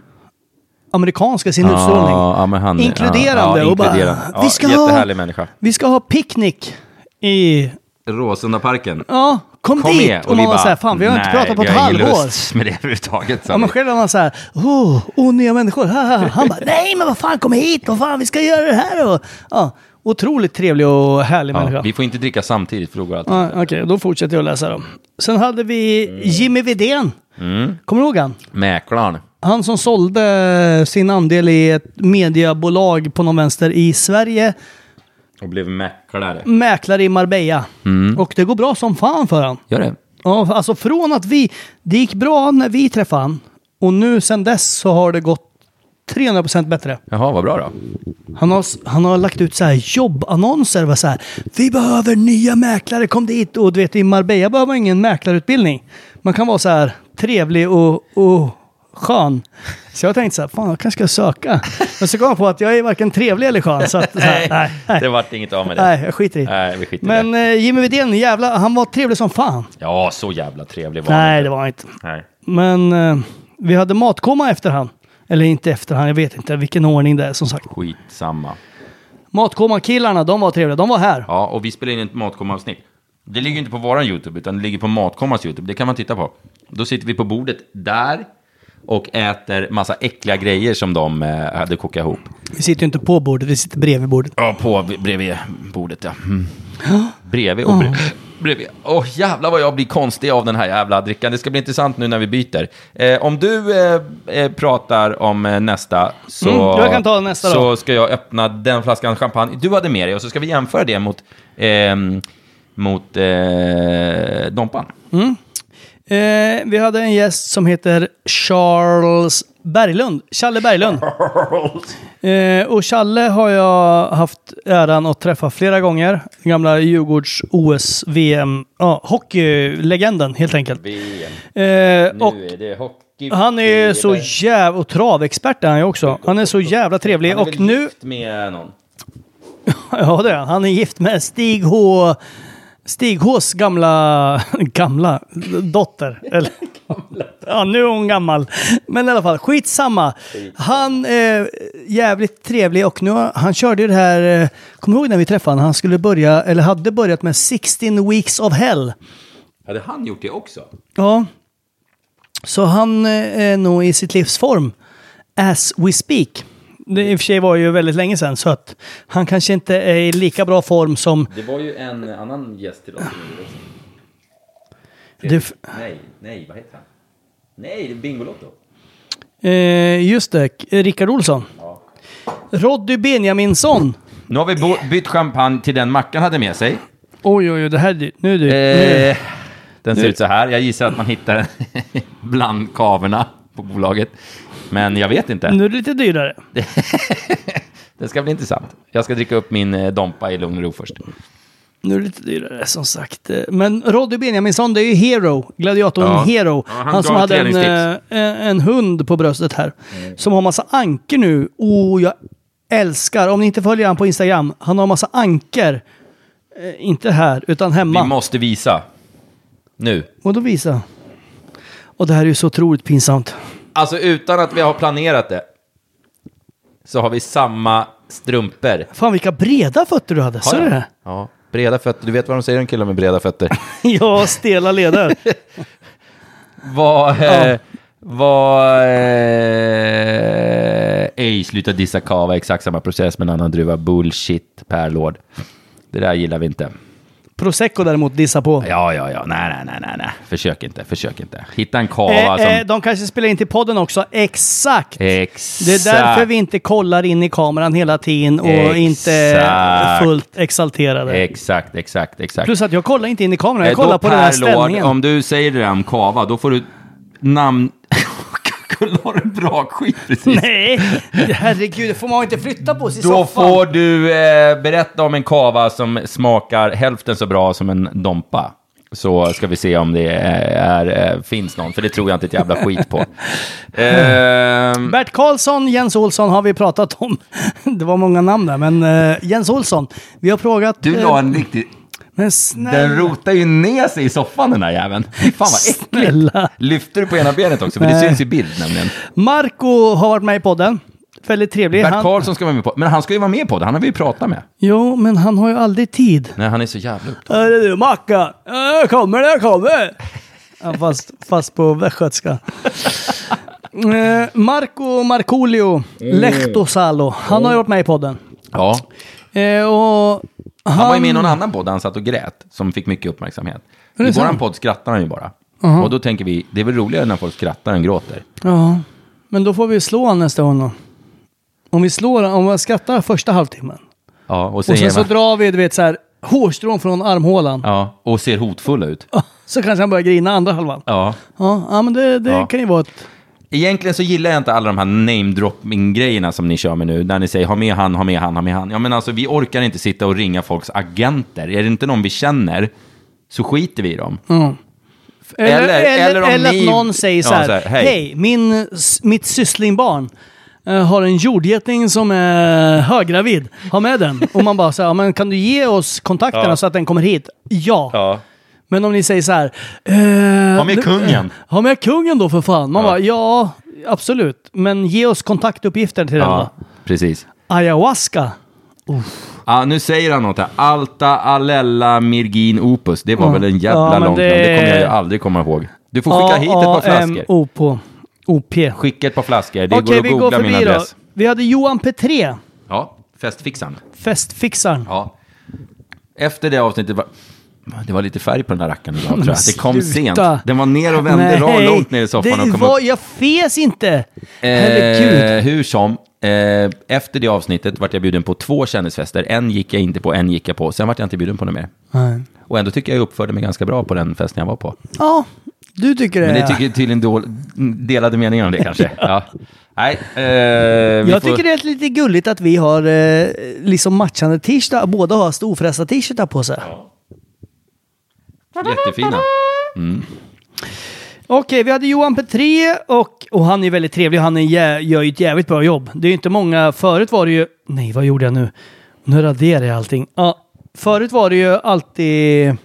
C: amerikanska i sin utstrålning.
B: Ja, ja, men han,
C: Inkluderande
B: Ja, ja,
C: och bara,
B: inkluderande. Ja,
C: vi ska ha-
B: jättehärlig människa.
C: Vi ska ha picknick i...
B: Råsundaparken.
C: Ja, kom,
B: Kom
C: dit!
B: med.
C: Och man var så här, fan vi har inte pratat på
B: Nej,
C: ett
B: vi har
C: halvår.
B: ingen lust med det överhuvudtaget.
C: Ja, men själv var man så här, oh, oh nya människor. Ha, ha. ha." Han bara, nej men vad fan kom hit, vad fan vi ska göra det här. Och, ja, otroligt trevlig och härlig
B: Ja,
C: människa.
B: vi får inte dricka samtidigt för då går allt.
C: Ja, Okej, då fortsätter jag att läsa dem. Sen hade vi Jimmy Widén.
B: Mm.
C: Kommer du ihåg han?
B: Mäklaren.
C: Han som sålde sin andel i ett mediebolag på någon vänster i Sverige,
B: Och blev mäklare.
C: Mm. mäklare i Marbella. Och det går bra som fan för han.
B: Gör det.
C: Ja, alltså från att vi, det gick bra när vi träffade han och nu sen dess så har det gått 300% bättre.
B: Jaha, vad bra då.
C: Han har, han har lagt ut så här jobbannonser. Var så här, vi behöver nya mäklare, kom dit. Och du vet, i Marbella behöver man ingen mäklarutbildning. Man kan vara så här trevlig och, och skön. Så jag tänkte så här, fan jag kanske ska söka. Men så kom jag på att jag är varken trevlig eller skön. Så att, så här, nej, nej,
B: Det vart inget av med det.
C: nej, jag skiter i det.
B: Nej, vi skiter i
C: Men
B: det.
C: eh, Jimmy Widén, jävla, han var trevlig som fan.
B: Ja, så jävla trevlig var han
C: Nej,
B: inte.
C: det var han inte.
B: Nej.
C: Men eh, vi hade matkoma efter han. Eller inte efter han, jag vet inte vilken ordning det är som sagt.
B: Skitsamma.
C: Matkoma-killarna, de var trevliga. De var här.
B: Ja, och vi spelar in ett Matkomma-avsnitt. Det ligger inte på våran YouTube, utan det ligger på Matkommas YouTube. Det kan man titta på. Då sitter vi på bordet där och äter massa äckliga grejer som de eh, hade kokat ihop.
C: Vi sitter ju inte på bordet, vi sitter bredvid bordet.
B: Ja, på bredvid bordet, ja. Mm. Bredvid och bredvid. Bredvid. Åh jävlar vad jag blir konstig av den här jävla drickan. Det ska bli intressant nu när vi byter. Eh, om du eh, eh, pratar om eh, nästa så,
C: Mm, jag kan ta nästa
B: så
C: då.
B: ska jag öppna den flaskan champagne du hade med dig och så ska vi jämföra det mot, ehm, mot eh, Dompan.
C: Eh, vi hade en gäst som heter Charles Berglund. Challe Berglund. Eh, och Challe har jag haft äran att träffa flera gånger. Den gamla Djurgårds OS, VM, ja, hockeylegenden helt enkelt. Eh, och
B: det hockey.
C: han är ju så jävla... Och travexpert är han ju också. Han är så jävla trevlig. Och nu...
B: med någon.
C: Ja, det är han. Han är gift med Stig H... Stig Hs gamla... Gamla dotter. Eller, ja, nu är hon gammal. Men i alla fall, skitsamma. Han är jävligt trevlig och nu har, han körde ju det här... eh, Kommer du ihåg när vi träffade honom? Han skulle börja, eller hade börjat med 16 weeks of hell.
B: Hade han gjort det också?
C: Ja. Så han eh, är nog i sitt livs form. As we speak. Det i och för sig var ju väldigt länge sedan så att han kanske inte är i lika bra form som...
B: Det var ju en annan gäst till oss som gjorde det också.
C: Det, f-
B: Nej, nej, vad heter han? Nej, det är Bingolotto.
C: eh, just det, K- Rickard Olsson. Roddy Benjaminsson.
B: Nu har vi bo- bytt champagne till den Mackan hade med sig.
C: Oj, oj, oj, det här är dyrt. Nu är det dyrt.
B: Eh, den ser ut så här. Jag gissar att man hittar den bland kaverna på bolaget. Men jag vet
C: Nu,
B: inte.
C: nu är det lite dyrare.
B: Det ska bli intressant. Jag ska dricka upp min eh, Dompa i lugn och ro först.
C: Nu är det lite dyrare som sagt. Eh, Men Roddy Benjaminsson, det är ju Hero, gladiatorn
B: Ja.
C: Hero.
B: Ja,
C: han
B: han
C: som
B: gav
C: hade en,
B: träningstips. Mm.
C: eh, en, en hund på bröstet här. Som har massa anker nu. Och jag älskar, om ni inte följer han på Instagram, han har massa anker. Eh, inte här, utan hemma.
B: Vi måste visa. Nu.
C: och då visar Och det här är ju så otroligt pinsamt.
B: Alltså utan att vi har planerat det. Så har vi samma strumpor.
C: Fan vilka breda fötter du hade,
B: Har
C: ser du
B: jag?
C: det?
B: Ja, breda fötter. Du vet vad de säger om killar med breda fötter.
C: Ja, stela leder.
B: Vad... Eh, vad... Eh, ej, sluta dissa kava. Exakt samma process med en annan druva. Bullshit, Per Lord. Det där gillar vi inte.
C: Prosecco däremot dissa på.
B: Ja, ja, ja. Nej, nej, nej, nej, nej. Försök inte, försök inte. Hitta en kava
C: Eh,
B: som...
C: eh, de kanske spelar in till podden också. Exakt!
B: Exakt.
C: Det är därför vi inte kollar in i kameran hela tiden och
B: Exakt.
C: inte är fullt exalterade.
B: Exakt, exakt, exakt.
C: Plus att jag kollar inte in i kameran,
B: Eh,
C: jag kollar
B: då,
C: på den här
B: Per Lord,
C: ställningen.
H: Om du säger det där om kava, då får du namn... Kulle har en bra skit precis.
C: Nej, herregud, får man inte flytta på sig i
B: Då
C: soffan?
B: får du eh, berätta om en kava som smakar hälften så bra som en Dompa. Så ska vi se om det eh, är, eh, finns någon, för det tror jag inte ett jävla skit på. Ehm,
C: Bert Karlsson, Jens Olsson har vi pratat om. Det var många namn där, men eh, Jens Olsson. Vi har frågat...
H: Du
C: eh,
H: la en riktig...
C: Men snälla,
H: Den rotar ju ner sig i soffan den här jäveln. Fy Fan vad äckligt.
C: snälla.
B: lyfter du på ena benet också, för det
C: Nej.
B: syns i bild nämligen.
C: Marco har varit med i podden. Väldigt trevlig.
B: Bert
C: Han,
B: Karlsson ska vara med på men han ska ju vara med på det, han har vi ju pratat med.
C: jo, men han har ju aldrig tid.
B: Nej, han är så jävla upp.
C: Är det du Macka? Ja, Jag kommer, jag kommer! Ja, fast, fast på västgötska. Eh, Marco Markolio
B: Mm.
C: Lehtosalo. Han har ju varit med i podden.
B: Ja,
C: Eh, och han,
B: han var ju med i någon annan podd där han satt och grät, som fick mycket uppmärksamhet. I
C: sant?
B: våran podd skrattar han ju bara. Och då tänker vi, det är väl roligare när folk skrattar än gråter.
C: Ja, men då får vi slå han nästa gång då. Om vi slår, om vi skrattar första halvtimmen.
B: Ja, och,
C: Och
B: säger
C: sen så
B: man-
C: drar vi, du vet så här, hårstrån från armhålan.
B: Ja, och ser hotfulla ut.
C: Så kanske han börjar grina andra halvan.
B: Ja.
C: Ja, ja men det, det
B: Ja.
C: kan ju vara ett...
B: Egentligen så gillar jag inte alla de här namedropping-grejerna som ni kör med nu, där ni säger ha med han, ha med han, ha med han. Ja, men alltså vi orkar inte sitta och ringa folks agenter. Är det inte någon vi känner så skiter vi i dem.
C: Mm. Eller, eller,
B: Eller- eller
C: eller,
B: om
C: att
B: ni-
C: någon säger så
B: Ja,
C: här,
B: så här,
C: hej,
B: "Hej."
C: min, s- mitt syslingbarn eh, har en jordgeting som är höggravid. Ha med den. Och man bara så här, "Ja, men kan du ge oss kontakterna så att den kommer hit? Ja. Men om ni säger så här, eh,
B: Ha med
C: nu-
B: kungen.
C: Ha med kungen då för fan. Man bara, ja, absolut. Men ge oss kontaktuppgifter till den
B: Ja,
C: då.
B: precis.
C: Ayahuasca.
B: Ja, nu säger han något här. Alta Alella Mirgin Opus. Det var väl en
C: Mm. Ja,
B: jävla
C: men
B: långt namn.
C: det
B: Det kommer jag ju aldrig komma ihåg. Du får skicka hit ett par flaskor.
C: A-A-M-O-P. OP.
B: Skicka ett par flaskor. Det
C: Okej,
B: går att
C: vi går
B: googla min
C: förbi då.
B: adress.
C: Vi hade Johan Petré,
B: Ja, festfixaren.
C: festfixaren.
B: Ja. Efter det avsnittet var... Det var lite färg på den där rackaren idag tror jag. Det kom
C: sluta.
B: sent. Den var ner och vände ra- långt ner i soffan
C: det
B: och kom
C: var,
B: upp.
C: Jag fes inte!
B: Eh,
C: Herregud.
B: hur som, eh, efter det avsnittet vart jag bjuden på två kändisfester. En gick jag inte på, en gick jag på. Sen vart jag inte bjuden på något mer. Och ändå tycker jag jag uppförde mig ganska bra på den festen jag var på.
C: Ja, du tycker det.
B: Men det
C: ja.
B: tycker tydligen dol- delade meningar om det kanske. ja. Nej, eh, vi
C: jag
B: får-
C: tycker det är lite gulligt att vi har eh, liksom matchande t-shirtar. Båda har storfrästa t-shirtar på sig.
B: Jättefina.
C: Okej, vi hade Johan Petré och, och han är väldigt trevlig. Han är, jä- gör ju ett jävligt bra jobb. Det är ju inte många. Förut var det ju... Nej, vad gjorde jag nu? Nu raderar jag allting. Ja, förut var det ju alltid...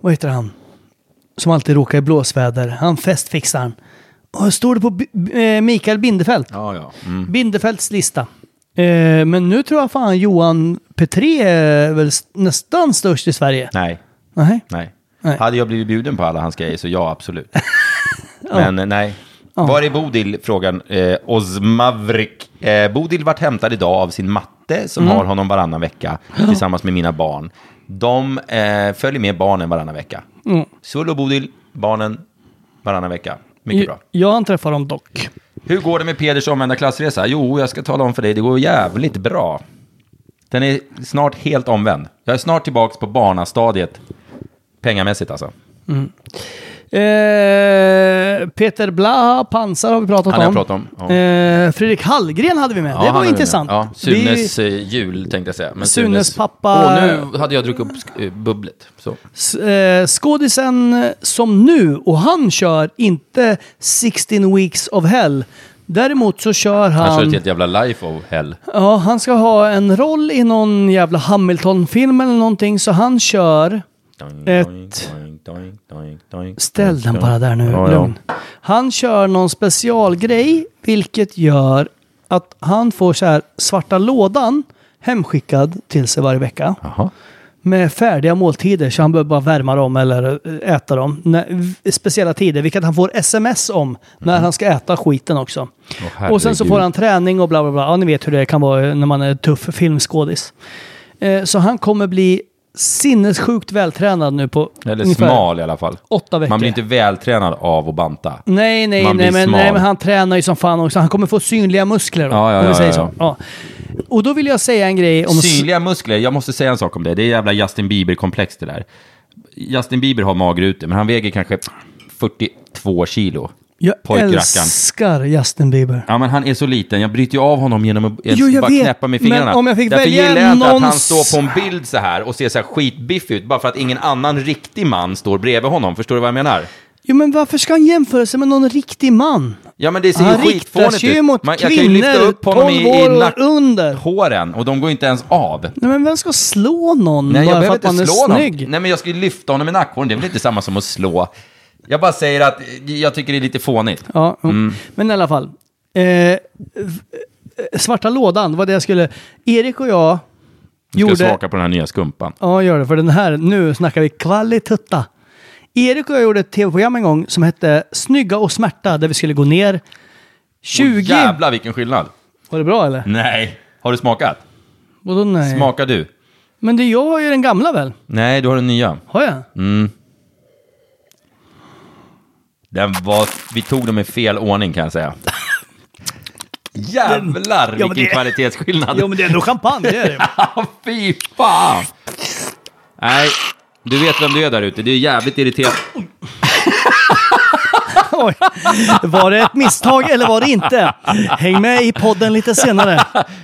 C: Vad heter han? Som alltid råkar i blåsväder. Han festfixaren. Och står det på B- B- eh, Mikael Bindefeld.
B: Ja, ja. Mm.
C: Bindefelds lista. Eh, men nu tror jag fan Johan Petré är väl s- nästan störst i Sverige.
B: Nej,
C: Nej.
B: nej,
C: Nej.
B: Hade jag blivit bjuden på alla hans grejer så ja, absolut. Men eh, nej. Var är Bodil? Frågan. Eh, Osmavrik. Eh, Bodil vart hämtad idag av sin matte som har honom varannan vecka tillsammans med mina barn. De eh, följer med barnen varannan vecka. Sull och Bodil, barnen varannan vecka. Mycket bra.
C: Jag anträffar dem dock.
B: Hur går det med Peders omvända klassresa? Jo, jag ska tala om för dig, det går jävligt bra. Den är snart helt omvänd. Jag är snart tillbaka på barnastadiet. Pengamässigt alltså.
C: Eh, Peter Blaha, pansar har vi pratat
B: Han har
C: om.
B: jag pratat om, ja.
C: Eh, Fredrik Hallgren hade vi med. det
B: han är
C: var
B: med.
C: intressant.
B: Ja, Sunes eh, jul tänkte jag säga. Men
C: Sunes pappa-
B: Åh, nu hade jag druckit upp sk- eh, bubblet. Så.
C: Vi, eh, skådisen som nu, och han kör inte 16 weeks of hell. Däremot så kör han...
B: Han kör ett helt jävla life of hell.
C: Ja, han ska ha en roll i någon jävla Hamilton-film eller någonting, så han kör
G: doink,
C: Ett.
G: doink, doink, doink, doink,
C: Ställ
G: doink,
C: den
G: doink.
C: bara där nu,
G: Ja, ja.
C: lugn. Han kör någon specialgrej, vilket gör att han får så här svarta lådan hemskickad till sig varje vecka.
B: Jaha.
C: Med färdiga måltider, så han behöver bara värma dem eller eh, äta dem. När, v- speciella tider, vilket han får sms om när han ska äta skiten också.
B: Mm. herregud.
C: och sen så får han träning och bla bla bla. Ja, ni vet hur det kan vara när man är tuff filmskådis. Eh, så han kommer bli sinnessjukt vältränad nu på
B: Eller
C: ungefär
B: smal i alla fall.
C: åtta veckor.
B: Man blir inte vältränad av att banta.
C: Nej, nej,
B: Man
C: nej
B: blir
C: men,
B: smal.
C: nej, men han tränar ju som fan också. Han kommer få synliga muskler då.
B: Ja, ja,
C: om vi
B: ja,
C: säger
B: ja,
C: så. Ja. Och då vill jag säga en grej om...
B: Synliga muskler, jag måste säga en sak om det. Det är jävla Justin Bieber-komplex det där. Justin Bieber har magrute, men han väger kanske 42 kilo.
C: Jag
B: Pojkrackarn.
C: älskar Justin Bieber.
B: Ja, men han är så liten. Jag bryter ju av honom genom att
C: Jo, jag
B: bara
C: vet,
B: knäppa med fingrarna.
C: men om jag fick
B: Därför
C: välja
B: gillar jag inte att
C: någon
B: han
C: s-
B: står på en bild så här och ser så här skitbiffig ut, bara för att ingen annan riktig man står bredvid honom. Förstår du vad jag menar?
C: Jo, men varför ska han jämföra sig med någon riktig man?
B: Ja, men det ser
C: Han
B: ju
C: riktar
B: skitfånigt
C: sig ju
B: ut.
C: mot
B: Man, jag kan ju lyfta
C: kvinnor
B: upp honom i,
C: 12
B: i
C: år och
B: nack-
C: under.
B: håren och de går inte ens av.
C: Nej, men vem ska slå någon
B: Nej, jag
C: bara för
B: behöver
C: att man
B: inte
C: är
B: slå honom.
C: snygg?
B: Nej, men jag ska ju lyfta honom i nackhåren. Det är väl inte samma som att slå. Jag bara säger att jag tycker det är lite fånigt.
C: Ja, jo.
B: Mm.
C: Men i alla fall. Eh, v- eh, svarta lådan var det jag skulle... Erik och jag
B: Jag
C: gjorde...
B: ska smaka på den här nya skumpan.
C: Ja, gör det. För den här, nu snackar vi kvalitutta. Erik och jag gjorde ett tv-program en gång som hette Snygga och smärta, där vi skulle gå ner 20.
B: Åh, jävlar Mm. vilken skillnad.
C: var det bra eller?
B: Nej. Har du smakat?
C: Vadå nej?
B: Smakar du?
C: Men det jag har ju den gamla väl?
B: Nej, du har den nya.
C: Har jag?
B: Mm. Den var, vi tog dem i fel ordning kan jag säga. Jävlar
C: men
B: vilken
C: det-
B: kvalitetsskillnad.
C: Jo, men det är ändå champagne. Det är det.
B: Fy fan! Nej, du vet vem du är där ute. Det är jävligt irriterande.
C: Oj. Var det ett misstag eller var det inte? Häng med i podden lite senare.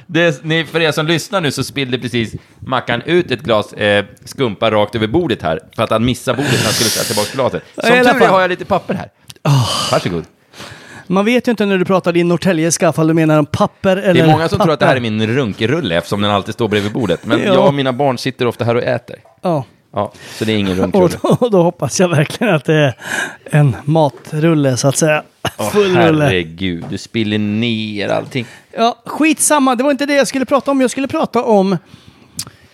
B: Det, ni, för er som lyssnar nu så spillde precis Mackan ut ett glas eh, skumpa rakt över bordet här. För att han missade bordet när han skulle sätta tillbaka glaset. Som
C: I alla
B: tur är
C: fall.
B: har jag lite papper här. Varsågod.
C: Man vet ju inte när du pratar din norrtäljeska ifall du menar om papper eller
B: Det är många som tror att det här är
C: papper.
B: min runkerulle eftersom den alltid står bredvid bordet. Men
C: Ja.
B: jag och mina barn sitter ofta här och äter.
C: Ja.
B: Ja, så det är ingen
C: Och
B: runkrulle.
C: då, och då hoppas jag verkligen att det är en matrulle så att säga. Full rulle.
B: herregud, du spiller ner allting.
C: Ja, skitsamma, det var inte det jag skulle prata om. Jag skulle prata om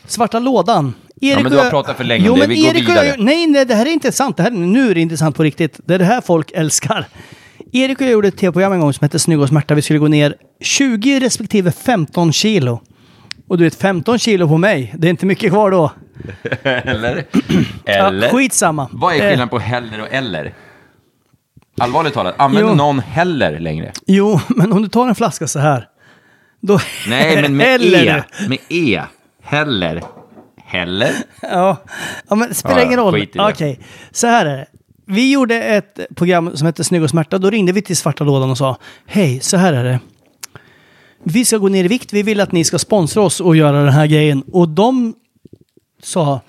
C: svarta lådan. Erik
B: men
C: och
B: du har
C: jag-
B: pratat för länge om det.
C: men
B: Vi går
C: Erik och
B: vidare.
C: Jag, nej, nej, det här är inte sant. Det här, nu är det intressant på riktigt. Det är det här folk älskar. Erik och jag gjorde ett tv-program en gång som hette Snygg och smärta. Vi skulle gå ner 20 respektive 15 kilo. Och du vet, 15 kilo på mig, det är inte mycket kvar då.
B: Eller?
C: Ja,
B: Eller?
C: skitsamma.
B: Vad är
C: Eh,
B: skillnaden på heller och eller? Allvarligt talat, använder
C: Jo.
B: någon heller längre?
C: Jo, men om du tar en flaska så här. Då
B: Nej, men med
C: Eller-
B: E. Med E. Heller. Heller.
C: Ja, ja men det spelar
B: Ja,
C: ingen roll.
B: skit i det.
C: Okej, så här är det. Vi gjorde ett program som hette Snygg och smärta. Då ringde vi till Svarta lådan och sa Hej, så här är det. Vi ska gå ner i vikt. Vi vill att ni ska sponsra oss och göra den här grejen. Och de sa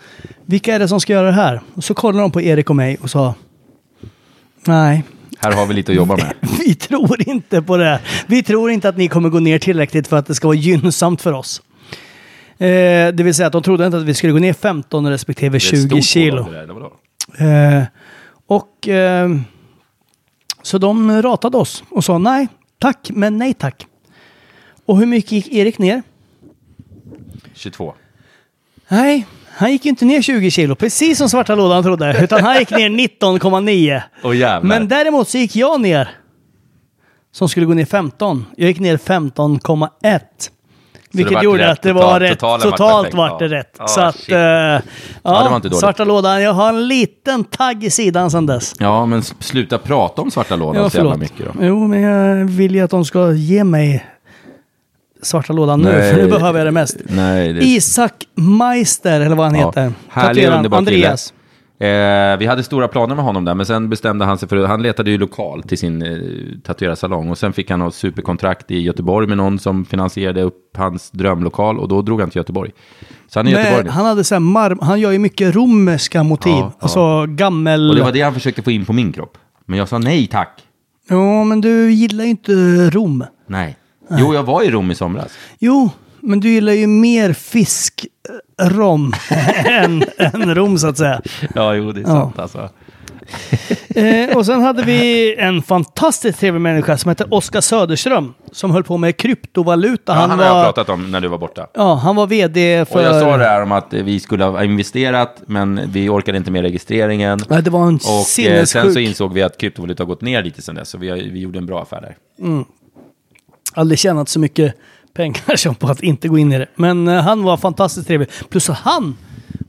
C: Vilka är det som ska göra det här? Och så kollade de på Erik och mig och sa Nej,
B: Här har vi lite att jobba med.
C: vi tror inte på det här. Vi tror inte att ni kommer gå ner tillräckligt för att det ska vara gynnsamt för oss. Eh, det vill säga att de trodde inte att vi skulle gå ner 15 respektive 20 kilo. Eh, och eh, så de ratade oss och sa nej tack, men nej tack. Och hur mycket gick Erik ner?
B: 22.
C: Nej, han gick ju inte ner 20 kilo, precis som svarta lådan trodde, utan han gick ner 19,9.
B: Åh jävlar.
C: Men däremot så gick jag ner, som skulle gå ner 15. Jag gick ner 15,1. Vilket
B: vart
C: gjorde
B: rätt
C: att det
B: totalt.
C: var rätt.
B: Totalen
C: Totalt,
B: vart perfekt.
C: vart det
B: Ja.
C: rätt.
B: Ah,
C: så att,
B: shit.
C: eh, ja,
B: det var inte dåligt.
C: svarta lådan, jag har en liten tagg i sidan sedan dess.
B: Ja, men s- sluta prata om svarta lådan så jävla mycket då.
C: Jo, men jag vill ju att de ska ge mig svarta lådan nu,
B: Nej.
C: för nu behöver jag det mest.
B: Nej, det-
C: Isak Meister, eller vad han heter.
B: Härlig
C: Tatueraren
B: underbar
C: Andreas.
B: kille. Eh, vi hade stora planer med honom där, men sen bestämde han sig för Han letade ju lokal till sin eh, tatuerarsalong. Och sen fick han något superkontrakt i Göteborg med någon som finansierade upp hans drömlokal. Och då drog han till Göteborg. Så han är i Göteborg
C: Men
B: nu.
C: han, hade så här marm- han gör ju mycket romerska motiv.
B: Ja, ja.
C: alltså gammel...
B: Och det var det han försökte få in på min kropp. Men jag sa nej tack.
C: Ja, men du gillar ju inte Rom.
B: Nej. Jo, jag var i Rom i somras.
C: Jo, Men du gillar ju mer fiskrom än, än rom så att säga.
B: Ja, jo, det är sant alltså.
C: Eh, och sen hade vi en fantastiskt trevlig människa som hette Oskar Söderström som höll på med kryptovaluta.
B: Han, han har jag
C: var,
B: pratat om när du var borta.
C: ja, han var vd för...
B: Och jag sa det här om att vi skulle ha investerat, men vi orkade inte med registreringen.
C: Ja, det var en
B: Och eh,
C: sinnessjuk...
B: sen så insåg vi att kryptovaluta har gått ner lite sen dess, så vi, har, vi gjorde en bra affär där.
C: aldrig tjänat så mycket pengar som på att inte gå in i det. Men eh, han var fantastiskt trevlig. Plus att han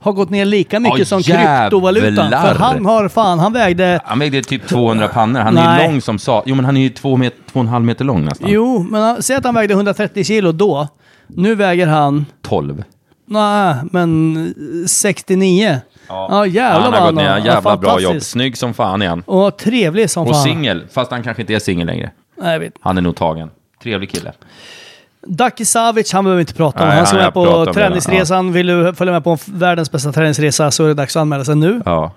C: har gått ner lika mycket
B: Ja,
C: som kryptovalutan.
B: jävlar.
C: För han har fan, han vägde...
B: Han vägde typ 200 pannor, han är
C: Nej.
B: ju lång som sa. Jo men han är ju två, met, två och en halv meter lång nästan.
C: Jo, men han- säg att han vägde 130 kilo då. Nu väger han,
B: 12.
C: nej, men 69. Ja, jävlar
B: han
C: vad
B: har gått ner, jävla bra jobb.
C: fantastisk.
B: Snygg som fan igen.
C: Och trevlig som
B: Och
C: fan.
B: singel, fast han kanske inte är singel längre.
C: Nej, jag vet.
B: Han är nog tagen. Trevlig kille.
C: Daki Savic, han behöver vi inte prata om.
B: Nej,
C: han ska
B: han
C: med
B: har jag pratat
C: på
B: om redan.
C: träningsresan. Vill du följa med på världens bästa träningsresa så är det dags att anmäla sig nu.
B: Ja.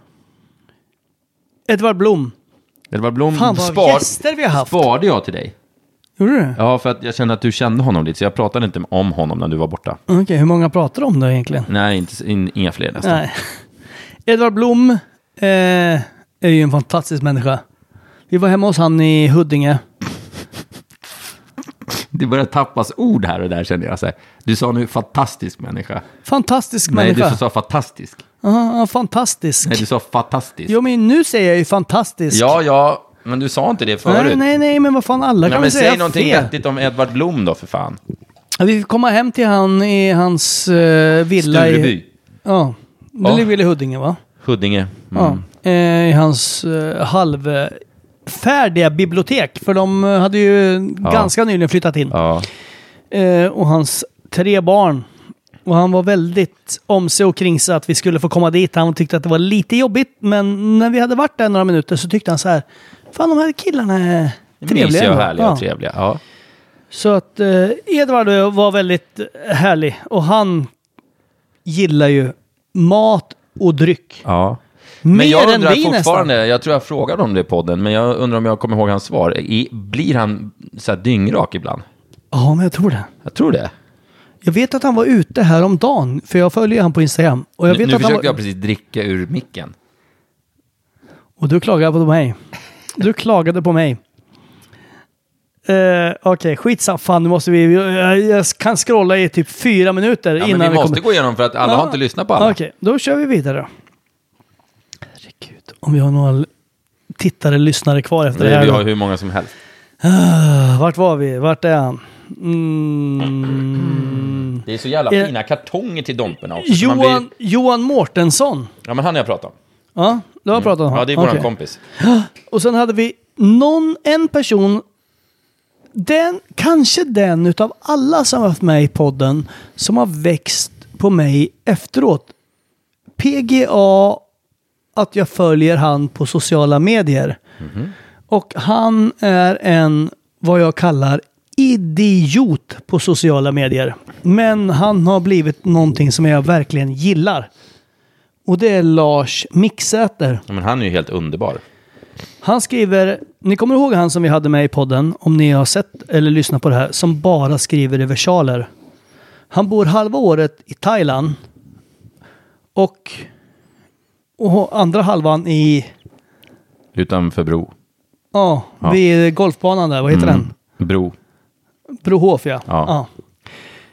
C: Edvard Blom.
B: Det var Blom.
C: Fan, vad
B: Spar-
C: gäster vi har haft.
B: Sparade jag till dig?
C: Gjorde du det?
B: Ja, för att jag kände att du kände honom lite, så jag pratade inte om honom när du var borta.
C: Okej, hur många pratar om det egentligen?
B: Nej, inte, in, inga fler nästan.
C: Nej. Edvard Blom eh, är ju en fantastisk människa. Vi var hemma hos han i Huddinge.
B: Det börjar tappas ord här och där kände jag. Så här. Du sa nu fantastisk människa.
C: Fantastisk
B: Nej,
C: människa.
B: du sa fantastisk.
C: Ja, ja, fantastisk.
B: Nej, du sa fantastisk.
C: Jo, men nu säger jag ju fantastisk.
B: Ja, ja, men du sa inte det förut.
C: nej, nej, nej, men vad fan, alla
B: Nej,
C: kan
B: men
C: väl
B: säg
C: säga
B: någonting
C: fel.
B: vettigt om Edvard Blom då, för fan.
C: Ja, Vi fick komma hem till han i hans eh, villa i...
B: Stureby,
C: Ja. Det
B: Ja.
C: ligger väl i Huddinge, va?
B: Huddinge. Mm.
C: Ja, eh, i hans eh, halvfärdiga bibliotek. För de eh, hade ju ganska nyligen flyttat in.
B: Ja.
C: Eh, och hans tre barn. Och han var väldigt om sig och kring sig att vi skulle få komma dit. Han tyckte att det var lite jobbigt, men när vi hade varit där några minuter så tyckte han så här. Fan, de här killarna är trevliga.
B: Mysiga och
C: ändå."
B: härliga
C: Ja.
B: och trevliga. Ja.
C: Så att eh, Edvard var väldigt härlig och han gillar ju mat och dryck.
B: ja.
C: Mer
B: Men jag
C: än
B: undrar
C: vi
B: fortfarande,
C: nästan.
B: jag tror jag frågade om det i podden, men jag undrar om jag kommer ihåg hans svar. I, blir han så här dyngrak ibland?
C: Ja, men jag tror det.
B: Jag tror det.
C: Jag vet att han var ute häromdagen, för jag följer han på Instagram. Och jag
B: nu
C: vet
B: nu
C: att han
B: försökte
C: var...
B: jag precis dricka ur micken.
C: Och du klagade på mig. Du klagade på mig. Eh, Okej, skitsamma. Fan, nu måste vi... Jag, jag kan scrolla i typ fyra minuter
B: Ja,
C: innan
B: men vi måste
C: kommer...
B: gå igenom för att alla har inte lyssnat på alla.
C: Okej, då kör vi vidare. Herregud, om vi har några l- tittare, lyssnare kvar efter det
B: Nej,
C: här.
B: vi
C: då.
B: har hur många som helst.
C: Ah, Vart var vi? Vart är han? Mm.
B: Det är så jävla
C: Eh,
B: fina kartonger till Domperna också. så man blir-
C: Johan, Johan Mårtensson.
B: Ja, men han har jag pratat om.
C: Ja, du har pratat om honom.
B: Ja, det är våran
C: Okej.
B: kompis.
C: Och sen hade vi någon, en person, den, kanske den utav alla som har haft med i podden, som har växt på mig efteråt. PGA, att jag följer han på sociala medier. Och han är en, vad jag kallar, idiot på sociala medier. Men han har blivit någonting som jag verkligen gillar. Och det är Lars Mixäter.
B: Ja, men han är ju helt underbar.
C: Han skriver, ni kommer ihåg han som vi hade med i podden, om ni har sett eller lyssnat på det här, som bara skriver i versaler. Han bor halva året i Thailand och, och andra halvan i,
B: Utanför Bro.
C: ja, vid golfbanan där, vad heter den?
B: Bro.
C: Brohof ja.
B: Ja.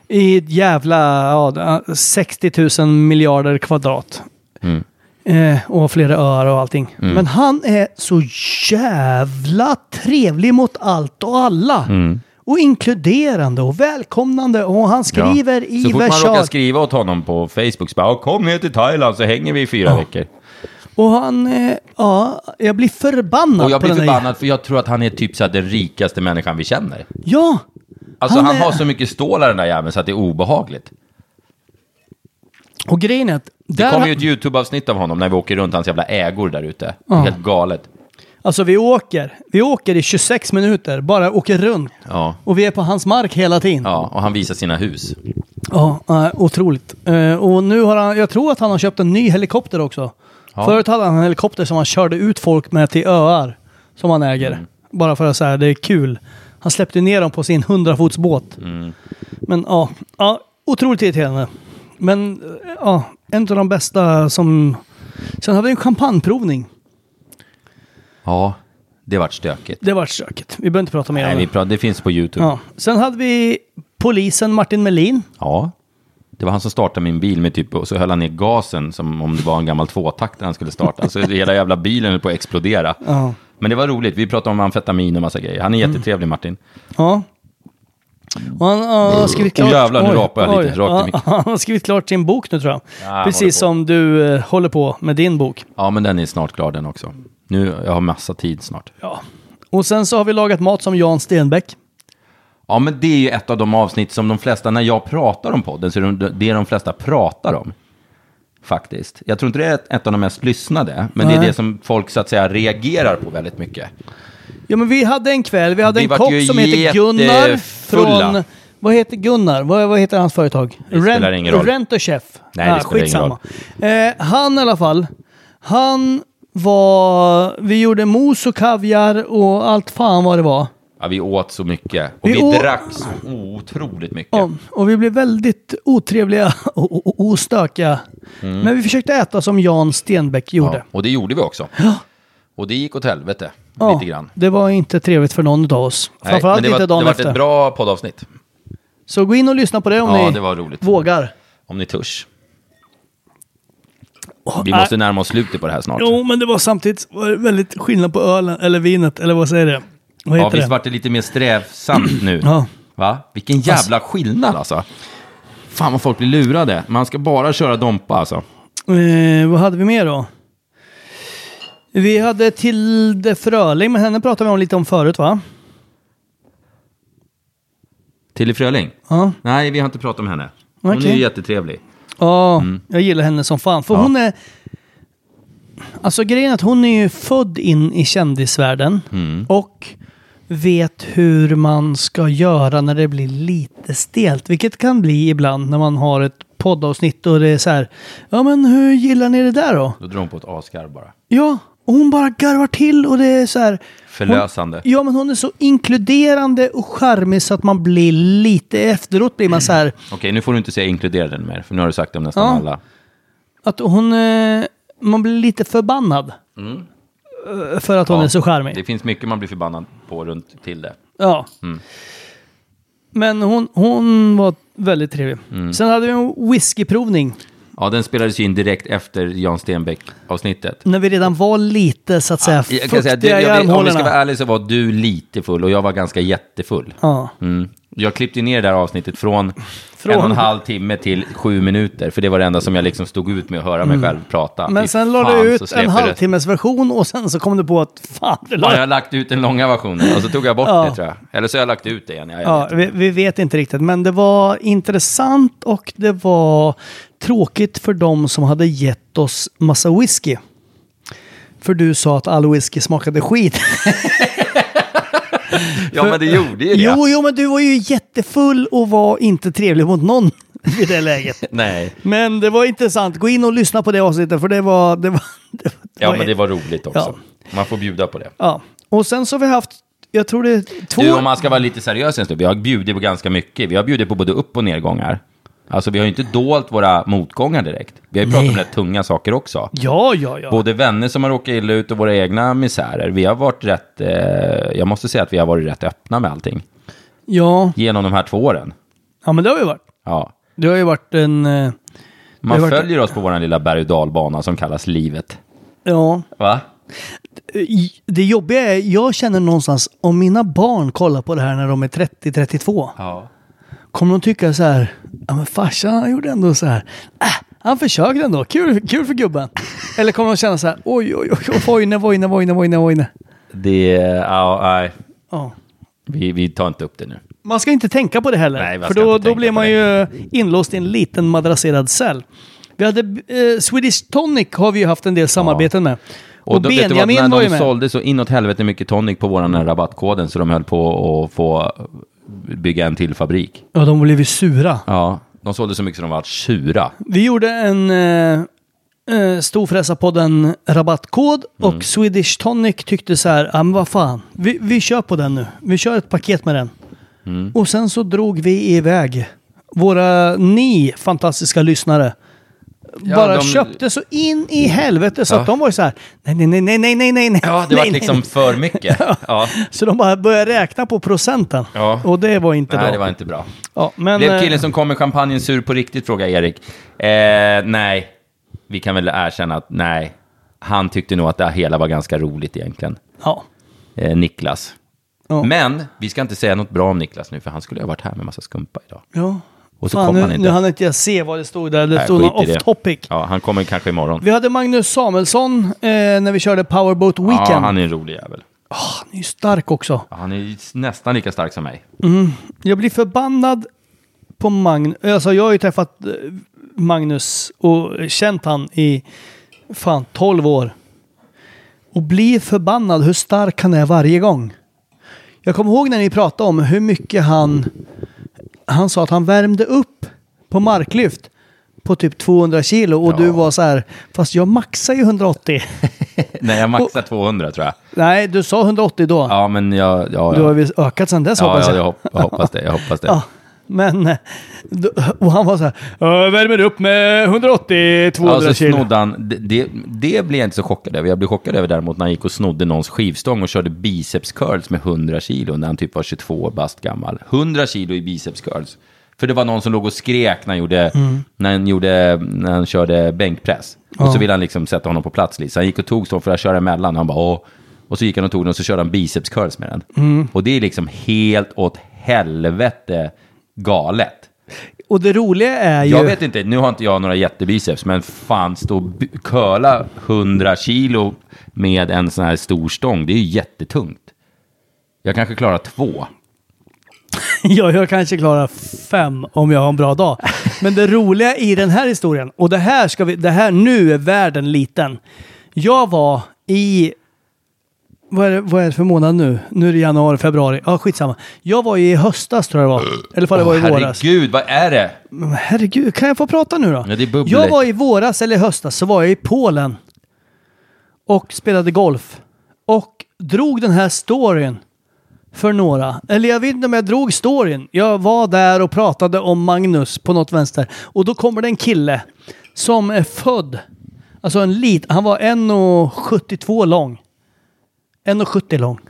C: I ett jävla ja, 60 000 miljarder kvadrat.
B: Mm.
C: Eh, och flera öar och allting. Men han är så jävla trevlig mot allt och alla.
B: Mm.
C: Och inkluderande och välkomnande. Och han skriver i
B: Så fort man
C: versal.
B: råkar skriva åt honom på Facebook så bara, "Ja, kom ner till Thailand så hänger vi i fyra veckor.
C: och han, eh, ja, jag blir förbannad
B: Och jag
C: på
B: blir
C: den där-
B: förbannad för jag tror att han är typ så här den rikaste människan vi känner.
C: Ja,
B: Alltså han,
C: Han är-
B: har så mycket stålar den där jäveln så att det är obehagligt.
C: och grejen är att...
B: Det
C: där
B: kommer
C: han-
B: ju ett YouTube-avsnitt av honom när vi åker runt hans jävla ägor där ute. Det är Helt galet.
C: Alltså vi åker. Vi åker i 26 minuter. Bara åker runt.
B: Ja.
C: Och vi är på hans mark hela tiden.
B: Ja, och han visar sina hus.
C: Ja, nej, otroligt. Eh, Och nu har han, jag tror att han har köpt en ny helikopter också. Förut hade han en helikopter som han körde ut folk med till öar som han
B: Mm. Mm.
C: äger. Bara för att säga det är kul. Han släppte ner dem på sin 100 fots båt. Men ja, ja otroligt irriterande. Men eh, ja, en av de bästa som... Sen hade vi en champagneprovning.
B: Ja, det vart stökigt.
C: Det var stökigt. Vi behöver inte prata mer
B: Nej,
C: om
B: vi
C: det.
B: pratar, det finns på YouTube. Ja.
C: Ja. Sen hade vi polisen Martin Melin.
B: Det var han som startade min bil med typ, och så höll han ner gasen som om det var en gammal tvåtaktare han skulle starta. Så hela jävla bilen höll på att explodera. Men det var roligt, vi pratade om amfetamin och massa grejer. Han är
C: Mm.
B: jättetrevlig Martin.
C: Ja. Och han har skrivit klart...
B: Mm. Åh, jävlar, nu rapar jag lite, rakt i
C: Ja, Han har skrivit klart sin bok nu tror jag. Precis som du eh, håller på med din bok.
B: Ja, men den är snart klar den också. Nu, jag har massa tid snart.
C: Ja. Och sen så har vi lagat mat som Jan Stenbeck.
B: Ja, men det är ju ett av de avsnitt som de flesta, när jag pratar om podden, så är det det de flesta pratar om. Faktiskt. Jag tror inte det är ett, ett av de mest lyssnade, men det
C: Nej.
B: är det som folk så att säga reagerar på väldigt mycket.
C: Ja men vi hade en kväll, vi hade
B: Vi
C: en
B: vart
C: kock
B: ju
C: som heter Gunnar
B: jättefulla.
C: från... Vad heter Gunnar? Vad, vad heter hans företag?
B: Det spelar ingen roll.
C: Rent och Chef.
B: Nej, det spelar ingen
C: ingen roll. Eh, han i alla fall, han var... Vi gjorde mos och kaviar och allt fan vad det var.
B: Ja, vi åt så mycket och
C: Vi
B: vi,
C: å-
B: drack så otroligt mycket.
C: Ja. Och vi blev väldigt otrevliga och, och, och ostökiga. Men vi försökte äta som Jan Stenbeck gjorde.
B: Mm. Ja, och det gjorde vi också. Och det gick åt helvete,
C: Ja,
B: lite grann.
C: Det var inte trevligt för någon av oss.
B: Nej,
C: Framförallt
B: men det
C: inte
B: var,
C: dagen
B: det var
C: efter.
B: ett bra poddavsnitt,
C: Så gå in och lyssna på det om
B: Ja,
C: ni
B: det var roligt.
C: vågar.
B: om ni törs. Vi måste närma oss slutet på det här snart.
C: Jo, men det var samtidigt var det väldigt skillnad på ölen, eller vinet, eller vad säger det? Vad
B: Ja,
C: heter
B: visst
C: det?
B: vart det lite mer strävsamt nu?
C: Ja.
B: Va? Vilken jävla skillnad alltså. Fan vad folk blir lurade. Man ska bara köra Dompa alltså.
C: Eh, vad hade vi mer då? Vi hade Tilde Fröling, men henne pratade vi om lite om förut va?
B: Tilly Fröling?
C: Ja.
B: Nej, vi har inte pratat om henne. Hon
C: Okej.
B: är ju jättetrevlig.
C: Ja, jag gillar henne som fan. För hon är... Alltså grejen är att hon är ju född in i kändisvärlden. Och vet hur man ska göra när det blir lite stelt. Vilket kan bli ibland när man har ett poddavsnitt och det är så här. Ja men hur gillar ni det där då?
B: Då drar hon på ett asgarv bara.
C: Ja, och hon bara garvar till och det är så här...
B: Förlösande.
C: Hon, ja, men hon är så inkluderande och charmig så att man blir lite efteråt blir man så här...
B: Okej, nu får du inte säga inkluderad den mer, för nu har du sagt om nästan
C: Ja.
B: alla.
C: Att hon... eh, Man blir lite förbannad. Eh, För att hon
B: Mm. Ja,
C: är så charmig.
B: Det Mm. finns mycket man blir förbannad på runt till det.
C: Ja. Men hon, hon var väldigt trevlig.
B: Mm.
C: Sen hade vi en whiskyprovning.
B: Ja, den spelades ju in direkt efter Jan Stenbeck-avsnittet.
C: När vi redan var lite, Mm, så att säga,
B: Jag
C: fuktiga
B: kan säga, att det,
C: i
B: jag, om vi ska vara
C: armhålorna.
B: ärlig så var du lite full och jag var ganska jättefull.
C: Ja.
B: Mm. Jag klippte ner det här avsnittet från,
C: Från-
B: en och en halv timme till sju minuter, för det var det enda som jag liksom stod ut med att höra mig själv prata.
C: Mm. Men
B: Mm. Fy
C: sen la
B: fan,
C: du
B: så
C: ut
B: släpper
C: en
B: det.
C: halvtimmes version och sen så kom du på att fan, det
B: Ja,
C: la
B: jag har lagt ut den långa versionen och så tog jag bort
C: Ja.
B: det tror jag. Eller så har jag lagt ut det igen. Jag,
C: Ja, vi, vi vet inte riktigt, men det var intressant och det var tråkigt för dem som hade gett oss massa whisky. För du sa att all whisky smakade skit.
B: ja men det gjorde ju det.
C: Jo, jo, men du var ju jättefull och var inte trevlig mot någon i det läget.
B: Nej.
C: Men det var intressant. Gå in och lyssna på det avsnittet, för det var... Det var, det var
B: Ja, men det var roligt också. Man får bjuda på det.
C: Ja. Och sen så har vi haft, jag tror det är två...
B: Du, om man ska vara lite seriös en stund, vi har bjudit på ganska mycket. Vi har bjudit på både upp och nedgångar. Alltså vi har ju inte dolt våra motgångar direkt. Vi har ju pratat om rätt tunga saker också.
C: Ja, ja, ja.
B: Både vänner som har råkat illa ut och våra egna misärer. Vi har varit rätt, eh, jag måste säga att vi har varit rätt öppna med allting.
C: Ja,
B: Genom de här två åren.
C: ja men det har ju varit.
B: Ja.
C: Det har ju varit en... eh, Det
B: Man
C: har varit-
B: följer oss på vår lilla berg och dalbana som kallas livet.
C: Ja,
B: Va?
C: I- det jobbiga är, jag känner någonstans, om mina barn kollar på det här när de är 30-32,
B: Ja.
C: kommer de tycka så här, ja men farsan han gjorde ändå så här, äh, han försökte ändå, kul, kul för gubben. Eller kommer de känna så här, oj, oj, oj, oj, oj, nej, oj, nej, oj, nej, oj, nej, oj, nej.
B: Det, ja, nej.
C: Ja.
B: Vi, vi tar inte upp det nu.
C: Man ska inte tänka på det heller,
B: Nej, man
C: för
B: ska
C: då,
B: inte
C: då
B: tänka
C: blir
B: på
C: man ju eh,
B: det.
C: inlåst i en liten madrasserad cell. Vi hade eh, Swedish Tonic har vi ju haft en del samarbeten med. Och,
B: då- vet du vad,
C: Benjamin
B: när
C: var ju
B: de
C: med.
B: sålde så inåt helvete mycket tonic på våran här rabattkoden så de höll på att få bygga en till fabrik.
C: Ja, de blev ju sura.
B: Ja. De sålde så mycket så de var sura.
C: Vi gjorde en eh, eh, Storfräsarpodden rabattkod
B: Mm.
C: och Swedish Tonic tyckte så här, ja men vad fan,
B: Mm.
C: vi, vi kör på den nu. Vi kör ett paket med den. Och sen så drog vi iväg våra ni fantastiska lyssnare
B: Ja,
C: bara
B: de-
C: köpte så in i helvete så att de var ju så här, nej, nej, nej, nej, nej, nej, nej, nej.
B: Ja, det
C: nej,
B: var
C: nej,
B: liksom
C: nej."
B: för mycket. Ja.
C: Så de bara började räkna på procenten.
B: Ja.
C: Och det var inte bra.
B: Nej, det var inte bra.
C: Ja, men,
B: Blev killen
C: eh,
B: som kom med champagnen sur på riktigt, frågar Erik. Eh, nej, vi kan väl erkänna att nej, han tyckte nog att det hela var ganska roligt egentligen.
C: Ja.
B: Eh, Niklas.
C: Ja.
B: Men vi ska inte säga något bra om Niklas nu, för han skulle ha varit här med massa skumpa idag.
C: ja.
B: Och så
C: Fan,
B: kom
C: nu,
B: han inte.
C: Nu hann inte jag se vad det stod där. Det
B: Nej,
C: stod
B: skit
C: någon
B: i det.
C: off topic.
B: Ja, han kommer kanske imorgon.
C: Vi hade Magnus Samuelsson eh, när vi körde Powerboat Weekend.
B: Ja,
C: han,
B: han
C: är...
B: är en rolig jävel.
C: ju stark också.
B: Ja, Han är nästan lika stark som mig.
C: Jag blir förbannad på Magnus. Alltså jag har ju träffat eh, Magnus och känt han i fan 12 år. Och blir förbannad hur stark han är varje gång. Jag kommer ihåg när ni pratade om hur mycket han... Han sa att han värmde upp på marklyft på typ 200 kilo och du var så här, fast jag maxar ju 180.
B: Nej, jag maxar 200 tror jag.
C: Nej, du sa 180 då.
B: Ja, men jag... Ja,
C: Du har
B: ja.
C: väl ökat sedan dess
B: Ja,
C: hoppas
B: ja,
C: jag.
B: jag hop- jag hoppas det. Jag hoppas det.
C: Ja, men... eh, då- Och han var så här, "Jag värmer upp med 180-200
B: Ja, så
C: kilo.
B: snodde han, det, det, det blev jag inte så chockad över. Jag blev chockad över däremot när han gick och snodde någons skivstång och körde biceps curls med 100 kilo när han typ var 22 år bast gammal. 100 kilo i biceps curls. För det var någon som låg och skrek när han gjorde, när han, gjorde, när han körde bänkpress. Och så ville han liksom sätta honom på plats lite. Så han gick och tog stång för att köra emellan. Han bara, Åh. Och så gick han och tog den och så körde han biceps curls med den. Och det är liksom helt åt helvete galet.
C: Och det roliga är ju...
B: Jag vet inte, nu har inte jag några jättebiceps, men fan, stå och b- curla 100 kilo med en sån här stor stång, det är ju jättetungt. Jag kanske klarar två.
C: Ja, jag kanske klarar fem om jag har en bra dag. Men det roliga i den här historien, och det här ska vi... Det här nu är världen liten. Jag var i... Vad är, det, vad är det för månad nu? Nu är det januari, februari. Ja, skitsamma. Jag var i höstas tror jag det var. Eller ifall det var i våras.
B: herregud, vad är det?
C: Men herregud, kan jag få prata nu då?
B: Ja, det är bubblor.
C: jag var i våras eller i höstas så var jag i Polen och spelade golf och drog den här storyn för några. Eller jag vet inte om jag drog storyn. Jag var där och pratade om Magnus på något vänster och då kommer det en kille som är född, alltså en lit, han var 1,72 lång. 1,70 lång.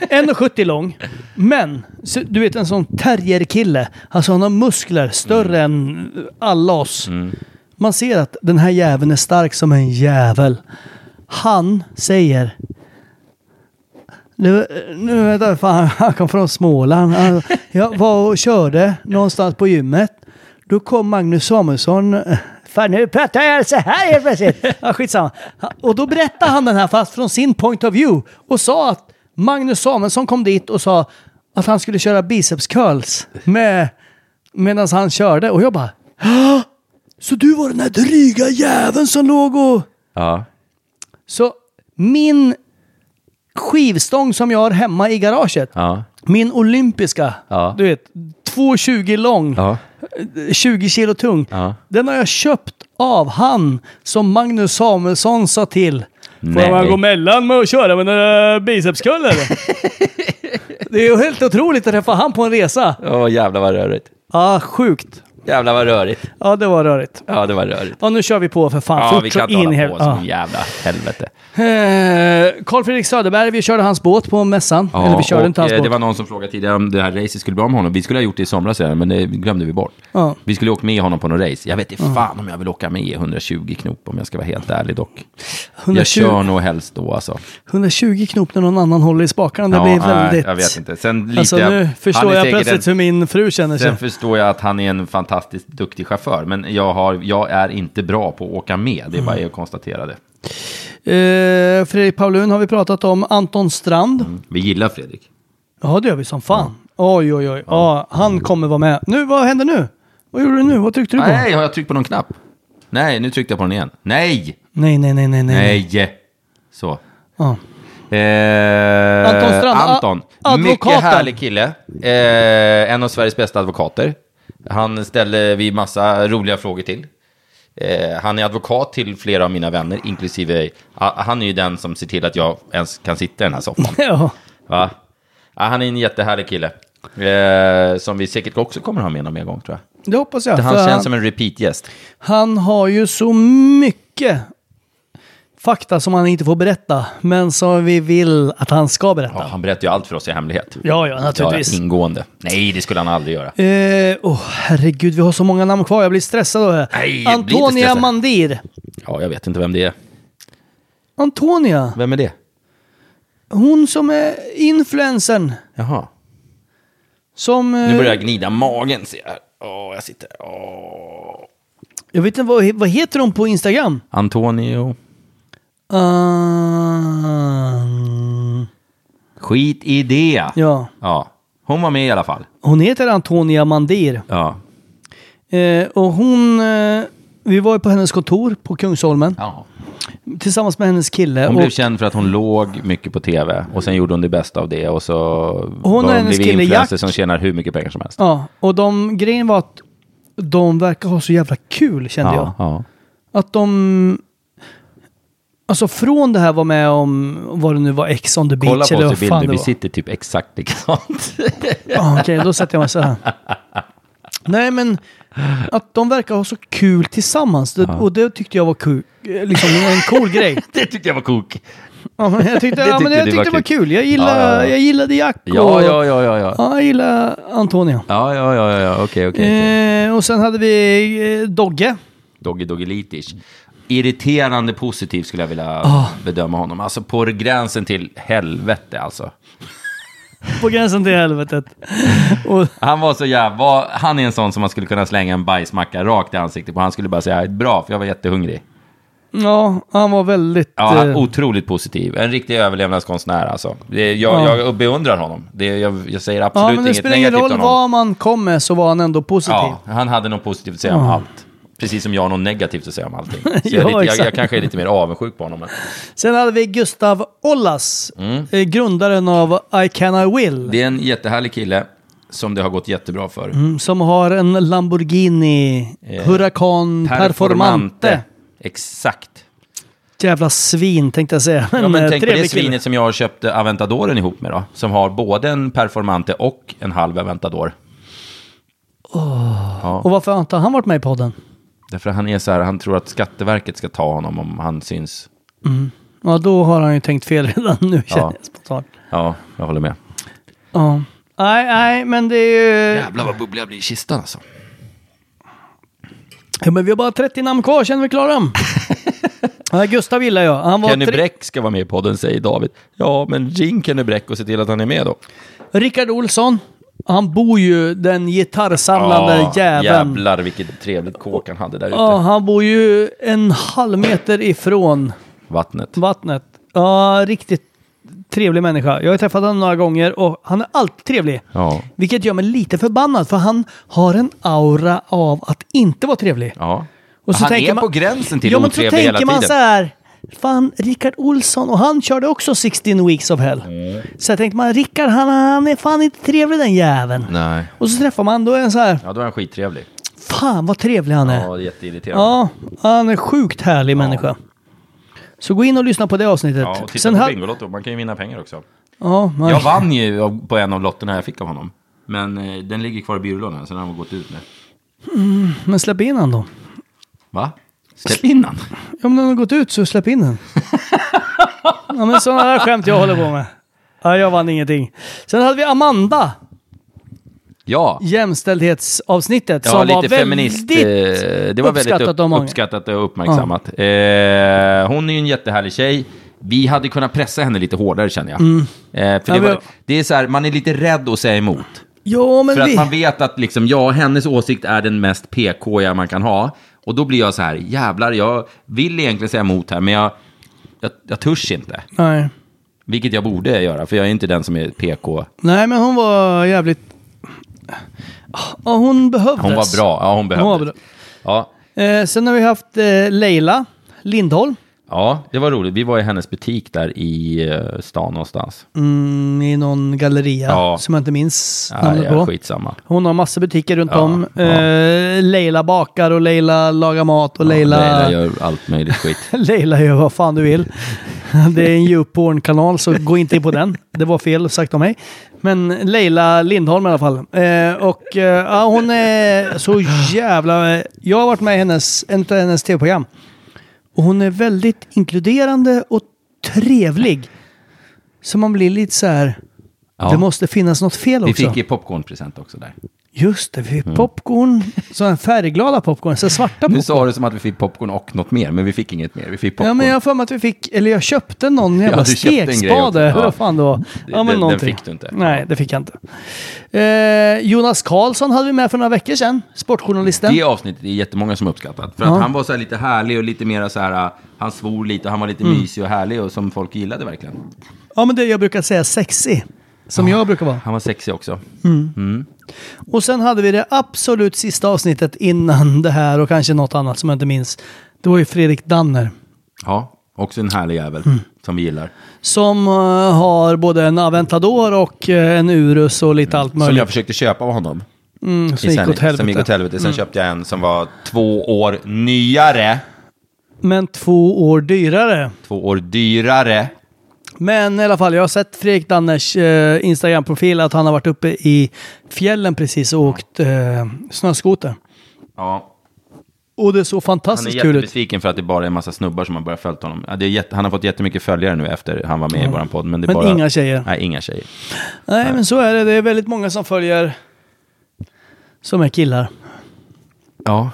C: 1,70 lång. Men, så, du vet en sån terrierkille. Alltså han har muskler större än alla oss. Man ser att den här jäveln är stark som en jävel. Han säger... Nu, nu vet jag, fan, han kom från Småland. Han, jag var och körde någonstans på gymmet. Då kom Magnus Samuelsson. Fan, nu pratar jag så här helt plötsligt. Ja, skitsamma. Och då berättade han den här fast från sin point of view och sa att Magnus Samuelsson kom dit och sa att han skulle köra biceps curls med, medan han körde. Och jag bara... "Hå? Så du var den här dryga jäveln som låg och...
B: Ja.
C: Så min skivstång som jag har hemma i garaget,
B: Ja.
C: min olympiska,
B: Ja.
C: du vet, 2,20 lång,
B: Ja.
C: 20 kilo tung,
B: Ja.
C: den har jag köpt av han som Magnus Samuelsson sa till.
B: Nej.
C: Får man gå mellan med och köra med några bicepskullar? det är ju helt otroligt att träffa han på en resa. Ja,
B: Åh, jävlar vad rörigt.
C: ah, sjukt.
B: Jävlar vad rörigt.
C: Ja, det var rörigt.
B: Ja, det var rörigt.
C: Ja, nu kör vi på för fan.
B: Ja,
C: Fort
B: vi
C: så
B: kan inte
C: in i
B: hålla
C: hel-
B: på
C: Ja.
B: som jävla helvete.
C: Karl Fredrik Söderberg, vi körde hans båt på mässan. Eller vi körde
B: och,
C: inte hans
B: eh,
C: båt.
B: det var någon som frågade tidigare om det här racet skulle bli av med honom. Vi skulle ha gjort det i somras redan, men det glömde vi bort.
C: Ja.
B: Vi skulle åkt med honom på något race. Jag vet inte fan om jag vill åka med i 120 knop om jag ska vara helt ärlig dock.
C: 120,
B: Jag kör nog helst då alltså.
C: 120 knop när någon annan håller i spakarna. Det
B: Ja,
C: blir
B: nej,
C: väldigt...
B: jag vet inte. Sen lite,
C: Alltså nu
B: han
C: förstår
B: är
C: jag
B: säkert
C: plötsligt
B: en,
C: hur min fru känner sig.
B: Sen förstår jag att han är en fantastiskt duktig chaufför, men jag, har, jag är inte bra på att åka med. Det är
C: Mm.
B: bara att konstatera det.
C: Eh, Fredrik Paulun har vi pratat om. Anton Strand.
B: Vi gillar Fredrik.
C: Ja, det gör vi som fan. Oj, oj, oj. Ja, han kommer vara med. Nu, vad händer nu? Vad gjorde du nu? Vad tryckte du på?
B: Nej, har jag tryckt på någon knapp? Nej, nu tryckte jag på den igen. Nej!
C: Nej, nej, nej, nej. nej.
B: Nej! Så.
C: Ja.
B: Eh,
C: Anton Strand, a-
B: Anton.
C: advokaten.
B: Mycket härlig kille. Eh, en av Sveriges bästa advokater. Han ställer vi massa roliga frågor till. Eh, han är advokat till flera av mina vänner, inklusive... Ah, han är ju den som ser till att jag ens kan sitta i den här soffan. Ah,
C: Ja.
B: Va? Ja, han är en jättehärlig kille. Eh, som vi säkert också kommer ha med någon mer gång tror jag.
C: Det hoppas jag.
B: Han
C: för
B: känns som en repeat-gäst.
C: han har ju så mycket fakta som han inte får berätta, men som vi vill att han ska
B: Ja,
C: berätta.
B: han berättar ju allt för oss i hemlighet.
C: Ja, ja, naturligtvis.
B: Ja, ingående. Nej, det skulle han aldrig göra.
C: Eh, oh, herregud, vi har så många namn kvar. Jag blir stressad av det här.
B: Nej, bli inte
C: Antonia
B: stressad.
C: Mandir.
B: Ja, jag vet inte vem det är.
C: Antonia,
B: Vem är det?
C: hon som är influensen
B: Jaha.
C: som... eh,
B: Nu börjar jag gnida magen, ser jag. här. Åh, jag sitter... Åh.
C: Jag vet inte, vad, vad heter hon på Instagram?
B: Antonio.
C: An-
B: Skit i det.
C: ja,
B: Ja. Hon var med i alla fall.
C: hon heter Antonia Mandir.
B: Ja.
C: Eh, och hon... Eh, vi var ju på hennes kontor på Kungsholmen
B: ja.
C: tillsammans med hennes kille.
B: Hon
C: och
B: blev känd för att hon låg mycket på tv och sen gjorde hon det bästa av det och så
C: och
B: hon
C: hennes
B: blivit
C: kille
B: influencer
C: Jack.
B: som tjänar hur mycket pengar som helst.
C: ja, och de, grejen var att de verkar ha så jävla kul kände jag.
B: ja.
C: Att de... Alltså från det här var med om vad det nu var, Ex on the beach
B: Kolla på
C: eller
B: oss
C: vad
B: i bilder,
C: fan det
B: vi
C: var.
B: sitter typ exakt likadant.
C: Ja, Okej, då sätter jag mig så här. Nej, men att de verkar ha så kul tillsammans. Det, Och det tyckte jag var kul. eh, Liksom en cool grej.
B: det tyckte jag var kok.
C: Ja, men jag tyckte,
B: Det
C: ja, men
B: tyckte
C: jag
B: du
C: tyckte
B: var
C: det var
B: kul.
C: kul. Jag gillade,
B: Ja, ja, ja.
C: Jag gillade Jack och
B: Ja, ja, ja, ja, ja.
C: Ja, jag gillade Antonia.
B: Ja, ja, ja, ja, ja. okej, okej. okej.
C: Eh, och sen hade vi eh, Dogge.
B: Doggy Doggy Litish. Irriterande positiv skulle jag vilja
C: Ah.
B: bedöma honom. Alltså på gränsen till helvete alltså.
C: På gränsen till helvetet. Och,
B: Han var så jävla... Han är en sån som man skulle kunna slänga en bajsmacka rakt i ansiktet på. Han skulle bara säga bra, för jag var jättehungrig.
C: ja, han var väldigt...
B: Ja, han,
C: eh,
B: otroligt positiv. En riktig överlevnadskonstnär alltså. Det, jag,
C: Ja.
B: jag beundrar honom. Det, jag, jag säger
C: ja,
B: absolut
C: men det
B: inget
C: spelar ingen
B: negativt om
C: roll
B: honom.
C: vad man kom med så var han ändå positiv.
B: Ja, han hade något positivt att säga om allt. Precis som jag har något negativt att säga om allting. Så
C: Ja,
B: jag, är lite, jag, jag
C: exakt.
B: kanske är lite mer avundsjuk på honom. Men
C: Sen hade vi Gustav Ollas,
B: Mm.
C: eh, grundaren av I Can I Will,
B: det är en jättehärlig kille som det har gått jättebra för.
C: mm, som har en Lamborghini
B: Eh,
C: Huracan Performante.
B: Exakt.
C: Jävla svin tänkte jag säga.
B: Ja, men
C: eh,
B: tänk på
C: trevlig
B: det
C: kille.
B: svinet som jag köpte Aventadoren ihop med då. Som har både en Performante och en halv Aventador.
C: Och varför har inte han varit med i podden?
B: Därför han är så här, han tror att Skatteverket ska ta honom om han syns.
C: Ja, då har han ju tänkt fel redan nu känner jag spontant.
B: Ja, jag håller med.
C: Ja. Nej, nej, men det är ju...
B: Jävlar vad bubblig jag blir i kistan alltså.
C: Ja, men vi har bara 30 namn kvar, känner vi klara dem? ja, Gustav gillar jag. Han var
B: Kenny
C: tre...
B: Bräck ska vara med i podden, säger David. Ja, men ring Kenny Bräck och se till att han är med då.
C: Rickard Olsson. Han bor ju, den gitarrsamlande
B: Ja,
C: jäveln.
B: Jävlar vilket trevligt kåk han hade där ute.
C: Ja, han bor ju en halv meter ifrån
B: Vattnet.
C: vattnet. Ja, riktigt trevlig människa. Jag har träffat honom några gånger och han är alltid trevlig.
B: Ja.
C: Vilket gör mig lite förbannad för han har en aura av att inte vara trevlig.
B: Ja.
C: Och så
B: han
C: tänker
B: är
C: man-
B: på gränsen till
C: ja, men så
B: otrevlig hela
C: tänker
B: tiden.
C: man så här. Fan, Rickard Olsson, och han körde också 16 weeks of hell.
B: Mm.
C: Så jag tänkte man, Rickard han, han är fan inte trevlig den jäveln.
B: Nej.
C: Och så träffar man, då är han så här,
B: Ja, då är han skittrevlig.
C: fan vad trevlig han är.
B: Ja, det är jätteirriterande.
C: Ja, han är sjukt härlig människa. Så gå in och lyssna på det avsnittet.
B: Ja, och titta
C: Sen
B: på
C: ha-
B: Bingolotto, man kan ju vinna pengar också.
C: Ja, man-
B: Jag vann ju av- på en av lotterna jag fick av honom. Men eh, den ligger kvar i byrålådan, så den har han gått ut med.
C: men släpp in han då.
B: Va? Släpp in han.
C: Om den har gått ut så släpp in den. ja, men sådana här skämt jag håller på med. Ja, jag vann ingenting. Sen hade vi Amanda,
B: Ja.
C: jämställdhetsavsnittet.
B: Ja,
C: som
B: lite
C: var
B: feminist. eh,
C: väldigt
B: Det var väldigt
C: uppskattat
B: upp,
C: av många.
B: uppskattat och uppmärksammat. Eh, hon är ju en jättehärlig tjej. Vi hade kunnat pressa henne lite hårdare känner jag. Eh, för
C: Mm. Ja,
B: det,
C: men-
B: var, det är så här, man är lite rädd att säga emot.
C: Ja, men
B: För att
C: vi...
B: man vet att liksom, ja, hennes åsikt är den mest PK -iga man kan ha. Och då blir jag så här, jävlar, jag vill egentligen säga emot här, men jag, jag, jag törs inte.
C: Nej.
B: Vilket jag borde göra, för jag är inte den som är PK.
C: Nej, men hon var jävligt... Ja, hon behövdes.
B: Hon var bra, ja hon
C: Hon var
B: behövdes.
C: bra.
B: Ja.
C: Eh, sen har vi haft eh, Leila Lindholm.
B: Ja, det var roligt. Vi var i hennes butik där i eh, stan någonstans.
C: Mm, I någon galleria
B: Ja.
C: som jag inte minns
B: Ah,
C: namnet
B: ja,
C: på.
B: skitsamma.
C: Hon har massa butiker runt
B: Ja,
C: om.
B: ja.
C: Eh, Leila bakar och Leila lagar mat och Leila...
B: Leila gör allt möjligt skit.
C: Leila gör vad fan du vill. Det är en YouPorn-kanal, så gå inte in på den. Det var fel sagt av mig. Men Leila Lindholm i alla fall. Eh, och eh, ja, hon är så jävla... Jag har varit med i hennes, en av hennes tv-program. Och hon är väldigt inkluderande och trevlig. Så man blir lite så här...
B: Ja.
C: Det måste finnas något fel
B: Vi
C: också.
B: fick ju popcornpresent också där.
C: Just det, vi fick popcorn. Så här färgglada popcorn, så här svarta popcorn.
B: Nu sa du som att vi fick popcorn och något mer, men vi fick inget mer. Vi fick popcorn.
C: Ja, men jag har för mig att vi fick, eller jag köpte någon jävla
B: du köpte en grej också.
C: stekspade. Eller
B: Ja.
C: vad fan det var. Ja,
B: Den-
C: men
B: den
C: någonting.
B: fick du inte.
C: Nej, det fick jag inte. Eh, Jonas Karlsson hade vi med för några veckor sedan, sportjournalisten.
B: Det avsnittet är jättemånga som har uppskattat. För att
C: Ja.
B: han var så här lite härlig och lite mera så här, äh, han svor lite och han var lite
C: Mm.
B: mysig och härlig och som folk gillade verkligen.
C: Ja, men det jag brukar säga sexy. Som jag brukar vara.
B: Han var sexig också.
C: Och sen hade vi det absolut sista avsnittet innan det här och kanske något annat som jag inte minns. Det var ju Fredrik Danner.
B: Ja, också en härlig jävel
C: Mm.
B: som vi gillar.
C: Som eh, har både en Aventador och eh, en Urus och lite allt
B: Som jag
C: möjligt.
B: försökte köpa av honom.
C: Mm,
B: I
C: som gick
B: sen-
C: åt helvete. Mm.
B: Som gick åt helvete. Sen köpte jag en som var två år nyare.
C: Men två år dyrare.
B: Två år dyrare.
C: Men i alla fall, jag har sett Fredrik Danners eh, Instagram-profil att han har varit uppe i fjällen precis och åkt eh, snöskoter.
B: Ja,
C: Och det såg
B: han är
C: fantastiskt kul ut.
B: jättebesviken för att det bara är en massa snubbar som har börjat följa honom. Ja, det är jätte, han har fått jättemycket följare nu efter han var med i vår podd. Men, det är
C: Men
B: bara,
C: inga tjejer.
B: Nej, inga tjejer.
C: Nej, men så är det. Det är väldigt många som följer som är killar.
B: Ja,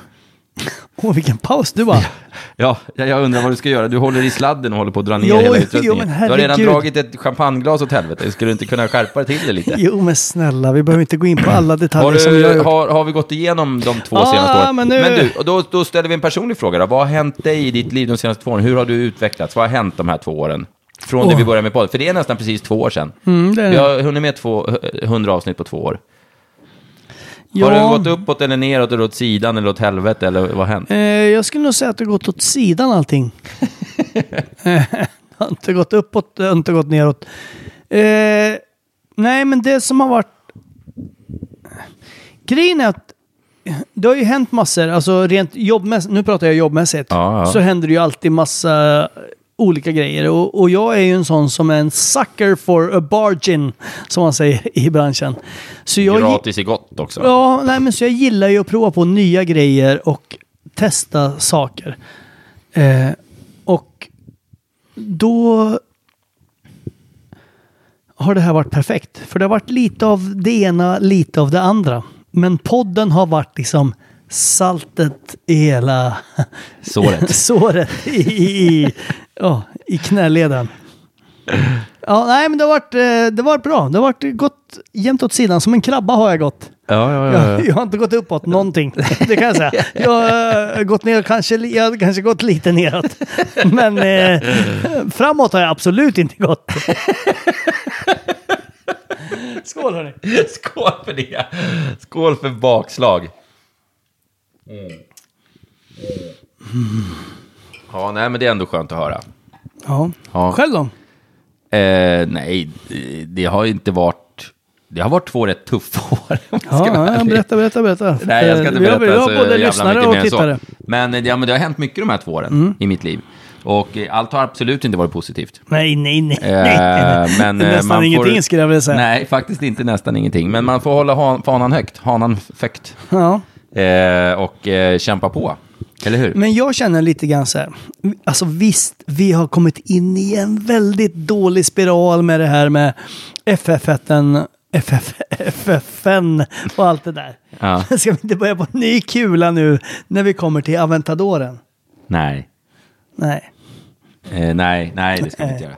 C: Åh, vilken paus du var.
B: Ja, jag jag undrar vad du ska göra. Du håller i sladden och håller på att dra ner
C: Jo,
B: hela
C: jo,
B: utrustningen.
C: men
B: du har redan
C: herregud.
B: dragit ett champagneglas åt helvete. Skulle du inte kunna skärpa det till det lite?
C: Jo, men snälla, vi behöver inte gå in på alla detaljer
B: Har,
C: som jag har
B: du,
C: gjort.
B: har, har vi gått igenom de två
C: Ah,
B: senaste åren?
C: men nu-
B: du, och då, då ställer vi en personlig fråga då. Vad har hänt dig i ditt liv de senaste två åren? Hur har du utvecklats? Vad har hänt de här två åren? Från det
C: Åh.
B: vi började med podden. För det är nästan precis två år sedan.
C: Mm, det är
B: Vi
C: det.
B: har hunnit med två, 100 avsnitt på två år.
C: Ja,
B: Har det gått uppåt eller neråt eller åt sidan eller åt helvete eller vad har hänt?
C: eh, jag skulle nog säga att det har gått åt sidan allting. Eh, det har inte gått uppåt, det har inte gått neråt. Eh, nej, men det som har varit Grejen är att det har ju hänt massor, alltså rent jobbmässigt, nu pratar jag jobbmässigt,
B: Ja, ja.
C: så händer det ju alltid massa olika grejer. Och, och jag är ju en sån som är en sucker for a bargain, som man säger i branschen. Så jag, gi-
B: Gratis är gott också.
C: Ja, nej, men så jag gillar ju att prova på nya grejer och testa saker. Eh, och då har det här varit perfekt. För det har varit lite av det ena, lite av det andra. Men podden har varit liksom saltet i hela
B: Såret.
C: såret i, i, i, ja, i knäleden. Ja, nej, men det har, varit, eh, det har varit bra. Det har varit gått jämnt åt sidan. Som en krabba har jag gått.
B: Ja, ja, ja. ja.
C: Jag, jag har inte gått uppåt någonting, det kan jag säga. Jag har gått ner, kanske, li- jag har kanske gått lite neråt. Men eh, framåt har jag absolut inte gått. Skål hörni!
B: Skål för det! Skål för bakslag! Ja, nej, men det är ändå skönt att höra.
C: Ja.
B: Ja.
C: Själv då?
B: Eh, nej, det- det har inte varit... Det har varit två rätt tuffa år. om jag ska vara
C: Ja, ja,
B: ärlig.
C: berätta, berätta, berätta.
B: Nej, jag ska inte
C: Vi har-
B: berätta
C: vi har
B: så
C: både
B: jävla
C: lyssnare
B: mycket
C: och
B: mer än
C: tittare. Mm.
B: så. Men, eh, ja, men det har hänt mycket de här två åren i mitt liv. Och eh, allt har absolut inte varit positivt.
C: Nej, nej, nej.
B: Eh,
C: nej.
B: men, eh,
C: Nästan
B: man
C: ingenting
B: får,
C: skulle jag vilja säga.
B: Nej, faktiskt inte nästan ingenting. Men man får hålla han, fanan högt, hanan fögt.
C: Ja.
B: Eh, och eh, kämpa på. Eller hur?
C: Men jag känner lite grann så här. Alltså visst, vi har kommit in i en väldigt dålig spiral med det här med FF-fetten, FF, FFN och allt det där.
B: Ja.
C: Ska vi inte börja på en ny kula nu när vi kommer till Aventadoren?
B: Nej.
C: Nej.
B: Eh, nej, nej, det ska vi inte göra.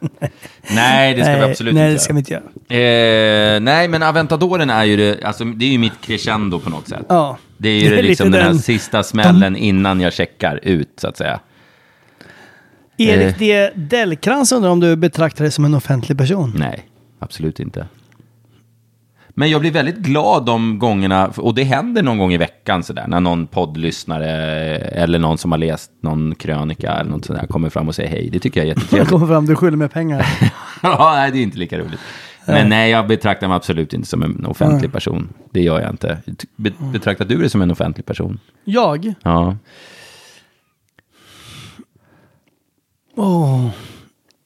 B: Nej, det ska
C: nej,
B: vi absolut
C: nej, det
B: inte
C: ska
B: göra.
C: vi inte göra.
B: Eh, nej, men Aventadoren är ju det, alltså, det är ju mitt crescendo på något sätt.
C: Ja.
B: Det är ju
C: Det är
B: det, liksom
C: lite
B: den här
C: den-
B: sista smällen innan jag checkar ut, så att säga.
C: Erik D. Dellkrans undrar om du betraktar dig som en offentlig person?
B: Nej, absolut inte. Men jag blir väldigt glad de gångerna, och det händer någon gång i veckan sådär, när någon poddlyssnare eh, eller någon som har läst någon krönika eller något sådär kommer fram och säger hej. Det tycker jag är
C: Jag
B: jättetrevligt.
C: kommer fram, du skyller mig pengar.
B: ja, nej, det är inte lika roligt. Men nej, jag betraktar mig absolut inte som en offentlig person. Det gör jag inte. Be- betraktar du dig som en offentlig person?
C: Jag?
B: Ja.
C: Åh.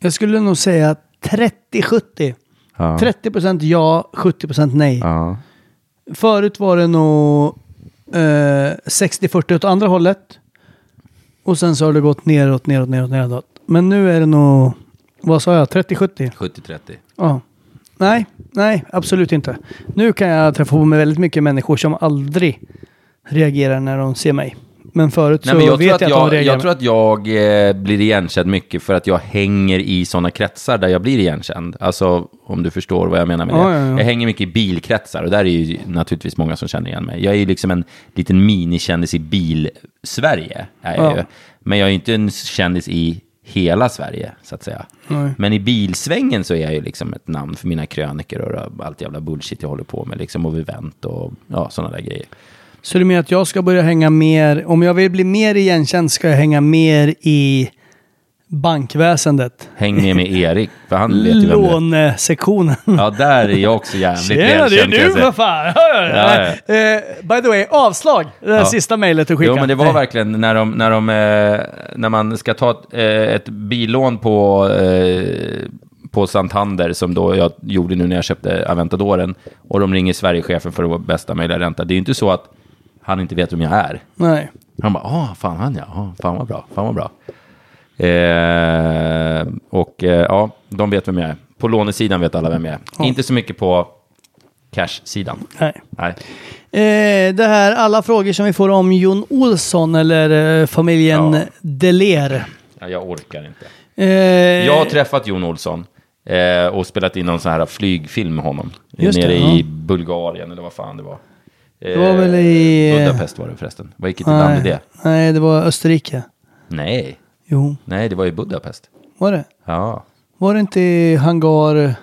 C: Jag skulle nog säga 30-70.
B: Ja.
C: 30 procent ja, 70 procent nej.
B: Ja.
C: Förut var det nog eh, 60-40 åt andra hållet. Och sen så har det gått neråt, neråt, neråt, neråt. Men nu är det nog, vad sa jag, 30-70?
B: 70-30.
C: Ja. Nej, nej, absolut inte. Nu kan jag träffa på mig väldigt mycket människor som aldrig reagerar när de ser mig. Men förut så
B: Nej, men jag,
C: vet
B: tror att
C: jag att de
B: jag,
C: reagerar.
B: jag tror att jag eh, blir igenkänd mycket för att jag hänger i sådana kretsar där jag blir igenkänd. Alltså, om du förstår vad jag menar med det.
C: Ja, ja, ja.
B: Jag hänger mycket i bilkretsar och där är ju naturligtvis många som känner igen mig. Jag är ju liksom en liten minikändis i bil-Sverige. Är jag
C: Ja.
B: ju. Men jag är ju inte en kändis i hela Sverige, så att säga. Men i bilsvängen så är jag ju liksom ett namn för mina kröniker och allt jävla bullshit jag håller på med, liksom, och event och ja, sådana där grejer.
C: Så du menar att jag ska börja hänga mer, om jag vill bli mer igenkänd ska jag hänga mer i bankväsendet?
B: Häng med med Erik, för han vet ju vem du är.
C: Lånesektionen.
B: Ja, där är jag också jävligt
C: Tjena, det är
B: välkänd, kan
C: du
B: jag säga.
C: för fan! Hör,
B: Ja,
C: Eh, by the way, avslag! Det där sista mejlet du skickade.
B: Jo, men det var
C: Nej.
B: verkligen när, de, när, de, eh, när man ska ta ett, eh, ett billån på, eh, på Santander, som då jag gjorde nu när jag köpte Aventadoren, och de ringer Sverigechefen för att få bästa möjliga ränta. Det är ju inte så att han inte vet vem jag är.
C: Nej.
B: Han bara, ah, fan han ja, ah, fan vad bra, fan vad bra. Eh, och eh, ja, de vet vem jag är. På lånesidan vet alla vem jag är. Inte så mycket på cash-sidan.
C: Nej.
B: Nej.
C: Eh, det här, alla frågor som vi får om Jon Olsson eller eh, familjen
B: Ja.
C: Deler.
B: Ja, Jag orkar inte.
C: Eh,
B: Jag har träffat Jon Olsson eh, och spelat in någon sån här flygfilm med honom.
C: Just det,
B: nere
C: ja.
B: i Bulgarien eller vad fan det var. Eh,
C: Det var väl i- eh,
B: Budapest var det förresten. Vad gick det land
C: nej.
B: i det?
C: Nej, det var Österrike.
B: Nej,
C: Jo,
B: nej det var i Budapest.
C: var det?
B: Ja,
C: Var det inte i hangar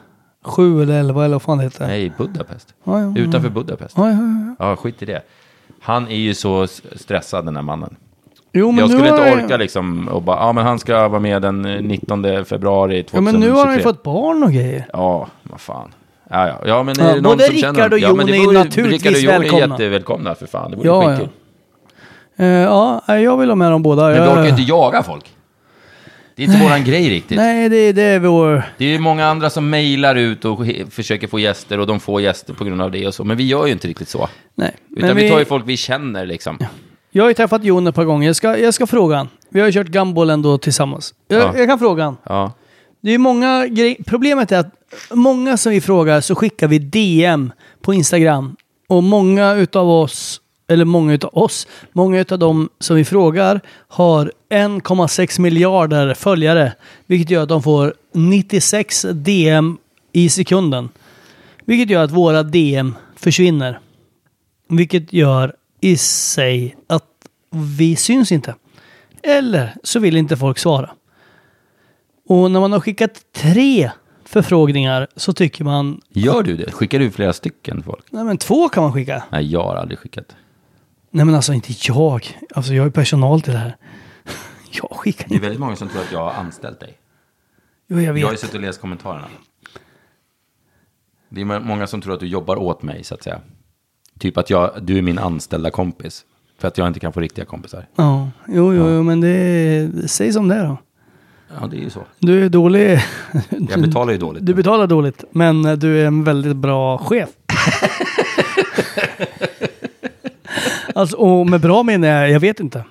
C: 7 eller 11 eller vad fan det heter?
B: nej Budapest.
C: Ja, ja, ja.
B: Utanför Budapest.
C: Ja, ja, ja.
B: Ja, skit i det. Han är ju så s- stressad den här mannen.
C: Jo, men
B: jag
C: nu
B: skulle
C: har
B: inte
C: jag-
B: orka liksom och bara, ja men han ska vara med den eh, 19 februari 2023.
C: Ja, men nu har han ju fått barn och grejer.
B: Ja, vad fan. Ja, ja. ja, men är
C: Ja,
B: det någon
C: både
B: som
C: Rickard
B: känner...
C: och
B: ja, men
C: Jon
B: det
C: är
B: vore-
C: naturligtvis
B: Rickard och Jon är
C: välkomna.
B: jättevälkomna för fan. Det vore
C: Ja,
B: skitkul.
C: Eh, ja, nej, jag vill ha med dem båda.
B: Men
C: jag...
B: du orkar ju inte jaga folk. Det är inte våran grej riktigt.
C: Nej, det, det är vår...
B: Det är ju många andra som mejlar ut och he- försöker få gäster och de får gäster på grund av det och så. Men vi gör ju inte riktigt så.
C: Nej.
B: Utan vi... tar ju folk vi känner liksom.
C: Jag har ju träffat Jon ett par gånger. Jag ska, jag ska fråga han. Vi har ju kört gumball ändå tillsammans. Jag,
B: Ja.
C: jag kan fråga han.
B: Ja.
C: Det är många grej- Problemet är att många som vi frågar så skickar vi DM på Instagram. Och många utav oss, eller många utav oss, många utav dem som vi frågar har 1,6 miljarder följare. Vilket gör att de får 96 DM i sekunden. Vilket gör att våra DM försvinner. Vilket gör i sig att vi syns inte. Eller så vill inte folk svara. Och när man har skickat tre förfrågningar så tycker man...
B: Gör du det? Skickar du flera stycken folk?
C: Nej men två kan man skicka.
B: Nej, jag har aldrig skickat.
C: Nej men alltså inte jag. Alltså jag är personal till det här. Jag skickar
B: Det är
C: inte.
B: väldigt många som tror att jag har anställt dig.
C: Jo jag
B: Jag har ju
C: vet.
B: suttit och läst kommentarerna. Det är må- många som tror att du jobbar åt mig, så att säga. Typ att jag, du är min anställda kompis. För att jag inte kan få riktiga kompisar.
C: Ja. Jo, jo, jo men det... Säg som det är då.
B: Ja, det är ju så.
C: Du är dålig.
B: Jag betalar ju dåligt.
C: Du betalar dåligt. Men du är en väldigt bra chef. Alltså, och med bra menar jag, jag vet inte.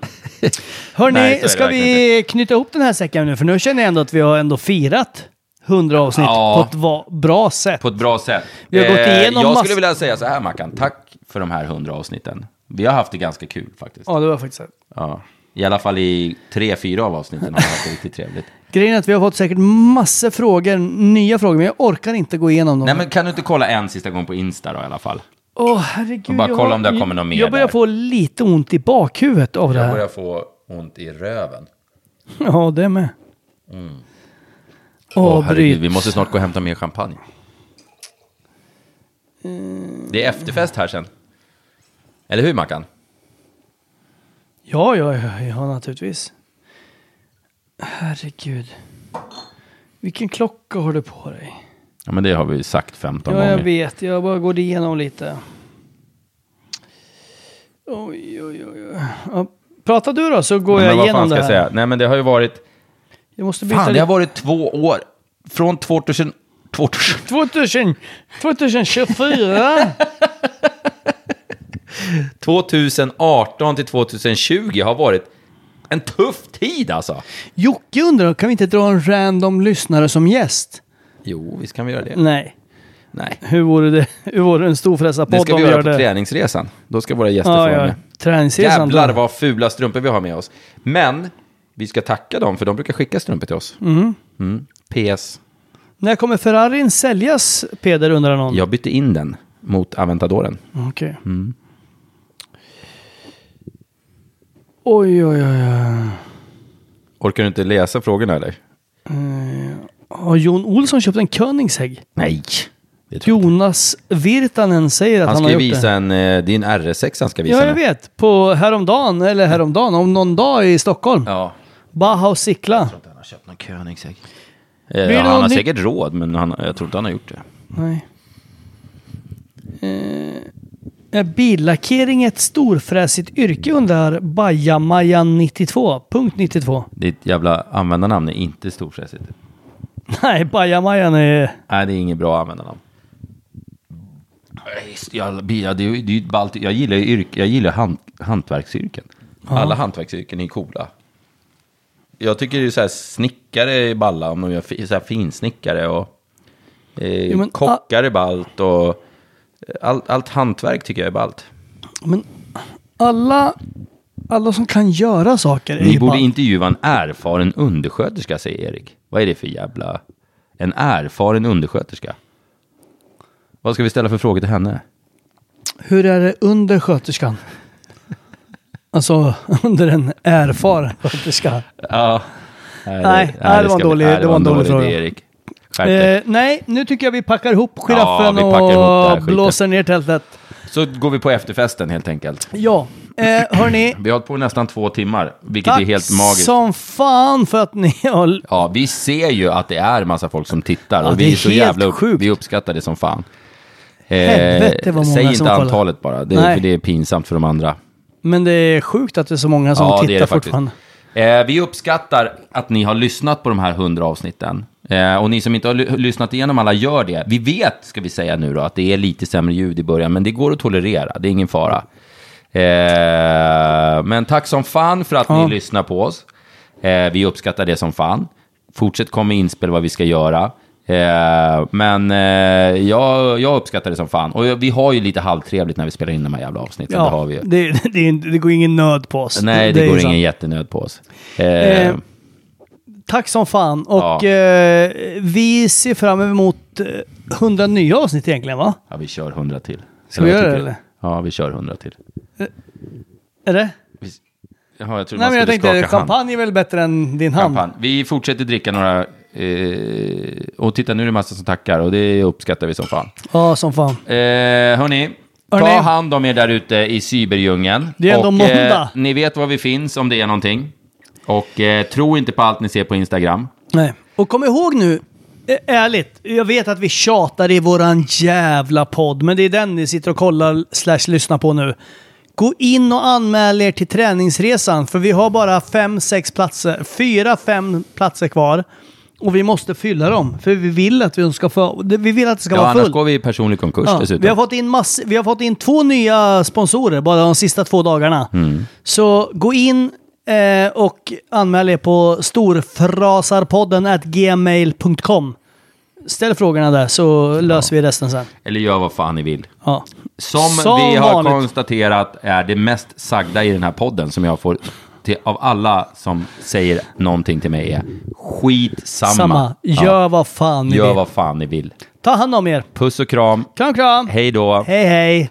B: Nej, så är
C: Hörni,
B: det
C: ska vi knyta ihop den här säcken nu? För nu känner jag ändå att vi har ändå firat 100 avsnitt
B: Ja.
C: på ett va- bra sätt.
B: På ett bra sätt. Eh,
C: Vi har gått igenom
B: jag
C: mass-
B: skulle vilja säga så här, Mackan. Tack för de här hundra avsnitten. Vi har haft det ganska kul faktiskt.
C: Ja, det var faktiskt det.
B: Ja. I alla fall i tre, fyra av avsnitten har vi haft det riktigt trevligt.
C: Grejen är att vi har fått säkert massor frågor, nya frågor, men jag orkar inte gå igenom dem.
B: Nej, men kan du inte kolla en sista gång på Insta då i alla fall?
C: Åh, herregud.
B: Och bara
C: jag
B: kolla
C: har-
B: om det kommer någon mer
C: Jag börjar
B: där.
C: få lite ont i bakhuvudet av det här.
B: få ont i röven.
C: Ja, det med.
B: Åh,
C: Åh,
B: herregud,
C: bryt.
B: vi måste snart gå och hämta mer champagne.
C: Eh.
G: Det är efterfest här sen. Eller hur Mackan?
C: Ja, ja, ja, ja, naturligtvis. Herregud. Vilken klocka har du på dig?
B: Ja, men det har vi ju sagt 15
C: Ja, jag
B: gånger.
C: vet. Jag bara går igenom lite. Oj, oj, oj. oj. Ja, prata du då, så går
B: Men
C: jag
B: vad fan
C: igenom
B: ska
C: det
B: jag
C: här.
B: säga? Nej, men det har ju varit...
C: Jag måste byta
B: Fan, det
C: lite.
B: har varit två år. Från 2000... 2000...
C: 2000, 2024.
B: 2018 till 2020 har varit en tuff tid alltså.
C: Jocke undrar, kan vi inte dra en random lyssnare som gäst?
B: Jo, visst kan vi göra det.
C: Nej.
B: Nej.
C: Hur vore det? Hur vore det en
B: Det
C: storfräsarpodd
B: ska
C: om
B: vi
C: vi
B: göra
C: gör
B: på
C: det?
B: träningsresan. Då ska våra gäster få
C: Ja,
B: vara
C: ja.
B: med.
C: Träningsresan.
B: Jävlar vad fula strumpor vi har med oss. Men vi ska tacka dem, för de brukar skicka strumpor till oss. Mm. PS.
C: När kommer Ferrarin säljas, Peder, undrar någon.
B: Jag bytte in den mot Aventadoren.
C: Okej.
B: Mm.
C: Oj, oj, oj. oj.
B: Orkar du inte läsa frågorna eller?
C: Eh, Har Jon Olsson köpt en Koenigsegg?
B: Nej. Det tror jag inte.
C: Jonas Virtanen säger att han,
B: han ska
C: har
B: ju
C: gjort
B: visa
C: det.
B: en, eh, din RS6 han ska visa
C: Ja, jag
B: nu.
C: vet. På häromdagen, eller häromdagen, om någon dag i Stockholm.
B: Ja.
C: Bauhaus Sickla.
B: Han har köpt någon Koenigsegg.
C: det
B: Eh,
C: någon
B: han har
C: ny-
B: säkert råd, men han, jag tror inte han har gjort det.
C: Nej. Eh, är billackering ett storfräsigt yrke undrar Bajamajan92. Punkt 92.
B: Ditt jävla användarnamn är inte storfräsigt.
C: Nej, Bajamajan är...
B: Nej, det är inget bra användarnamn. Nej, just det, Jag, det är ju- det är ju ett ballt- jag gillar ju yrke, jag gillar hand, hantverksyrken. Alla hantverksyrken är coola. Jag tycker ju så här snickare är balla om de gör fi- så här finsnickare och eh,
C: Jo, men-
B: kockar är ballt och eh, allt, allt hantverk tycker jag är ballt.
C: Men alla... Alla som kan göra saker är
B: Ni
C: ju
B: borde
C: bara-
B: intervjua en erfaren undersköterska, säger Erik. Vad är det för jävla... En erfaren undersköterska. Vad ska vi ställa för frågor till henne?
C: Hur är det under sköterskan? Alltså under en erfaren sköterska.
B: Ja.
C: Nej, nej, det var en
B: ska vi-
C: dålig-
B: nej,
C: det var en dålig
B: idé,
C: fråga.
B: Erik. Skärp dig.
C: Eh, nej, nu tycker jag vi packar ihop
B: Ja,
C: giraffen
B: vi packar ihop den här
C: och
B: skiten.
C: blåser ner tältet.
B: Så går vi på efterfesten helt enkelt.
C: Ja, eh, hörni.
B: Vi har hållit på i nästan två timmar, vilket
C: Tack
B: är helt magiskt.
C: som fan för att ni har...
B: Ja, vi ser ju att det är massa folk som tittar
C: Ja,
B: och
C: det
B: vi är
C: är
B: så
C: helt
B: jävla upp,
C: sjukt.
B: Vi uppskattar det som fan. Eh,
C: Helvete, vad många
B: säg inte
C: som kollar.
B: antalet bara, det,
C: Nej.
B: för det är pinsamt för de andra.
C: Men det är sjukt att det är så många som tittar fortfarande.
B: Eh, vi uppskattar att ni har lyssnat på de här hundra avsnitten. Eh, och ni som inte har ly- lyssnat igenom alla, gör det. Vi vet, ska vi säga nu då, att det är lite sämre ljud i början, men det går att tolerera. Det är ingen fara. Eh, men tack som fan för att ni lyssnar på oss. Eh, vi uppskattar det som fan. Fortsätt komma med inspel vad vi ska göra. Eh, men eh, jag, jag uppskattar det som fan. Och vi har ju lite halvtrevligt när vi spelar in de här jävla avsnitten. det har vi ju.
C: det, det, är inte- det går ingen nöd på oss.
B: Nej, det,
C: är
B: går
C: sant.
B: ingen jättenöd på oss. Eh,
C: Eh, Tack som fan. Och
B: Ja.
C: eh, vi ser fram emot eh, 100 nya avsnitt egentligen, va?
B: Ja, vi kör 100 till.
C: Ska vi
B: vad tycker
C: göra det,
B: du?
C: eller?
B: Ja, vi kör 100 till.
C: Är det?
B: Vi... Jaha, jag trodde
C: Nej,
B: man
C: men jag
B: skulle
C: tänkte
B: skaka hand.
C: champagne är väl bättre än din hand.
B: Champagne. Vi fortsätter dricka några... Eh, och titta, nu är det massa som tackar och det uppskattar vi som fan.
C: Ja, som fan.
B: Eh, hörni, ta
C: Hörni.
B: hand om er där ute i cyberdjungeln.
C: Det är ändå
B: och, eh,
C: måndag.
B: ni vet var vi finns om det är någonting. Och eh, tro inte på allt ni ser på Instagram.
C: Nej. Och kom ihåg nu, ä- ärligt, jag vet att vi tjatar i våran jävla podd, men det är den ni sitter och kollar slash lyssnar på nu. Gå in och anmäl er till träningsresan, för vi har bara fem, sex platser, fyra, fem platser kvar. Och vi måste fylla dem, för vi vill att vi ska få, vi vill att det ska
B: Ja,
C: vara
B: annars
C: fullt.
B: går vi i personlig konkurs
C: Ja,
B: dessutom.
C: vi, har fått in mass- vi har fått in två nya sponsorer bara de sista två dagarna.
B: Mm.
C: Så gå in eh, och anmäl er på storfrasarpodden gmail.com. Ställ frågorna där så löser vi resten sen.
B: Eller gör vad fan ni vill.
C: Ja.
B: Som,
C: Som
B: vi har
C: vanligt.
B: konstaterat är det mest sagda i den här podden som jag får till, av alla som säger någonting till mig är skitsamma.
C: Samma. Gör vad fan ni
B: Gör
C: vill.
B: vad fan ni vill.
C: Ta hand om er.
B: Puss och kram.
C: Kram, kram.
B: Hej då.
C: hej. hej.